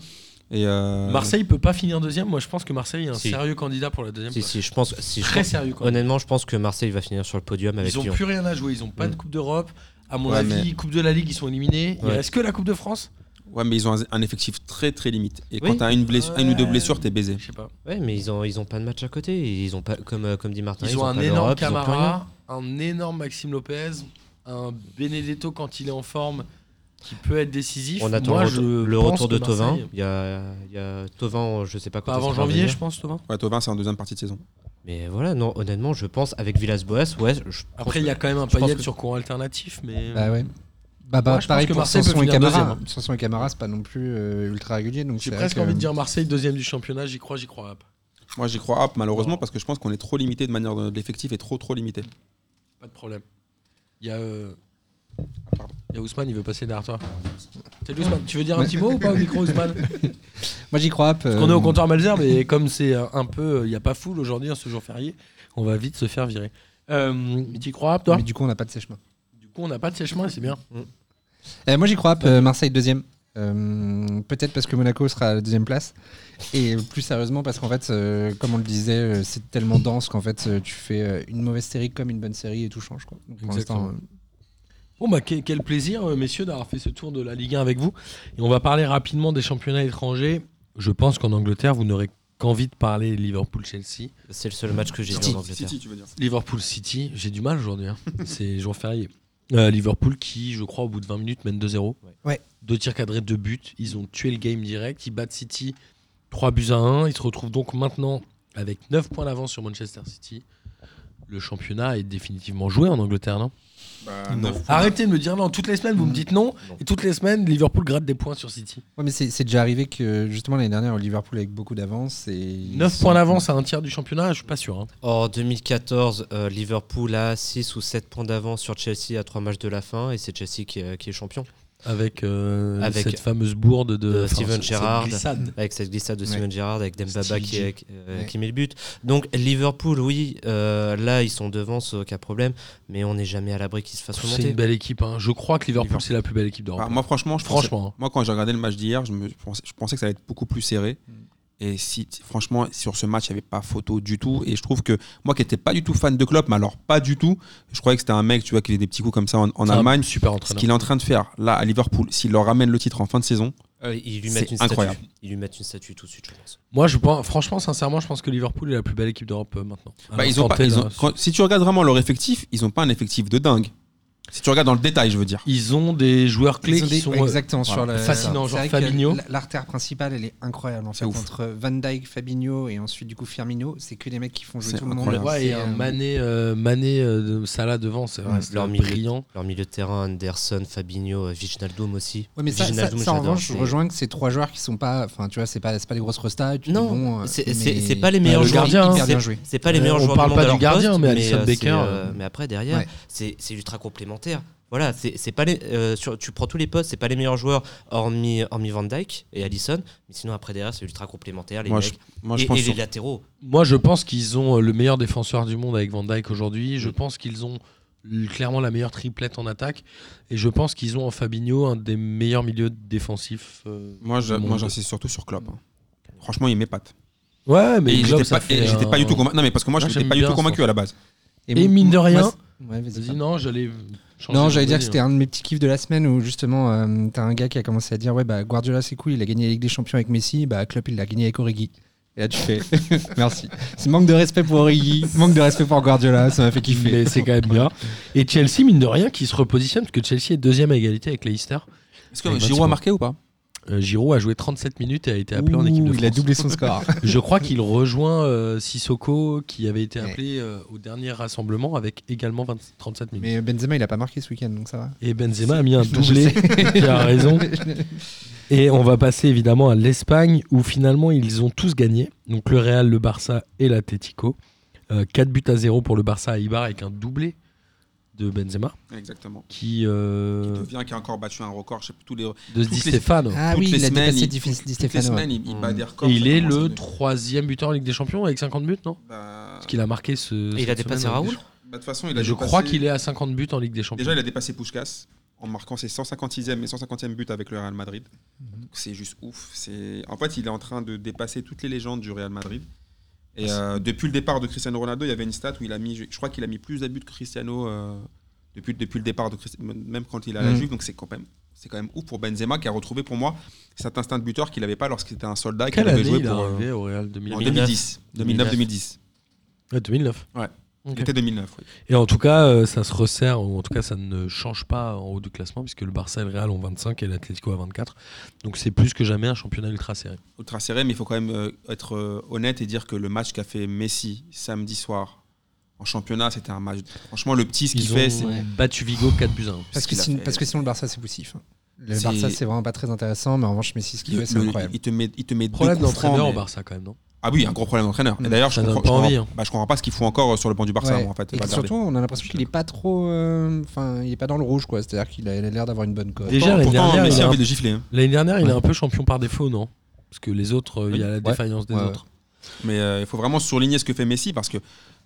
S5: Et euh,
S4: Marseille peut pas finir deuxième. Moi, je pense que Marseille est un
S7: Si.
S4: sérieux candidat pour la deuxième.
S7: Si,
S4: place.
S7: si, je pense. Si, je
S4: Très
S7: pense-
S4: sérieux. Quand même.
S7: Honnêtement, je pense que Marseille va finir sur le podium avec
S4: Ils ont
S7: Lyon.
S4: plus rien à jouer. Ils ont pas de coupe d'Europe. À mon
S5: Ouais,
S4: avis, coupe de la Ligue, ils sont éliminés. Il
S7: Ouais.
S4: reste que la coupe de France.
S5: ouais, mais ils ont un, un effectif très très limite. Et
S7: Oui.
S5: quand t'as une blessure, une ou deux blessures, t'es baisé.
S4: Je sais pas.
S7: Ouais, mais ils ont ils ont pas de match à côté. Ils ont pas comme euh, comme dit Martin.
S4: Ils, ont, un
S7: pas
S4: énorme
S7: l'Europe, ils ont plus rien.
S4: Camara, un énorme Maxime Lopez, un Benedetto quand il est en forme, qui peut être décisif.
S7: On attend
S4: Moi,
S7: le,
S4: je
S7: retour- le
S4: pense
S7: retour de
S4: que
S7: Tovin.
S4: Marseille-
S7: Il y a, il y a Tovin, je sais pas quand
S4: Pas avant janvier, je pense, Tovin.
S5: Ouais, Tovin c'est en deuxième partie de saison.
S7: Mais voilà, non, honnêtement, je pense avec Villas-Boas, ouais. je pense
S4: Après, il y a quand même un
S7: pense
S4: paillet
S7: que-
S4: sur courant alternatif, mais.
S6: bah ouais. Bah, bah,
S4: Moi, je pense
S6: pareil
S4: que
S6: pour
S4: Marseille peut
S6: Sanson et
S4: finir
S6: Camara.
S4: deuxième,
S6: Sanson et Camara, c'est pas non plus euh, ultra régulier. donc
S4: J'ai
S6: c'est
S4: presque
S6: vrai que-
S4: envie de dire Marseille, deuxième du championnat, j'y crois, j'y crois. pas.
S5: Moi j'y crois hop, malheureusement parce que je pense qu'on est trop limité de manière de l'effectif est trop trop limité.
S4: Pas de problème. Il y a, euh,
S5: pardon.
S4: il Il y a Ousmane, il veut passer derrière toi. Salut Ousmane, tu veux dire un petit mot ou pas au micro Ousmane
S6: Moi j'y crois. euh, Parce
S4: Parce
S7: Euh,
S4: qu'on est au comptoir Malzerbe et comme c'est euh, un peu. Il n'y a pas foule aujourd'hui, hein, ce jour férié, on va vite se faire virer. Euh, tu y crois, toi
S6: Mais du coup, on n'a pas de sèche-main.
S4: Du coup, on n'a pas de sèche-main, c'est bien.
S6: Euh, moi j'y crois, euh, Marseille deuxième. Euh, Peut-être parce que Monaco sera à la deuxième place. Et plus sérieusement parce qu'en fait, euh, comme on le disait, euh, c'est tellement dense qu'en fait euh, tu fais euh, une mauvaise série comme une bonne série et tout change. Quoi. Donc, pour
S4: Exactement.
S6: l'instant, euh,
S4: Bon, bah, que- quel plaisir, euh, messieurs, d'avoir fait ce tour de la Ligue 1 avec vous. Et on va parler rapidement des championnats étrangers. Je pense qu'en Angleterre, vous n'aurez qu'envie de parler Liverpool-Chelsea.
S7: C'est le seul match que j'ai vu
S5: City,
S7: en Angleterre.
S5: City, tu veux dire.
S4: Liverpool City, j'ai du mal aujourd'hui. hein. C'est jour férié. Euh, Liverpool qui, je crois, au bout de 20 minutes mène 2-0.
S6: Ouais.
S4: Deux tirs cadrés, deux buts. Ils ont tué le game direct. Ils battent City 3 buts à 1. Ils se retrouvent donc maintenant avec 9 points d'avance sur Manchester City. Le championnat est définitivement joué en Angleterre, non
S5: Bah,
S6: Non.
S5: neuf.
S4: Arrêtez de me dire non. Toutes les semaines, vous me dites non.
S7: Non.
S4: Et toutes les semaines, Liverpool gratte des points sur City.
S6: ouais, mais c'est c'est déjà arrivé que justement l'année dernière, au Liverpool avec beaucoup d'avance. et
S4: 9 points d'avance à un tiers du championnat, je suis pas sûr. hein.
S7: En 2014, euh, Liverpool a 6 ou 7 points d'avance sur Chelsea à 3 matchs de la fin et c'est Chelsea qui est, qui est champion.
S4: Avec, euh,
S7: Avec-
S4: cette fameuse bourde de,
S7: de
S4: enfin,
S7: Steven
S4: cette
S7: Gerrard.
S4: glissade.
S7: Avec cette glissade de
S6: Ouais.
S7: Steven Gerrard, avec Dembaba
S6: Stevie
S7: qui,
S6: G.
S7: est- euh,
S6: Ouais.
S7: qui met le but. Donc Liverpool, oui, euh, là ils sont devant, c'est aucun problème, mais on n'est jamais à l'abri qu'ils se fassent
S4: C'est
S7: remonter.
S4: une belle équipe. hein. Je crois que Liverpool, c'est la plus belle équipe d'Europe.
S5: Ah, moi, franchement, je pensais-
S4: Franchement, hein.
S5: moi, quand j'ai regardé le match d'hier, je, me- je pensais, je pensais que ça allait être beaucoup plus serré.
S4: Mm.
S5: Et si, franchement, sur ce match, il n'y avait pas photo du tout. Et je trouve que moi, qui n'étais pas du tout fan de Klopp, mais alors pas du tout, je croyais que c'était un mec, tu vois, qui faisait des petits coups comme ça en, en
S4: c'est un
S5: Allemagne.
S4: super
S5: Ce
S4: entraîneur.
S5: qu'il est en train de faire là à Liverpool, s'il leur ramène le titre en fin de saison,
S7: Euh, ils lui
S5: C'est
S7: mettent une
S5: incroyable.
S7: statue. Ils lui mettent une statue tout de suite, je pense.
S4: Moi, je pense, franchement, sincèrement, je pense que Liverpool est la plus belle équipe d'Europe euh, maintenant. hein. À
S5: bah, ils ont
S4: l'instant
S5: pas-
S4: T,
S5: ils
S4: là,
S5: ont- quand- si tu regardes vraiment leur effectif, ils n'ont pas un effectif de dingue. Si tu regardes dans le détail, je veux dire.
S4: ils ont des joueurs clés
S6: Ils ont
S4: qui
S6: des-
S4: sont.
S6: ouais,
S4: euh,
S6: exactement sur
S4: voilà,
S6: le-
S4: fascinants,
S6: c'est
S4: genre
S6: vrai que
S4: Fabinho.
S6: l- L'artère principale, elle est incroyable en
S5: C'est
S6: fait.
S5: ouf.
S6: Entre Van Dijk, Fabinho et ensuite du coup Firmino, c'est que des mecs qui font
S5: C'est
S6: jouer tout le monde.
S5: incroyable.
S4: ouais, et
S6: C'est,
S4: un
S6: euh,
S4: Mané, euh, Mané euh, de Salah devant, c'est vrai,
S6: Ouais,
S4: c'est
S7: leur milieu.
S4: brillant.
S7: Leur milieu de terrain, Anderson, Fabinho, euh, Wijnaldum aussi.
S6: Ouais, mais ça, ça,
S7: Wijnaldum,
S6: ça, en
S7: j'adore,
S6: revanche, je
S7: c'est-
S6: rejoins que ces trois joueurs qui sont pas, enfin, tu vois, c'est pas, c'est pas des grosses restas. tu dis,
S7: Non,
S6: bon, euh,
S7: c'est-
S6: mais
S7: c'est c'est pas les
S4: Mais
S7: meilleurs
S4: le
S7: joueurs.
S4: gardien,
S6: hyper
S4: hein.
S7: c'est-
S6: bien joué.
S7: C'est pas les meilleurs
S4: Euh, on
S7: joueurs.
S4: parle
S7: du
S4: pas
S7: monde à
S4: du
S7: leur
S4: gardien,
S7: poste,
S4: mais Alisson
S7: euh, c'est,
S4: Becker,
S7: euh,
S4: euh,
S7: mais après, derrière,
S6: Ouais.
S7: c'est c'est ultra complémentaire. Voilà, c'est c'est pas les. euh, sur- tu prends tous les postes, c'est pas les meilleurs joueurs hormis, hormis Van Dyke et Allison, mais sinon après derrière, c'est ultra complémentaire les
S5: Moi, je,
S7: mecs
S5: moi,
S7: et,
S5: je pense
S7: et les
S5: sur-
S7: latéraux.
S4: Moi, je pense qu'ils ont euh, le meilleur défenseur du monde avec Van Dijk aujourd'hui. Je
S7: Oui.
S4: pense qu'ils ont l- clairement la meilleure triplette en attaque. Et je pense qu'ils ont en Fabinho un des meilleurs milieux défensifs. euh,
S5: moi, je-
S4: du
S5: moi,
S4: monde.
S5: j'insiste surtout sur Klopp. hein. Franchement, il m'épate.
S4: Ouais, mais
S5: Et
S4: Klopp,
S5: j'étais
S4: ça
S5: pas,
S4: fait
S5: et j'étais pas
S4: un-
S5: du tout convaincu. Non, mais parce que moi,
S4: Moi,
S5: j'étais
S4: j'aime
S5: pas du
S4: bien
S5: tout
S4: ça.
S5: convaincu à la base.
S4: Et mine de
S6: moi,
S4: rien-
S6: c'est- ouais, vas-y,
S4: Vas-y,
S6: pardon.
S4: non, j'allais. changer
S6: Non,
S4: de hein.
S6: j'allais dire
S4: données,
S6: que c'était un de mes petits kiffs de la semaine où justement, euh, t'as un gars qui a commencé à dire Ouais, bah Guardiola, c'est cool, il a gagné la Ligue des Champions avec Messi, bah Klopp, il l'a gagné avec Origi. Et là, tu fais Merci. C'est manque de respect pour Origi, manque de respect pour Guardiola, ça m'a fait kiffer.
S4: Mais c'est quand même bien. Et Chelsea, mine de rien, qui se repositionne, parce que Chelsea est deuxième à égalité avec Leicester.
S5: Est-ce
S4: Avec
S5: que
S4: Mathieu.
S5: Giroud a marqué ou pas
S4: Euh, Giroud a joué 37 minutes et a été appelé en équipe de
S6: Ouh,
S4: France.
S6: Il a doublé son score.
S4: Je crois qu'il rejoint euh, Sissoko, qui avait été
S6: Ouais.
S4: appelé euh, au dernier rassemblement avec également 20 37 minutes.
S6: Mais Benzema, il a pas marqué ce week-end, donc ça va.
S4: Et Benzema a mis un
S6: Je
S4: doublé, qui a raison.
S6: sais.
S4: Et on va passer évidemment à l'Espagne, où finalement ils ont tous gagné. Donc le Real, le Barça et l'Atletico. 4 buts à 0 pour le Barça à Ibar avec un doublé de Benzema,
S5: Exactement.
S4: qui, euh,
S5: Il devient qui a encore battu un record, je sais plus, tous les,
S4: de Di
S5: Toutes les-
S4: Stefano.
S6: Ah
S5: Toutes
S6: oui,
S5: les
S6: il a
S5: semaines,
S6: dépassé
S5: il-
S6: Di, Di
S5: toutes les
S6: Stefano. ouais.
S5: semaines, il, il bat des records.
S4: Et il
S5: ça
S4: est
S5: commence à
S4: le
S5: devenir-
S4: troisième buteur en Ligue des Champions avec 50 buts, non
S5: Bah,
S4: Parce qu'il a marqué ce.
S7: Et il a
S4: cette
S7: dépassé
S4: semaine,
S7: Raoul
S4: hein.
S5: bah, de toute façon, il a
S4: Je
S5: dépassé-
S4: crois qu'il est à 50 buts en Ligue des Champions.
S5: Déjà, il a dépassé Puskás en marquant ses 156e et 150e buts avec le Real Madrid. Donc, C'est juste ouf. C'est en fait, il est en train de dépasser toutes les légendes du Real Madrid.
S4: Ah,
S5: Et euh, depuis le départ de Cristiano Ronaldo, il y avait une stat où il a mis, je je crois qu'il a mis plus d'abus que Cristiano euh, depuis depuis le départ de Cristi- même quand il a la
S4: Mm.
S6: Mhm.
S5: Juve. Donc c'est quand même c'est quand même ouf pour Benzema qui a retrouvé pour moi cet instinct de buteur qu'il n'avait pas lorsqu'il était un soldat et qu'il
S4: Quelle
S5: avait
S4: année
S5: joué
S4: il est
S5: pour euh,
S4: arrivé au Real
S5: en
S4: 2009
S7: 2009.
S5: 2010, 2009, 2010.
S4: Ouais, 2009.
S5: Ouais.
S4: Ok.
S5: Il était 2009. oui.
S4: Et en tout cas, euh, ça se resserre, ou en tout cas, ça ne change pas en haut du classement, puisque le Barça et le Real ont 25 et l'Atlético a 24. Donc c'est plus que jamais un championnat ultra serré.
S5: ultra serré, mais il faut quand même euh, être euh, honnête et dire que le match qu'a fait Messi samedi soir en championnat, c'était un match. Franchement, le petit, ce qu'il
S4: Ils
S5: fait,
S4: ont
S5: c'est.
S6: ouais.
S4: battu Vigo 4 buts à 1.
S5: ce
S6: Parce que,
S5: qu'il a
S6: sinon,
S5: fait.
S6: parce que sinon, le Barça, c'est poussif. Le
S5: C'est-
S6: Barça, c'est vraiment pas très intéressant, mais en revanche, Messi, ce qu'il
S5: le-
S6: fait, c'est
S5: le-
S6: incroyable.
S5: il te met, il te met deux
S4: Problème
S5: coups francs,
S4: d'entraîneur au
S5: mais-
S4: Barça quand même, non
S5: Ah oui, un gros problème d'entraîneur. Et d'ailleurs, je
S4: Ça donne
S5: comprends,
S4: pas
S5: je comprends-
S4: envie, hein.
S5: bah, je comprends pas ce qu'ils font encore euh, sur le banc du Barça,
S6: Ouais.
S5: moi, en fait.
S6: Et
S5: Valverde.
S6: surtout, on a l'impression qu'il est pas trop. euh, Enfin, il est pas dans le rouge, quoi. C'est-à-dire qu'il a il a l'air d'avoir une bonne cote.
S4: Déjà,
S5: Pourtant,
S4: l'année
S5: pourtant,
S4: dernière,
S5: Messi
S4: il
S5: a
S4: a
S5: envie
S4: un-
S5: de gifler. hein.
S4: L'année dernière, il est
S6: Ouais.
S4: un peu champion par défaut, non Parce que les autres, euh, il y a la défaillance des
S6: Ouais.
S4: autres.
S5: Mais euh, il faut vraiment souligner ce que fait Messi parce que,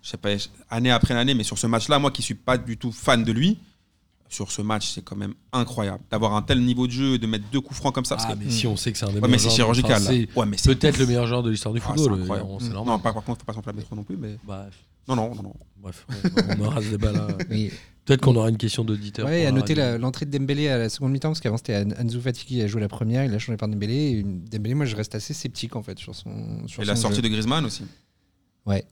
S5: je sais pas, je- année après année, mais sur ce match-là, moi qui suis pas du tout fan de lui, sur ce match, c'est quand même incroyable d'avoir un tel niveau de jeu, de mettre deux coups francs comme ça. Parce
S4: ah,
S5: que,
S4: mais si, on sait que c'est un des
S5: Ouais, mais
S4: meilleurs
S5: c'est
S4: joueurs de- enfin,
S5: chirurgical. là.
S4: c'est
S5: Ouais, mais c'est-
S4: Peut-être le meilleur joueur de l'histoire du
S5: Ah, c'est
S4: football.
S5: incroyable.
S4: euh, C'est normal.
S5: Non, par, par contre, faut pas s'enflammer trop non plus. Mais
S4: Bah,
S5: non, non, non, non.
S4: Bref, on, on aura ce débat là.
S6: Et-
S4: hein. Peut-être qu'on aura une question d'auditeur.
S6: Ouais,
S4: pour
S6: et
S4: la
S6: à noter
S4: radio.
S6: la- l'entrée de Dembélé à la seconde mi-temps, parce qu'avant c'était An- Ansu Fati qui a joué la première, il a changé par Dembélé. et Dembélé, moi je reste assez sceptique en fait sur son. Sur
S5: Et la
S6: son
S5: sortie
S6: jeu.
S5: de Griezmann aussi.
S6: Ouais.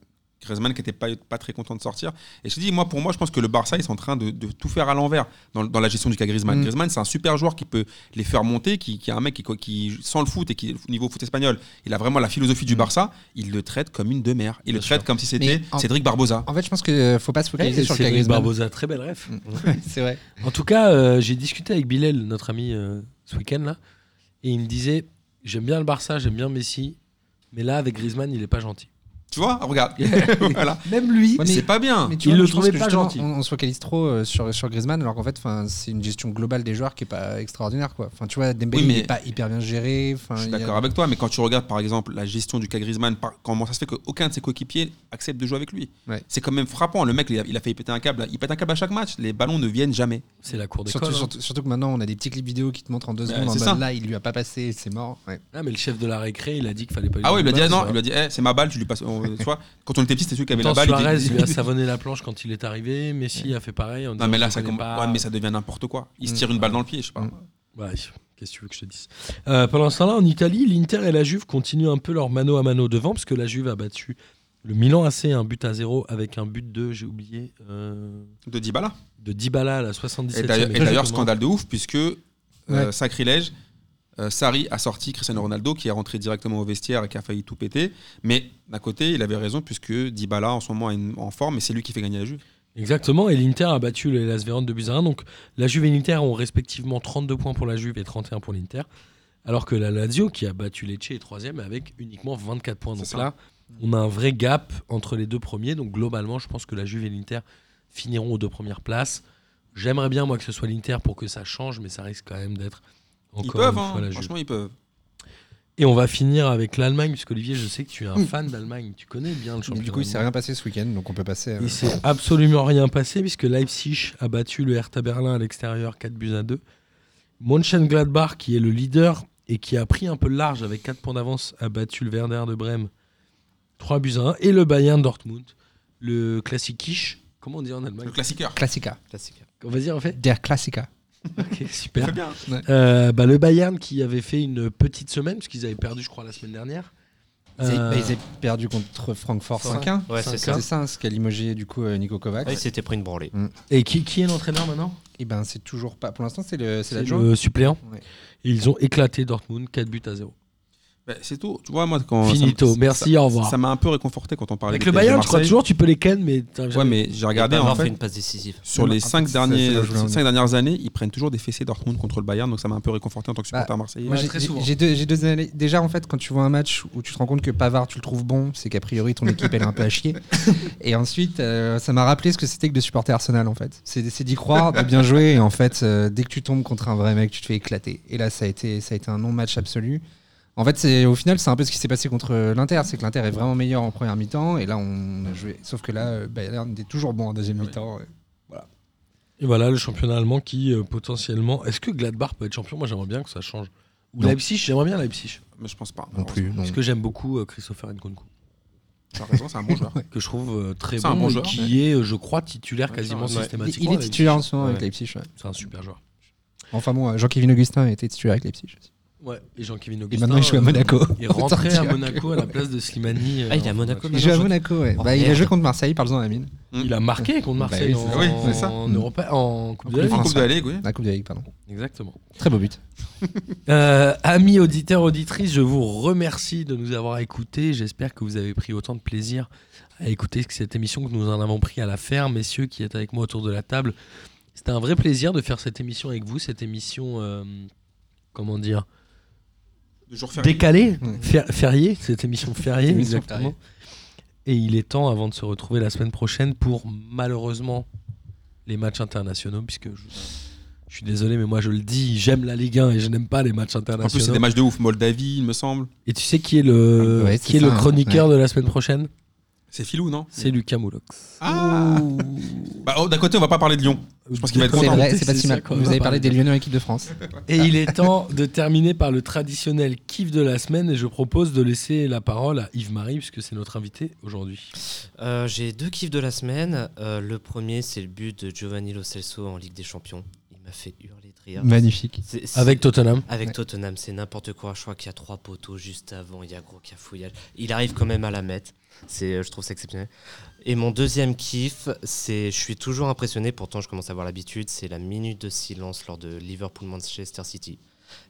S5: Griezmann qui était pas, pas très content de sortir. Et je te dis, moi, pour moi, je pense que le Barça, ils sont en train de, de tout faire à l'envers dans, dans la gestion du cas Griezmann.
S6: Mm.
S5: Griezmann, c'est un super joueur qui peut les faire monter, qui, qui est un mec qui, qui sent le foot et qui, au niveau foot espagnol, il a vraiment la philosophie du Barça. Il le traite comme une demeure. Il le
S4: Bien
S5: traite
S4: sûr.
S5: comme si c'était
S6: Mais en-
S5: Cédric Barbosa.
S6: En fait, je pense qu'il ne faut pas se focaliser
S4: Eh,
S6: sur le cas
S4: Cédric
S6: Griezmann.
S4: Barbosa, très belle ref.
S6: C'est vrai.
S4: En tout cas, euh, j'ai discuté avec Bilal, notre ami, euh, ce week-end là, et il me disait J'aime bien le Barça, j'aime bien Messi, mais là, avec Griezmann, il est pas gentil.
S5: Tu vois, regarde. voilà.
S4: Même lui
S6: Ouais, mais-
S5: C'est pas bien.
S6: mais tu
S4: Il
S6: vois,
S4: le
S6: je pense
S4: trouvait
S6: que
S4: pas
S6: justement,
S4: gentil.
S6: On, on se focalise trop euh, sur, sur Griezmann, alors qu'en fait, 'fin, c'est une gestion globale des joueurs qui est pas extraordinaire. Quoi. 'Fin, tu vois, Dembélé,
S5: Oui, mais-
S6: il n'est pas hyper bien géré. 'fin,
S5: Je suis
S6: il y a-
S5: d'accord avec toi, mais quand tu regardes par exemple la gestion du cas Griezmann, par- comment ça se fait qu'aucun de ses coéquipiers accepte de jouer avec lui
S6: Ouais.
S5: C'est quand même frappant. Le mec, il a, il a failli péter un câble. Il pète un câble à chaque match. Les ballons ne viennent jamais.
S4: C'est la cour d'école.
S6: Surtout,
S4: hein.
S6: surtout, surtout que maintenant, on a des petits clips vidéo qui te montrent en deux
S5: Bah,
S6: secondes. en
S5: c'est
S6: mode,
S5: ça.
S6: là, il lui a pas passé, c'est mort. Ouais.
S4: Ah, mais le chef de la récré, il a dit qu'il fallait pas. lui
S5: Ah ouais, il
S4: donner
S5: lui a dit
S4: le
S5: ah
S4: ballon,
S5: non, il lui a dit eh, c'est ma balle, tu lui passes. on- tu vois, quand on était petit, c'était celui qui avait
S4: Pourtant,
S5: la balle.
S4: Suarez
S5: il dit-
S4: lui a savonné la planche quand il est arrivé. Messi a fait pareil. en
S5: non
S4: disant,
S5: mais là
S4: je
S5: ça,
S4: connais
S5: commence-
S4: pas.
S5: ouais, mais ça devient n'importe quoi. Il se
S6: Mm.
S5: tire une balle dans le pied, je sais pas.
S6: Mm.
S4: Ouais, qu'est-ce que tu veux que je te dise Euh, Pendant ce temps-là, en Italie, l'Inter et la Juve continuent un peu leur mano à mano devant, parce que la Juve a battu le Milan AC un but à zéro avec un but de, j'ai oublié, euh,
S5: De Dybala.
S4: de Dybala à la
S5: Et
S4: 77e.
S5: d'ailleurs- et d'ailleurs
S4: exactement.
S5: scandale de ouf puisque euh,
S6: Ouais.
S5: sacrilège. euh, Sarri a sorti Cristiano Ronaldo qui est rentré directement au vestiaire et qui a failli tout péter. Mais d'un côté, il avait raison puisque Dybala en ce moment est une- en forme et c'est lui qui fait gagner la Juve.
S4: Exactement, et l'Inter a battu le Las Véron de buts à 1. Donc la Juve et l'Inter ont respectivement 32 points pour la Juve et 31 pour l'Inter, alors que la Lazio, qui a battu Lecce, est troisième avec uniquement 24 points. Donc
S5: C'est ça.
S4: là, on a un vrai gap entre les deux premiers. Donc globalement, je pense que la Juve et l'Inter finiront aux deux premières places. J'aimerais bien, moi, que ce soit l'Inter pour que ça change, mais ça risque quand même d'être
S5: Ils
S4: encore
S5: peuvent,
S4: une
S5: hein,
S4: fois la Juve.
S5: franchement, ils peuvent.
S4: Et on va finir avec l'Allemagne, puisque Olivier, je sais que tu es
S5: Hum.
S4: un fan d'Allemagne. Tu connais bien le
S6: Mais
S4: championnat.
S6: du coup, il s'est
S4: allemand.
S6: rien passé ce week-end, donc on peut passer. euh, à-
S4: Il s'est absolument rien passé puisque Leipzig a battu le Hertha Berlin à l'extérieur 4 buts à 2. Mönchengladbach qui est le leader et qui a pris un peu le large avec 4 points d'avance a battu le Werder de Brême 3 buts à 1 et le Bayern Dortmund le classique quiche comment on dit en Allemagne
S5: Le classiqueur.
S6: Classica.
S7: Classique.
S4: vas-y en fait
S6: Der Classica.
S4: ok super
S5: Très bien.
S4: Euh, bah, le Bayern qui avait fait une petite semaine parce qu'ils avaient perdu je crois la semaine dernière
S6: Ils avaient,
S4: Euh,
S6: bah, ils avaient perdu contre Francfort
S7: Cinq.
S6: 5-1.
S7: Ouais, c'est
S4: Cinq.
S7: ça.
S6: C'est ça, hein, ce qu'a limogé du coup euh, Nico Kovac.
S7: Ah, il s'était pris une branlée.
S4: et qui, qui est l'entraîneur maintenant
S6: Et ben c'est toujours pas. Pour l'instant, c'est le, c'est
S4: C'est
S6: l'adjoint.
S4: le suppléant
S6: Ouais.
S4: Et ils ont éclaté Dortmund 4 buts à 0
S5: Ben, c'est tout. Tu vois, moi, quand.
S4: Finito,
S5: ça-
S4: merci,
S5: ça-
S4: au revoir.
S5: Ça m'a un peu réconforté quand on parlait
S4: Avec
S5: du
S4: le
S5: PSG
S4: Bayern, je crois
S5: Marseille.
S4: toujours, tu peux les ken, mais t'as
S5: Ouais, mais
S4: jamais-
S5: j'ai regardé
S7: Bavard
S5: en
S7: fait
S5: fait.
S7: une passe décisive.
S5: Sur
S6: Non,
S5: les
S6: en fait,
S5: cinq,
S6: c'est-
S5: derniers,
S6: c'est là où je voulais en
S5: cinq dernières années, ils prennent toujours des fessées Dortmund contre le Bayern, donc ça m'a un peu réconforté en tant que supporter
S6: Bah,
S5: marseillais.
S6: Moi,
S4: Ouais,
S6: j'ai-
S4: très
S6: j'ai-
S4: souvent.
S6: j'ai deux, j'ai deux années- Déjà, en fait, quand tu vois un match où tu te rends compte que Pavard, tu le trouves bon, c'est qu'a priori ton équipe elle est un peu à chier. Et ensuite, euh, ça m'a rappelé ce que c'était que de supporter Arsenal en fait. C'est c'est d'y croire, de bien jouer. Et en fait, euh, dès que tu tombes contre un vrai mec, tu te fais éclater. Et là, ça a été, ça a été un non-match absolu. En fait, c'est au final, c'est un peu ce qui s'est passé contre euh, l'Inter. C'est que l'Inter est vraiment meilleur en première mi-temps. Et là, on a joué. Sauf que là, euh, Bayern était toujours bon en deuxième
S4: Ah
S6: mi-temps. ouais.
S4: Et voilà le championnat allemand qui euh, potentiellement. Est-ce que Gladbach peut être champion Moi j'aimerais bien que ça change. Ou
S6: Non.
S4: Leipzig, j'aimerais bien Leipzig.
S5: Mais je pense pas.
S6: Non plus. non.
S4: Parce que j'aime beaucoup euh, Christopher Nkunku,
S5: Tu as raison, c'est un bon joueur.
S4: que je trouve euh, très
S5: C'est
S4: bon,
S5: un bon
S4: et
S5: joueur,
S4: qui est, euh, je crois, titulaire quasiment
S5: ouais. Il- il est
S6: Il,
S4: systématiquement.
S6: il est
S4: avec-
S6: titulaire en ce moment avec
S4: Ouais.
S6: Leipzig. ouais.
S4: C'est un super joueur.
S6: Enfin bon, euh, Jean-Kevin Augustin était titulaire avec Leipzig.
S4: Ouais, et Jean-Kevin
S6: Et
S4: Augustin.
S6: maintenant, il joue à
S4: euh,
S6: Monaco.
S4: Il est rentré
S6: Autant
S4: à
S6: dire
S4: Monaco
S6: que-
S4: à la place de Slimani. euh,
S7: Ah, il est à
S4: en-
S7: Monaco
S6: Il joue à
S7: maintenant,
S6: Monaco, ouais.
S7: Oh,
S6: Bah, il a
S7: merde.
S6: joué contre Marseille, parle-en à Amine.
S4: Il a marqué contre
S6: Bah oui,
S4: Marseille
S6: c'est
S4: en,
S5: ça. Oui, c'est ça.
S4: en
S6: Mm.
S4: Europa- en Coupe
S6: En
S4: de la
S6: Coupe
S5: En
S4: Ligue.
S6: de
S5: Coupe de la Ligue, oui.
S6: La Coupe de la Ligue, pardon.
S4: Exactement.
S6: Très beau but.
S4: Euh, amis auditeurs, auditrices, je vous remercie de nous avoir écoutés. J'espère que vous avez pris autant de plaisir à écouter cette émission que nous en avons pris à la faire. Messieurs qui êtes avec moi autour de la table, c'était un vrai plaisir de faire cette émission avec vous. Cette émission, euh, comment dire,
S5: de jour férié.
S4: décalé,
S6: Ouais.
S4: fer- férié, cette émission fériée,
S6: Émission
S4: exactement. Et il est temps, avant de se retrouver la semaine prochaine, pour malheureusement les matchs internationaux, puisque je, je suis désolé, mais moi je le dis, j'aime la Ligue 1 et je n'aime pas les matchs
S5: En plus, c'est
S4: internationaux.
S5: des matchs de ouf. Moldavie, il me semble.
S4: et tu sais qui est le,
S6: Ouais, c'est
S4: qui est
S6: ça,
S4: le
S6: hein,
S4: chroniqueur de la semaine prochaine
S5: C'est filou, non
S4: C'est Lucas Moulox.
S5: Ah Bah, oh, D'un côté, on va pas parler de Lyon. Je pense qu'il va être
S6: C'est
S5: content.
S6: vrai, c'est pas si mal.
S4: ça, quoi.
S6: Vous avez parlé des Lyonnais en équipe de France.
S4: Et il est temps de terminer par le traditionnel kiff de la semaine et je propose de laisser la parole à Yves-Marie puisque c'est notre invité aujourd'hui.
S7: Euh, J'ai deux kiffs de la semaine. Euh, le premier, c'est le but de Giovanni Lo Celso en Ligue des Champions. Il m'a fait hurler de rire.
S6: Magnifique.
S7: C'est- c'est-
S4: Avec Tottenham.
S7: Avec
S6: Ouais.
S7: Tottenham, c'est n'importe quoi. Je crois qu'il y a trois poteaux juste avant. Il y a gros cafouillage. Il arrive quand même à la mettre. C'est, euh, je trouve ça exceptionnel. Et mon deuxième kiff, c'est, je suis toujours impressionné. Pourtant, je commence à avoir l'habitude. C'est la minute de silence lors de Liverpool-Manchester City.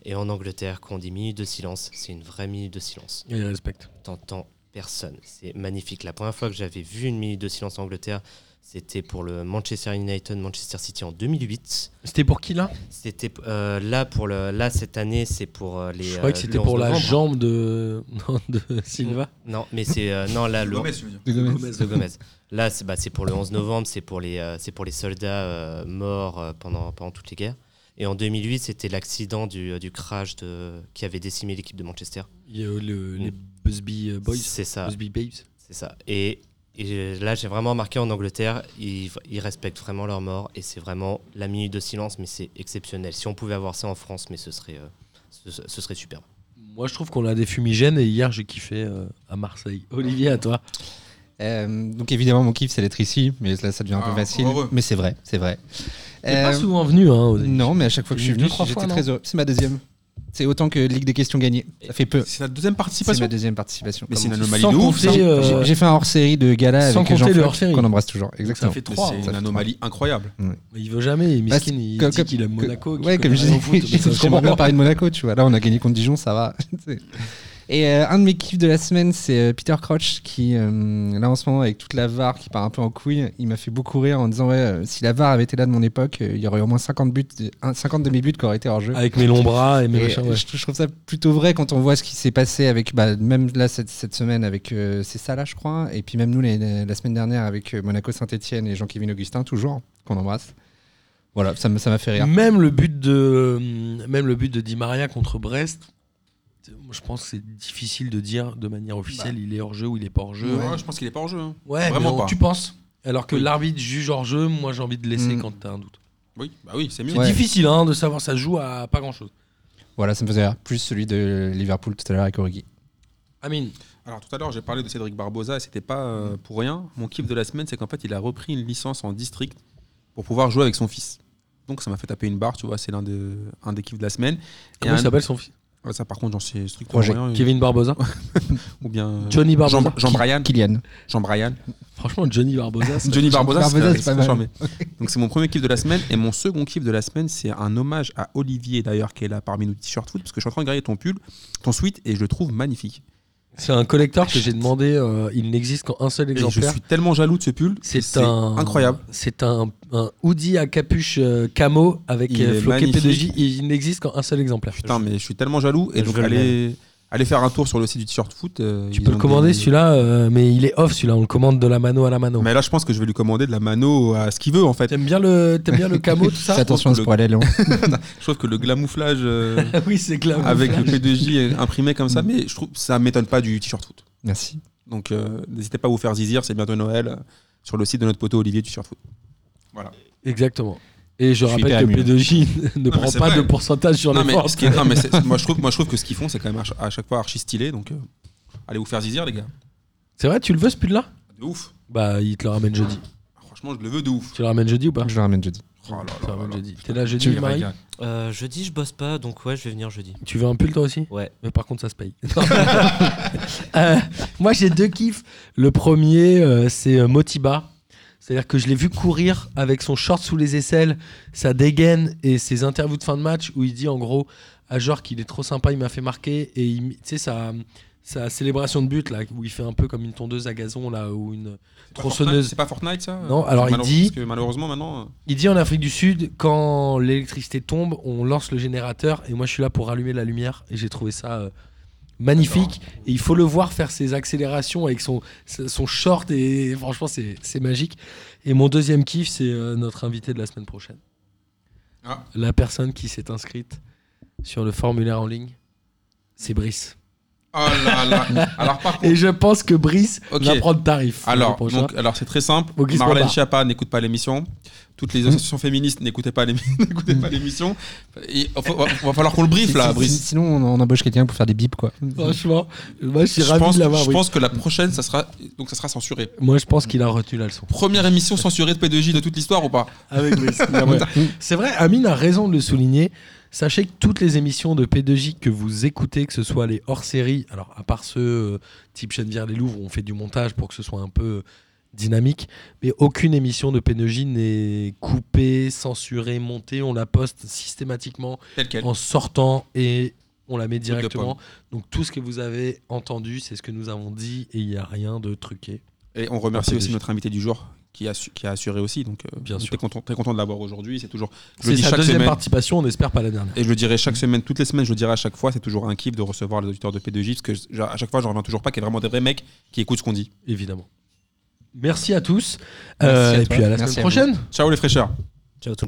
S7: Et en Angleterre, quand on dit minute de silence, c'est une vraie minute de silence.
S4: Il respecte.
S7: T'entends personne. C'est magnifique. La première fois que j'avais vu une minute de silence en Angleterre, c'était pour le Manchester United-Manchester City en 2008.
S4: C'était pour qui là
S7: C'était euh, là pour le là cette année c'est pour euh, les.
S4: Je
S7: euh,
S4: croyais que c'était
S7: le 11
S4: pour la
S7: novembre.
S4: jambe de, non, de Silva.
S7: Non mais c'est euh, non là le
S5: Gomez, tu veux dire.
S7: de Gomez. Là c'est bah, c'est pour le 11 novembre c'est pour les euh, c'est pour les soldats euh, morts euh, pendant pendant toutes les guerres. Et en 2008 c'était l'accident du, euh, du crash de qui avait décimé l'équipe de Manchester.
S4: Il y a le- les Busby euh, Boys.
S7: C'est ça
S4: Busby Babes.
S7: c'est ça. Et, et euh, là j'ai vraiment remarqué en Angleterre ils, ils respectent vraiment leurs morts et c'est vraiment la minute de silence mais c'est exceptionnel. Si on pouvait avoir ça en France mais ce serait euh, ce, ce serait superbe.
S4: Moi je trouve qu'on a des fumigènes et hier j'ai kiffé euh, à Marseille. Olivier, à toi.
S6: Euh, donc évidemment, mon kiff, c'est l'être ici, mais là, ça devient un
S5: Ah,
S6: peu facile.
S5: heureux.
S6: Mais c'est vrai, c'est vrai.
S4: T'es pas
S6: Euh,
S4: souvent venu. Hein, aux émissions.
S6: non, mais à chaque fois que je suis
S4: Deux,
S6: venu,
S4: trois
S6: j'étais
S4: fois, non
S6: très heureux. C'est ma deuxième. C'est autant que Ligue des questions gagnées. Ça fait peu.
S5: C'est sa deuxième
S6: C'est
S5: participation.
S6: ma deuxième participation.
S5: Mais c'est une
S6: Comment-
S5: anomalie
S4: Sans
S5: de ouf.
S4: compter,
S5: ça.
S4: euh,
S6: hein. J'ai- J'ai fait un hors-série de gala
S4: Sans
S6: avec
S4: compter
S6: jean
S4: le
S6: Floch,
S4: hors-série.
S6: qu'on embrasse toujours.
S4: Ça
S6: Exactement.
S4: fait
S5: Mais hein.
S4: 3.
S5: C'est
S6: Ça
S5: une
S6: fait
S5: anomalie incroyable.
S4: Il veut jamais, il est
S6: Bah,
S4: mesquine, il
S6: comme-
S4: dit qu'il aime
S6: que-
S4: Monaco. qu'il
S6: Ouais, comme
S4: connaît
S6: je
S4: rien
S6: disais,
S4: au foot, mais ça se
S6: j'aimerais bien
S4: comprend.
S6: parler de Monaco, tu vois. Là, on a gagné contre Dijon, ça va. tu sais. Et euh, un de mes kiffs de la semaine, c'est euh, Peter Crouch qui, euh, là en ce moment, avec toute la VAR qui part un peu en couille, il m'a fait beaucoup rire en disant Ouais, euh, si la VAR avait été là de mon époque, euh, il y aurait au moins 50 buts, un- 50 demi-buts qui auraient été hors jeu.
S4: Avec mes longs bras et mes
S6: Et euh,
S4: machins. ouais.
S6: je, je trouve ça plutôt vrai quand on voit ce qui s'est passé avec, bah, même là cette, cette semaine avec euh, c'est ça là je crois, et puis même nous les- la, la semaine dernière avec euh, Monaco Saint-Etienne et Jean-Kévin Augustin, toujours, qu'on embrasse. Voilà, ça me- ça m'a fait rire.
S4: Même le but de euh, même le but de Di Maria contre Brest. c'est- moi, Je pense que c'est difficile de dire de manière officielle
S6: Bah.
S4: il est hors jeu ou il est pas hors jeu.
S5: Ouais, Je pense qu'il est pas en jeu. hein.
S4: Ouais,
S5: Vraiment
S4: mais on-
S5: pas.
S4: tu penses. Alors que l'arbitre juge hors jeu, moi j'ai envie de laisser
S6: Mm.
S4: quand t'as un doute.
S5: Oui, bah oui, c'est mieux.
S4: C'est
S6: Ouais.
S4: difficile hein, de savoir, ça se joue à pas grand chose.
S6: Voilà, ça me faisait rire. Plus celui de Liverpool tout à l'heure avec Origi.
S4: Amine,
S5: Alors tout à l'heure, j'ai parlé de Cédric Barbosa et c'était pas euh, pour rien. Mon kiff de la semaine, c'est qu'en fait, il a repris une licence en district pour pouvoir jouer avec son fils. Donc ça m'a fait taper une barre, tu vois, c'est l'un de, un des kiffs de la semaine. Et
S4: comment
S5: un-
S4: il s'appelle son fils
S5: Ouais, Ça, par contre, j'en sais strictement
S6: Roger.
S5: rien.
S4: Kevin Barbosa
S5: Ou bien euh,
S4: Johnny
S5: Jean,
S4: Barbosa
S5: Jean Bryan.
S6: Kylian.
S5: Jean Bryan.
S4: Franchement, Johnny Barbosa. c'est-
S5: Johnny Barbosa,
S6: Barbosa,
S5: serait-
S6: c'est pas
S5: serait
S6: mal.
S5: charmé. Donc c'est mon premier kiff de la semaine. Et mon second kiff de la semaine, c'est un hommage à Olivier d'ailleurs, qui est là parmi nos t-shirts foot, parce que je suis en train de regarder ton pull, ton sweat, et je le trouve magnifique.
S4: C'est un collector que j'ai demandé, euh, il n'existe qu'en un seul
S5: Ah, Et je
S4: exemplaire.
S5: suis tellement jaloux de ce pull.
S4: C'est un
S5: incroyable.
S4: C'est un, un hoodie à capuche euh, camo avec
S5: Il
S4: euh,
S5: est
S4: floqué P2J.
S5: magnifique.
S4: et Il n'existe qu'en un seul exemplaire.
S5: Putain, mais je suis tellement jaloux. Et
S7: Je
S5: donc,
S7: veux le
S5: allez, allez faire un tour sur le site du t-shirt foot. euh,
S4: Tu
S5: ils
S4: peux le
S5: ont
S4: commander
S5: des-
S4: celui-là, euh, mais il est off celui-là. On le commande de la mano à la mano.
S5: Mais là, je pense que je vais lui commander de la mano à ce qu'il veut en fait.
S4: T'aimes bien le, t'aimes bien le camo tout
S6: Fais
S4: ça
S6: attention à ce
S5: le-
S6: poil, Léon.
S5: Je trouve que le glamouflage euh,
S4: Ah Oui, c'est clair.
S5: avec le P2J imprimé comme
S4: Mm.
S5: ça, mais je trouve ça m'étonne pas du t-shirt foot.
S6: Merci.
S5: Donc, euh, n'hésitez pas à vous faire zizir, c'est bientôt Noël euh, sur le site de notre poteau Olivier du t-shirt foot. Voilà.
S4: Exactement. Et je
S6: Je suis
S4: rappelle
S6: hyper
S4: que
S6: ému.
S4: P2J ne
S5: mais
S4: prend
S5: c'est
S4: pas
S5: vrai.
S4: de pourcentage sur
S5: Non,
S4: les
S5: mais,
S4: ventes.
S5: ce qui est- non, mais c'est- moi, je trouve, moi, je trouve que ce qu'ils font, c'est quand même à, ch- à chaque fois archi stylé. Donc, euh, allez vous faire zizir, les gars.
S4: C'est vrai, tu le veux ce pull-là
S5: De ouf.
S4: Bah, il te le ramène jeudi.
S5: Franchement, je le veux de ouf.
S4: Tu le ramènes jeudi ou pas
S6: Je le ramène jeudi.
S5: Oh là là
S4: Tu le
S5: là
S4: ramènes
S5: là.
S4: jeudi. T'es là
S5: Tu
S4: jeudi,
S5: me
S4: Marie
S5: régales.
S7: Euh, jeudi, je bosse pas, donc ouais, je vais venir jeudi.
S4: Tu veux un pull toi aussi
S7: Ouais.
S4: Mais par contre, ça se paye. Euh, moi, j'ai deux kiffs. Le premier, euh, c'est euh, Motiba. C'est-à-dire que je l'ai vu courir avec son short sous les aisselles, sa dégaine et ses interviews de fin de match où il dit en gros à Jorg qu'il est trop sympa, il m'a fait marquer. Et il- tu sais, ça, sa célébration de but, là, où il fait un peu comme une tondeuse à gazon, là, ou une
S5: pas
S4: tronçonneuse.
S5: Fortnite- C'est pas Fortnite ça
S4: Non, alors il
S5: Malheure-
S4: dit-
S5: parce que malheureusement maintenant. euh,
S4: Il dit en Afrique du Sud, quand l'électricité tombe, on lance le générateur et moi je suis là pour rallumer la lumière et j'ai trouvé ça euh, magnifique. Et il faut le voir faire ses accélérations avec son, son short et franchement c'est c'est magique. Et mon deuxième kiff c'est euh, notre invité de la semaine prochaine.
S5: Ah.
S4: La personne qui s'est inscrite sur le formulaire en ligne, c'est Brice.
S5: Oh là là Alors par contre.
S4: Et je pense que Brice
S5: Oh. Ok.
S4: va prendre tarif.
S5: Alors,
S4: le prochain.
S5: donc, alors c'est très simple.
S4: Maurice
S5: Marlène
S4: Barbara.
S5: Schiappa n'écoute pas l'émission. Toutes les associations féministes n'écoutez pas l'émi- n'écoutez pas l'émission. Il va, va- va falloir qu'on le briefe là,
S6: Si- si-
S5: Brice.
S6: Sinon, on, on embauche quelqu'un pour faire des bips, quoi.
S4: franchement, moi je suis
S5: Je
S4: ravi
S5: pense,
S4: de l'avoir.
S5: je
S4: Brice.
S5: pense que la prochaine, ça sera, donc ça sera censuré.
S4: Moi je pense qu'il a retenu la leçon.
S5: Première émission censurée de P2J de toute l'histoire ou pas
S4: Avec Brice. C'est vrai, Amine a raison de le souligner. Sachez que toutes les émissions de P2J que vous écoutez, que ce soit les hors-série, alors à part ceux euh, type Geneviève Les Louvres, où on fait du montage pour que ce soit un peu euh, dynamique, mais aucune émission de P2J n'est coupée, censurée, montée. On la poste systématiquement
S5: Telle quelle.
S4: en sortant et on la met directement. Donc tout ce que vous avez entendu, c'est ce que nous avons dit et il n'y a rien de truqué.
S5: Et on remercie
S4: Un peu
S5: aussi
S4: déçu.
S5: notre invité du jour qui a, su- qui a assuré aussi. Donc, euh,
S4: Bien
S5: on est
S4: sûr.
S5: Très content, très content de l'avoir aujourd'hui. C'est toujours. Je le
S4: C'est
S5: dis
S4: sa
S5: chaque
S4: deuxième
S5: semaine.
S4: participation, on n'espère pas la dernière.
S5: Et je le dirai chaque semaine, toutes les semaines, je le dirai à chaque fois. C'est toujours un kiff de recevoir les auditeurs de P2J parce que je- à chaque fois, j'en reviens toujours pas qu'il y a vraiment des vrais mecs qui écoutent ce qu'on dit.
S4: évidemment. Merci à tous.
S6: Merci
S4: Euh,
S6: à
S4: et
S6: toi.
S4: puis à la
S6: Merci
S4: semaine
S6: à vous.
S4: prochaine.
S5: Ciao les fraîcheurs.
S7: Ciao tout le monde.